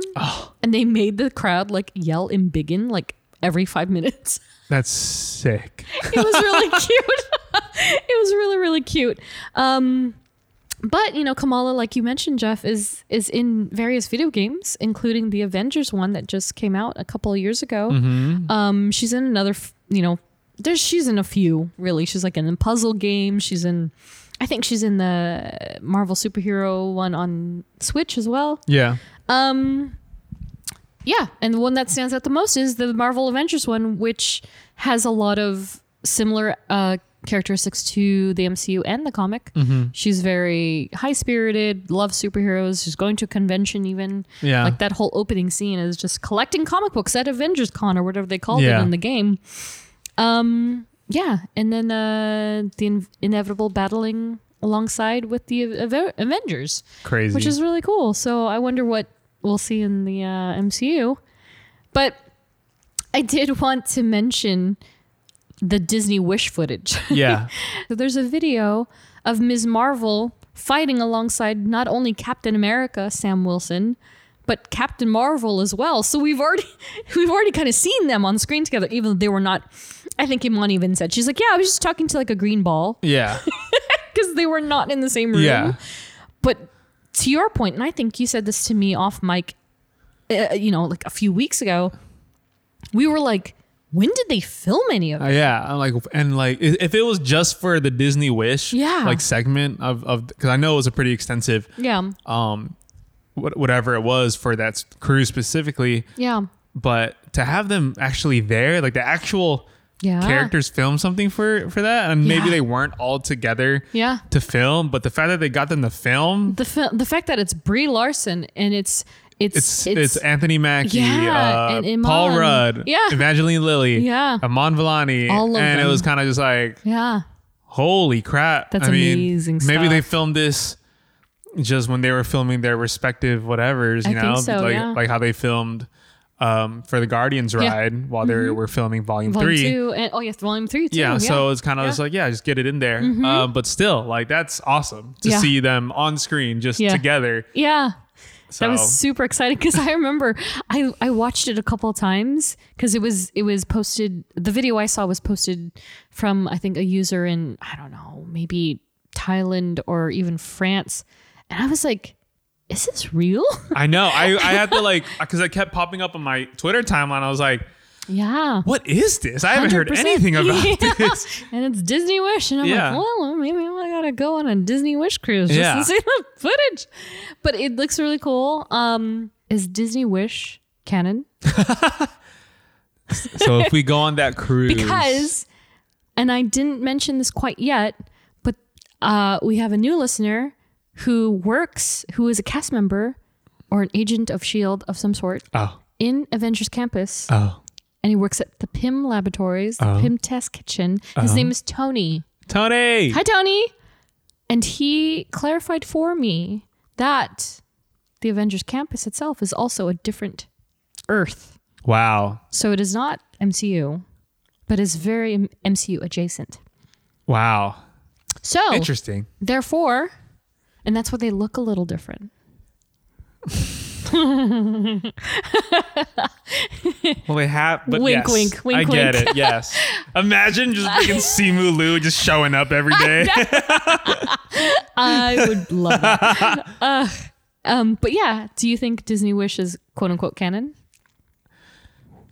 S5: and they made the crowd like yell "Imbigin" like every five minutes.
S4: That's sick.
S5: It was really cute. it was really really cute. Um, but you know, Kamala, like you mentioned, Jeff is is in various video games, including the Avengers one that just came out a couple of years ago. Um, she's in another, f- you know, there's she's in a few really. She's like in a puzzle game. She's in, I think she's in the Marvel superhero one on Switch as well.
S4: Yeah.
S5: Um, yeah, and the one that stands out the most is the Marvel Avengers one, which has a lot of similar uh, characteristics to the MCU and the comic.
S4: Mm-hmm.
S5: She's very high spirited, loves superheroes. She's going to a convention, even
S4: Yeah.
S5: like that whole opening scene is just collecting comic books at Avengers Con or whatever they called
S4: Yeah.
S5: it in the game. Um, yeah, and then uh, the in- inevitable battling alongside with the Ave- Avengers
S4: Crazy.
S5: which is really cool. So I wonder what we'll see in the uh, MCU. But I did want to mention the Disney Wish footage.
S4: yeah.
S5: So there's a video of Ms. Marvel fighting alongside not only Captain America, Sam Wilson, but Captain Marvel as well. So we've already we've already kind of seen them on screen together, even though they were not. I think Iman even said she's like, yeah, I was just talking to like a green ball
S4: Yeah.
S5: because they were not in the same room.
S4: Yeah.
S5: But to your point, and I think you said this to me off mic, uh, you know, like a few weeks ago, we were like, when did they film any of
S4: Uh,
S5: it?
S4: yeah, I'm like, and like, i- if it was just for the Disney Wish,
S5: Yeah.
S4: like segment of of, because I know it was a pretty extensive.
S5: Yeah.
S4: Um,
S2: what- whatever it was for that s- crew specifically.
S5: Yeah.
S2: But to have them actually there, like the actual
S5: Yeah.
S2: characters film something for for that, and maybe
S5: Yeah.
S2: they weren't all together
S5: Yeah.
S2: to film, but the fact that they got them to film,
S5: The fa- the fact that it's Brie Larson and it's it's
S2: it's it's, Anthony Mackie,
S5: Yeah,
S2: uh,
S5: and
S2: Paul
S5: Iman.
S2: Rudd,
S5: Yeah.
S2: Evangeline Lilly,
S5: Yeah.
S2: Amon Villani,
S5: All of
S2: and it
S5: them.
S2: was kind of just like
S5: yeah.
S2: Holy crap.
S5: That's
S2: I mean,
S5: amazing
S2: Maybe
S5: stuff.
S2: they filmed this just when they were filming their respective whatevers, you
S5: I
S2: know,
S5: think so,
S2: like
S5: yeah.
S2: like how they filmed um, for the Guardians
S5: Yeah. Mm-hmm.
S2: ride while they were filming volume,
S5: Volume
S2: three.
S5: two and oh yes, volume three too.
S2: Yeah,
S5: Yeah. Mm-hmm.
S2: so it's kind of just like, yeah, just get it in there. Um, but still, like, that's awesome to
S5: Yeah.
S2: see them on screen just
S5: Yeah.
S2: together.
S5: yeah.
S2: So,
S5: That was super exciting because I remember I, I watched it a couple of times because it was it was posted the video I saw was posted from I think a user in I don't know maybe Thailand or even France and I was like is this real
S2: I know. I, I had to, like, because I kept popping up on my Twitter timeline. I was like,
S5: yeah
S2: what is this? I haven't heard
S5: 100%.
S2: anything about
S5: Yeah.
S2: this.
S5: and it's Disney Wish. And I'm
S2: Yeah.
S5: like, well, maybe I gotta go on a Disney Wish cruise just
S2: Yeah.
S5: to see the footage. But it looks really cool. Um, is Disney Wish canon?
S2: so if we go on that cruise.
S5: Because, and I didn't mention this quite yet, but uh, we have a new listener who works, who is a cast member or an agent of S.H.I.E.L.D. E of some sort
S2: Oh,
S5: in Avengers Campus.
S2: oh.
S5: And he works at the PIM Laboratories, the PIM Test Kitchen. His
S2: Uh-huh.
S5: name is Tony.
S2: Tony.
S5: Hi, Tony. And he clarified for me that the Avengers campus itself is also a different Earth.
S2: Wow.
S5: So it is not MCU, but is very M- MCU adjacent.
S2: Wow.
S5: So,
S2: Interesting.
S5: therefore, and that's why they look a little different.
S2: Well, they have, but
S5: Wink,
S2: yes,
S5: wink, wink,
S2: I get
S5: wink.
S2: it. Yes. Imagine just freaking Simu Liu just showing up every day.
S5: I would love that. Ugh. um, but yeah, do you think Disney Wish is quote unquote canon?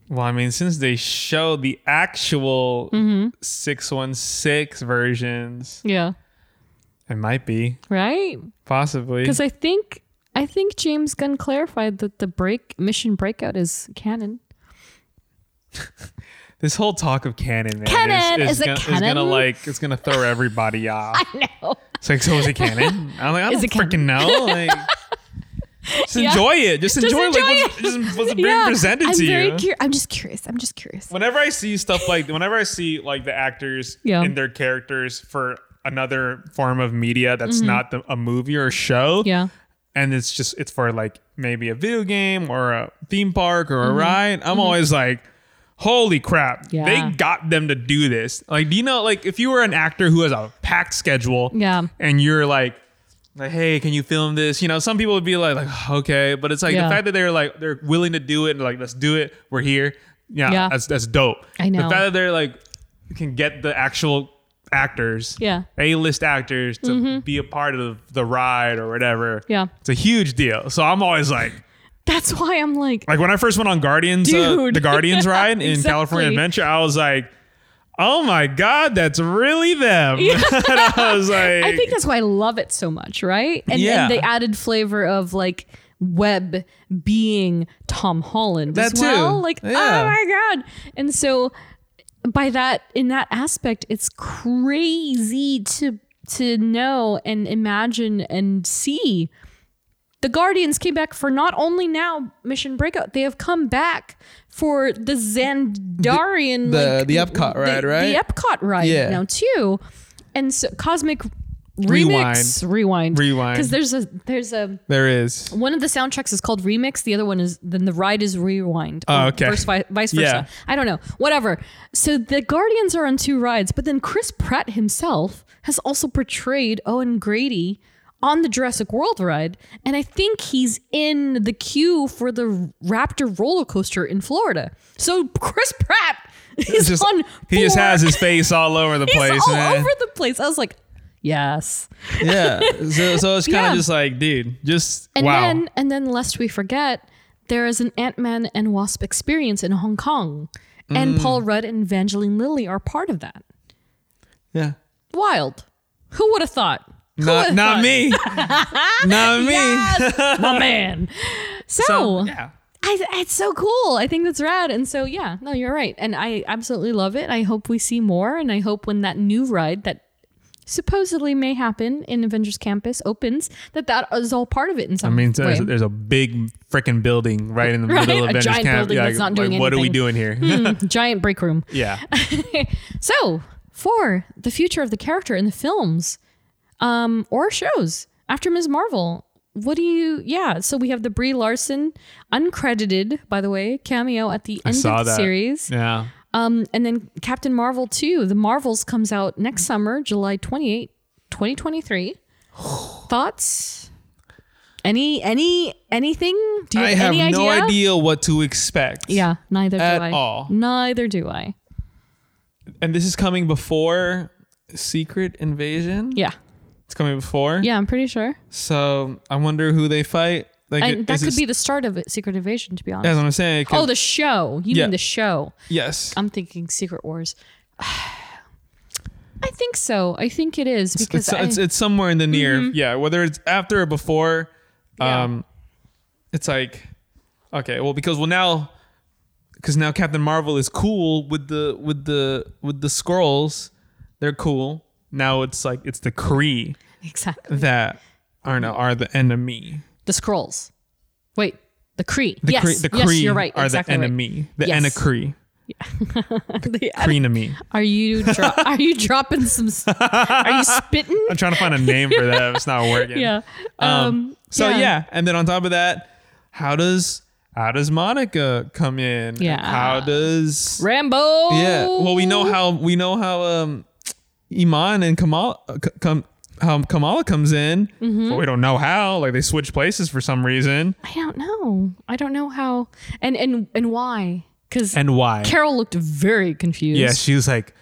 S2: well, I mean, since they show the actual
S5: Mm-hmm.
S2: 616 versions,
S5: Yeah.
S2: it might be
S5: Right?
S2: possibly.
S5: Because I think I think James Gunn clarified that the break mission breakout is canon.
S2: This whole talk of canon, man,
S5: Canon!
S2: is,
S5: Is it
S2: gonna, gonna
S5: canon?
S2: like it's gonna throw everybody off.
S5: No.
S2: It's like, so is it canon? I'm like, I
S5: Is
S2: don't
S5: it canon?
S2: freaking know. Like, just
S5: Yeah.
S2: enjoy it. Just enjoy,
S5: enjoy
S2: like, What's, just what's being presented
S5: I'm
S2: to
S5: very
S2: you.
S5: cur- I'm just curious. I'm just curious.
S2: Whenever I see stuff like, whenever I see like the actors
S5: Yeah.
S2: and their characters for another form of media that's not the, a movie or a show,
S5: Mm-hmm. Yeah.
S2: and it's just it's for like maybe a video game or a theme park or
S5: Mm-hmm.
S2: a ride, I'm always like. Holy crap.
S5: Yeah.
S2: They got them to do this. Like, do you know, like, if you were an actor who has a packed schedule
S5: Yeah.
S2: and you're like like hey can you film this you know some people would be like, like okay but it's like
S5: Yeah.
S2: the fact that they're like they're willing to do it and like let's do it we're here yeah,
S5: Yeah.
S2: that's that's dope
S5: I know.
S2: the fact that they're like can get the actual actors
S5: Yeah.
S2: a-list actors to be a part of the ride or whatever
S5: Mm-hmm. Yeah.
S2: it's a huge deal so i'm always like
S5: That's why I'm like,
S2: like when i first went on guardians uh,
S5: Dude.
S2: the guardians ride in
S5: Exactly.
S2: california adventure i was like oh my god that's really them And i was like
S5: I think that's why I love it so much, right? And,
S2: Yeah.
S5: and the added flavor of like Webb being Tom Holland
S2: That
S5: as well.
S2: too.
S5: Like,
S2: Yeah.
S5: oh my god! And so, by that in that aspect, it's crazy to to know and imagine and see. The Guardians came back for not only now Mission Breakout; they have come back for the Zandarian,
S6: The-
S5: like,
S6: the Epcot ride,
S5: the,
S6: right?
S5: The Epcot ride
S6: Yeah.
S5: now too, and so Cosmic
S2: Rewind.
S5: Remix, rewind,
S2: Rewind.
S5: Because there's a there's a
S2: there is
S5: one of the soundtracks is called remix. The other one is then the ride is rewind.
S2: Oh, okay.
S5: Verse, vi- vice versa. I don't know. Whatever. So the Guardians are on two rides, but then Chris Pratt himself has also portrayed Owen Grady on the Jurassic World ride, and I think he's in the queue for the Raptor roller coaster in Florida. So Chris Pratt is
S2: just-
S5: on.
S2: He just
S5: four-
S2: has his face all over the
S5: he's
S2: place,
S5: all
S2: man.
S5: over the place. I was like, yes.
S7: Yeah.
S2: so, so it's kind of
S5: Yeah.
S2: just like, dude, just
S5: And
S2: wow.
S5: then and then lest we forget, there is an Ant Man and Wasp experience in Hong Kong. And
S2: Mm.
S5: Paul Rudd and Evangeline Lilly are part of that.
S7: Yeah.
S5: Wild. Who would have thought?
S2: Not, not me. not me.
S5: my man. So,
S2: So, yeah.
S5: I, it's so cool. I think that's rad. And so, yeah, no, you're right. And I absolutely love it. I hope we see more. And I hope when that new ride that supposedly may happen in Avengers Campus opens, that that is all part of it in
S4: I
S5: some
S4: mean,
S5: way.
S4: there's, there's a big freaking building right in the
S5: Right?
S4: middle of
S5: A
S4: Avengers
S5: giant
S4: Camp.
S5: building
S4: yeah,
S5: that's not doing
S4: What are we
S5: anything. Hmm.
S4: doing here?
S5: Giant break room.
S4: yeah.
S5: So, for the future of the character in the films um, or shows after Ms. Marvel, what do you? Yeah, so we have the Brie Larson uncredited, by the way, cameo at the end
S4: saw
S5: of the
S4: that.
S5: series,
S4: Yeah.
S5: um, and then Captain Marvel too. The Marvels comes out next summer, July twenty eighth, 2023. Thoughts? Any any anything? Do you
S2: I
S5: have,
S2: have
S5: any
S2: no
S5: idea?
S2: idea what to expect.
S5: Yeah, neither
S2: At
S5: do I.
S2: all.
S5: Neither do I.
S2: And this is coming before Secret Invasion.
S5: Yeah,
S2: It's coming before.
S5: yeah, I'm pretty sure.
S2: So I wonder who they fight. Like
S5: And that
S2: is
S5: could
S2: it-
S5: be the start of it, Secret Invasion, to be honest.
S2: That's what I'm saying. It could-
S5: oh, the show. You
S2: Yeah.
S5: mean the show?
S2: yes.
S5: I'm thinking Secret Wars. I think so. I think it is because
S2: it's,
S5: I, Mm-hmm.
S2: it's it's somewhere in the near yeah whether it's after or before
S5: Yeah.
S2: um it's like okay well because well now because now captain marvel is cool with the with the with the scrolls they're cool now it's like it's the kree
S5: exactly
S2: that are no, are the enemy
S5: the scrolls. Wait, the Kree.
S2: the
S5: yes,
S2: kree, the
S5: yes,
S2: kree
S5: you're right.
S2: are
S5: exactly
S2: the
S5: right.
S2: enemy the
S5: Yes.
S2: enekree
S5: The en-
S2: kreenemy
S5: Are you dro- are you dropping some? s- Are you spitting?
S4: I'm trying to find a name for that. It's not working.
S5: Yeah. Um.
S2: so
S5: yeah.
S2: yeah. and then on top of that how does how does monica come in
S5: Yeah.
S2: how does
S5: Rambo.
S2: Yeah. Well, we know how we know how um Iman and Kamala uh, c- come how Kamala comes in,
S5: Mm-hmm.
S4: But we don't know how. Like they switch places for some reason.
S5: I don't know. I don't know how and and and why? Because
S4: And why?
S5: Carol looked very confused.
S4: yeah, she was like,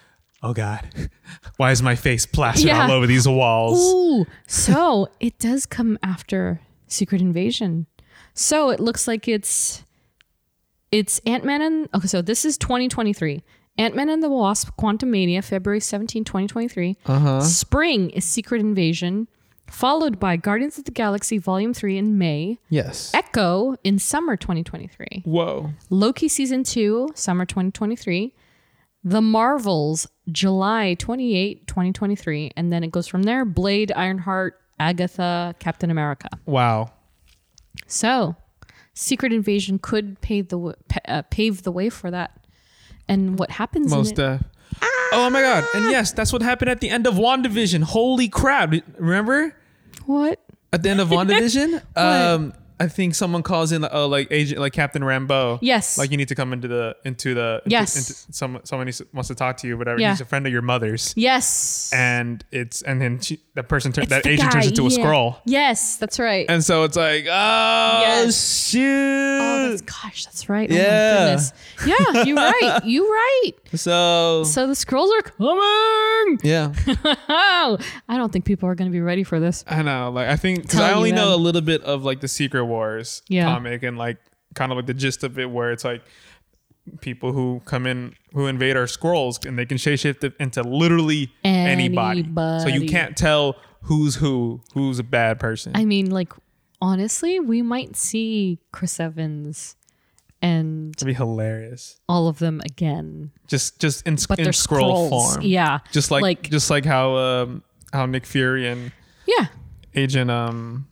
S4: oh God, why is my face plastered
S5: Yeah.
S4: all over these walls?
S5: Ooh, so it does come after Secret Invasion. So it looks like it's it's Ant Man and okay, so this is 2023. Ant Man and the Wasp, Quantum Mania, February 17, 2023. Uh-huh. Spring is Secret Invasion, followed by Guardians of the Galaxy Volume 3 in May,
S3: Yes.
S5: Echo in summer 2023.
S2: Whoa.
S5: Loki season 2, summer 2023. The Marvels, July 28, 2023. And then it goes from there Blade, Ironheart, Agatha, Captain America.
S2: Wow.
S5: So, Secret Invasion could pave the, w- pa- uh, pave the way for that. And what happens
S2: Most
S5: in it? Ah!
S2: uh Oh my god. And yes, that's what happened at the end of WandaVision. Holy crap. Remember?
S5: what?
S2: At the end of WandaVision? um I think someone calls in uh, like agent like Captain Rambo.
S5: Yes.
S2: Like you need to come into the into the into-
S5: Yes.
S2: into, some someone needs- wants to talk to you whatever.
S5: Yeah.
S2: He's a friend of your mother's.
S5: Yes.
S2: And it's and then she, that person turns
S5: It's
S2: that
S5: the
S2: agent turns
S5: guy,
S2: into a
S5: yeah.
S2: scroll.
S5: Yes, that's right.
S2: And so it's like, oh
S5: Yes.
S2: shoot.
S5: Oh, that's, gosh, that's right.
S2: uh, Yeah.
S5: Oh my goodness. Yeah, you're right. You're right.
S2: so
S5: So the scrolls are coming.
S2: yeah,
S5: Oh, I don't think people are going to be ready for this.
S2: I know. Like I think because
S5: Telling
S2: I
S5: you
S2: only know a
S5: then.
S2: little bit of like the Secret Wars
S5: Yeah.
S2: comic and like kind of like the gist of it, where it's like people who come in who invade our scrolls and they can shapeshift it into literally anybody. So
S5: Anybody.
S2: you can't tell who's who, who's a bad person.
S5: I mean, like, honestly, we might see Chris Evans and
S2: It'd be hilarious.
S5: all of them again,
S2: Just just in,
S5: but
S2: in
S5: they're
S2: scroll
S5: scrolls.
S2: form.
S5: Yeah.
S2: Just like,
S5: like
S2: just like how um how Nick Fury and
S5: yeah.
S2: Agent um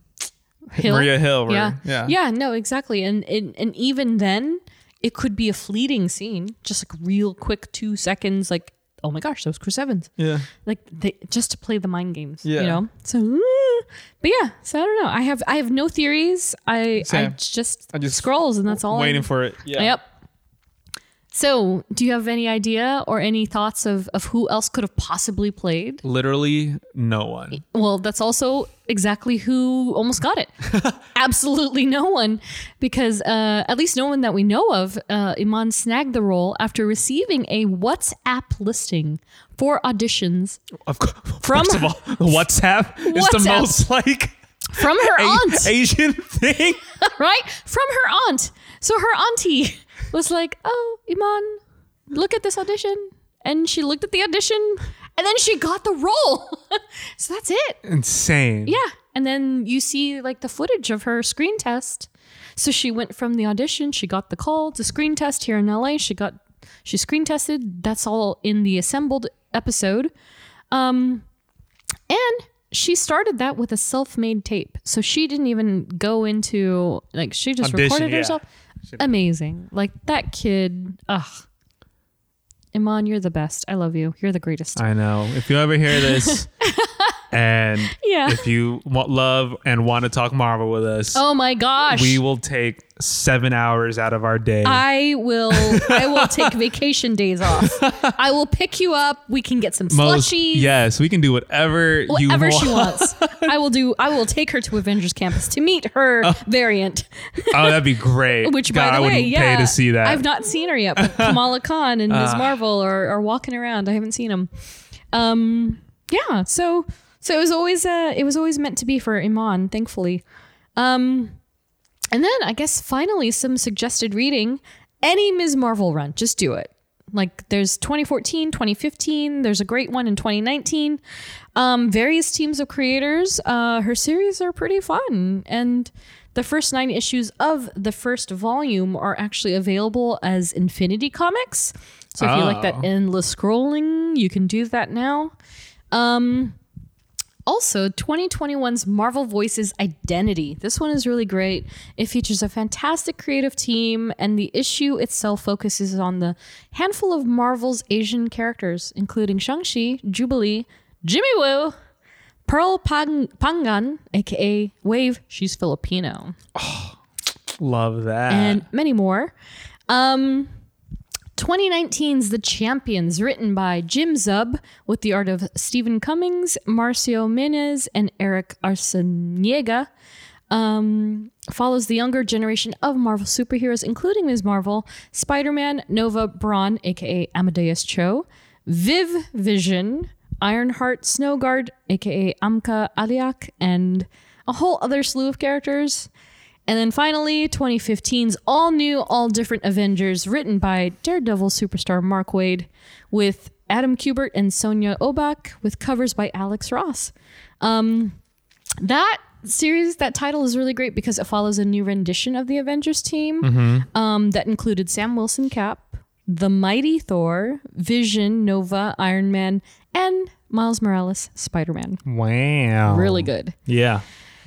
S5: Hill.
S2: Maria Hill. Were,
S5: Yeah.
S2: yeah.
S5: Yeah. No, exactly. And, and and even then, it could be a fleeting scene, just like real quick, two seconds. Like, oh my gosh, that was Chris Evans.
S2: Yeah.
S5: like they just to play the mind games you
S2: Yeah.
S5: know so mm, but yeah so i don't know i have i have no theories i i
S2: Same.
S5: just,
S2: I just
S5: scrolls and that's all I-
S2: Waiting for it. Yeah.
S5: yep so do you have any idea or any thoughts of of who else could have possibly played
S2: Literally no one.
S5: well that's also exactly who almost got it absolutely no one because uh at least no one that we know of uh iman snagged the role after receiving a whatsapp listing for auditions
S4: Of course,
S5: From-
S4: first of all, WhatsApp is the
S5: WhatsApp.
S4: most like
S5: from her aunt
S4: Asian thing.
S5: right? From her aunt. So her auntie was like, "Oh, Iman, look at this audition." And she looked at the audition and then she got the role. so that's it.
S4: Insane.
S5: Yeah. And then you see like the footage of her screen test. So she went from the audition, she got the call to screen test here in LA. She got she screen tested. That's all in the assembled episode. Um and she started that with a self-made tape. So she didn't even go into like she just
S4: Audition,
S5: recorded
S4: yeah.
S5: herself. Amazing. Like that kid, ugh. Iman, you're the best. I love you. You're the greatest.
S4: I know. If you ever hear this, and
S5: Yeah.
S4: if you want love and want to talk Marvel with us,
S5: oh my gosh.
S4: we will take seven hours out of our day.
S5: I will I will take vacation days off. I will pick you up. We can get some
S4: Most-
S5: slushies.
S4: yes, we can do whatever,
S5: Whatever
S4: you want.
S5: she wants. I will do I will take her to Avengers campus to meet her variant.
S4: Oh, that'd be great.
S5: Which
S4: Uh, God,
S5: by the
S4: I
S5: way,
S4: wouldn't
S5: yeah.
S4: pay to see that. Uh.
S5: I've not seen her yet, but Kamala Khan and Ms. Marvel are, are walking around. I haven't seen them. Um yeah, so so it was always uh it was always meant to be for Iman, thankfully. Um and then I guess finally some suggested reading. Any Ms. Marvel run, just do it. Like there's 2014, 2015, there's a great one in 2019. Um, various teams of creators. Uh, her series are pretty fun. And the first nine issues of the first volume are actually available as Infinity Comics. So if you like that endless scrolling, you can do that now. Um, also, 2021's Marvel Voices Identity. This one is really great. It features a fantastic creative team, and the issue itself focuses on the handful of Marvel's Asian characters, including Shang-Chi, Jubilee, Jimmy Woo, Pearl Pang- Pangan, aka Wave, she's Filipino,
S4: Love that.
S5: and many more. Um, 2019's The Champions, written by Jim Zub, with the art of Stephen Cummings, Marcio Menez, and Eric Arceniega, um, follows the younger generation of Marvel superheroes, including Ms. Marvel, Spider Man, Nova Braun, aka Amadeus Cho, Viv Vision, Ironheart Snowguard, aka Amka Aliak, and a whole other slew of characters. And then finally, 2015's all new, all different Avengers, written by Daredevil superstar Mark Wade, with Adam Kubert and Sonia Obak, with covers by Alex Ross. Um, that series, that title is really great because it follows a new rendition of the Avengers team um, that included Sam Wilson Cap, the Mighty Thor, Vision, Nova, Iron Man, and Miles Morales, Spider Man.
S4: wow.
S5: Really good.
S4: Yeah.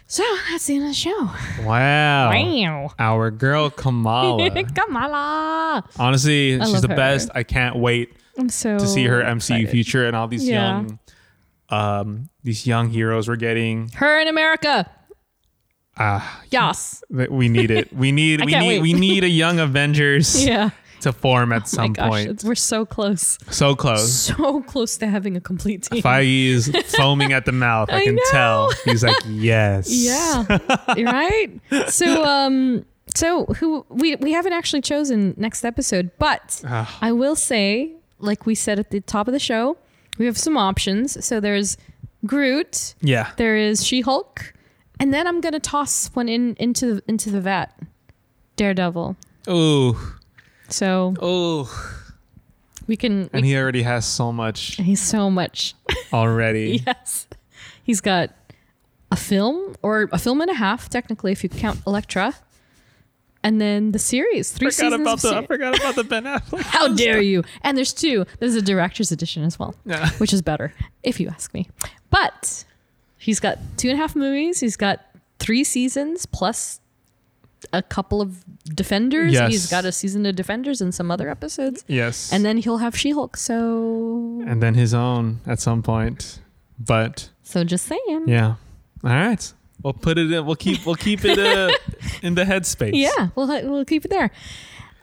S5: So that's the end of the show.
S4: Wow.
S5: Wow.
S4: Our girl Kamala.
S5: Kamala.
S4: Honestly, she's
S5: love
S4: the
S5: her. Oh,
S4: best. I can't wait
S5: I'm so
S4: to see her MCU future and all these
S5: Yeah.
S4: young um these young heroes we're getting.
S5: Her in America.
S4: Ah,
S5: Yes.
S4: that we need it. We need we
S5: can't
S4: need
S5: wait.
S4: we need a young Avengers
S5: Yeah. Oh
S4: to form at
S5: My
S4: some
S5: gosh,
S4: point.
S5: it's- we're so close.
S4: So close.
S5: So close to having a complete team.
S4: Feige is foaming at the mouth. I,
S5: I
S4: can
S5: know.
S4: tell. He's like, yes.
S5: Yeah. You're right. So um so who we we haven't actually chosen next episode, but
S4: Ah.
S5: I will say, like we said at the top of the show, we have some options. So there's Groot,
S4: Yeah.
S5: there is She-Hulk, and then I'm gonna toss one in into the into the vat. Daredevil.
S4: Ooh.
S5: So
S4: Ooh.
S5: we can we
S4: And he already has so much
S5: He's so much.
S4: already.
S5: Yes. He's got a film or a film and a half, technically, if you count Elektra. And then the series, three
S4: Forgot
S5: seasons.
S4: about
S5: of
S4: the I
S5: series.
S4: forgot about the Ben Affleck.
S5: How dare you? And there's two. There's a director's edition as well,
S4: Yeah.
S5: which is better, if you ask me. But he's got two and a half movies. He's got three seasons plus a couple of Defenders.
S4: Yes.
S5: He's got a season of Defenders and some other episodes.
S4: Yes.
S5: And then he'll have She Hulk. So,
S4: and then his own at some point. But
S5: so just saying.
S4: yeah. All right. We'll put it in we'll keep we'll keep it uh, in the headspace.
S5: Yeah, we'll, we'll keep it there.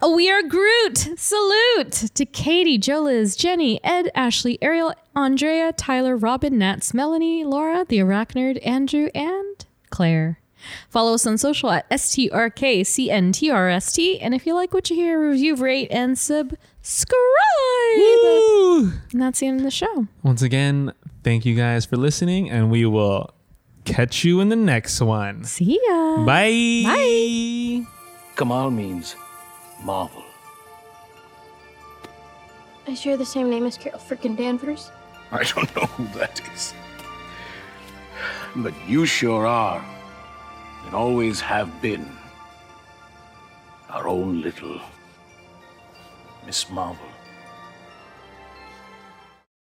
S5: Uh, We are Groot. Salute to Katie, Joe Liz, Jenny, Ed, Ashley, Ariel, Andrea, Tyler, Robin, Nats, Melanie, Laura, the Arachnid, Andrew, and Claire. Follow us on social at STRKCNTRST. And if you like what you hear, review, rate, and subscribe.
S4: Woo!
S5: And that's the end of the show.
S4: Once again, thank you guys for listening and we will catch you in the next one.
S5: See ya.
S4: Bye.
S5: Bye.
S8: Kamal means marvel.
S9: I share the same name as Carol freaking Danvers.
S8: I don't know who that is. But you sure are, and always have been, our own little Miss Marvel.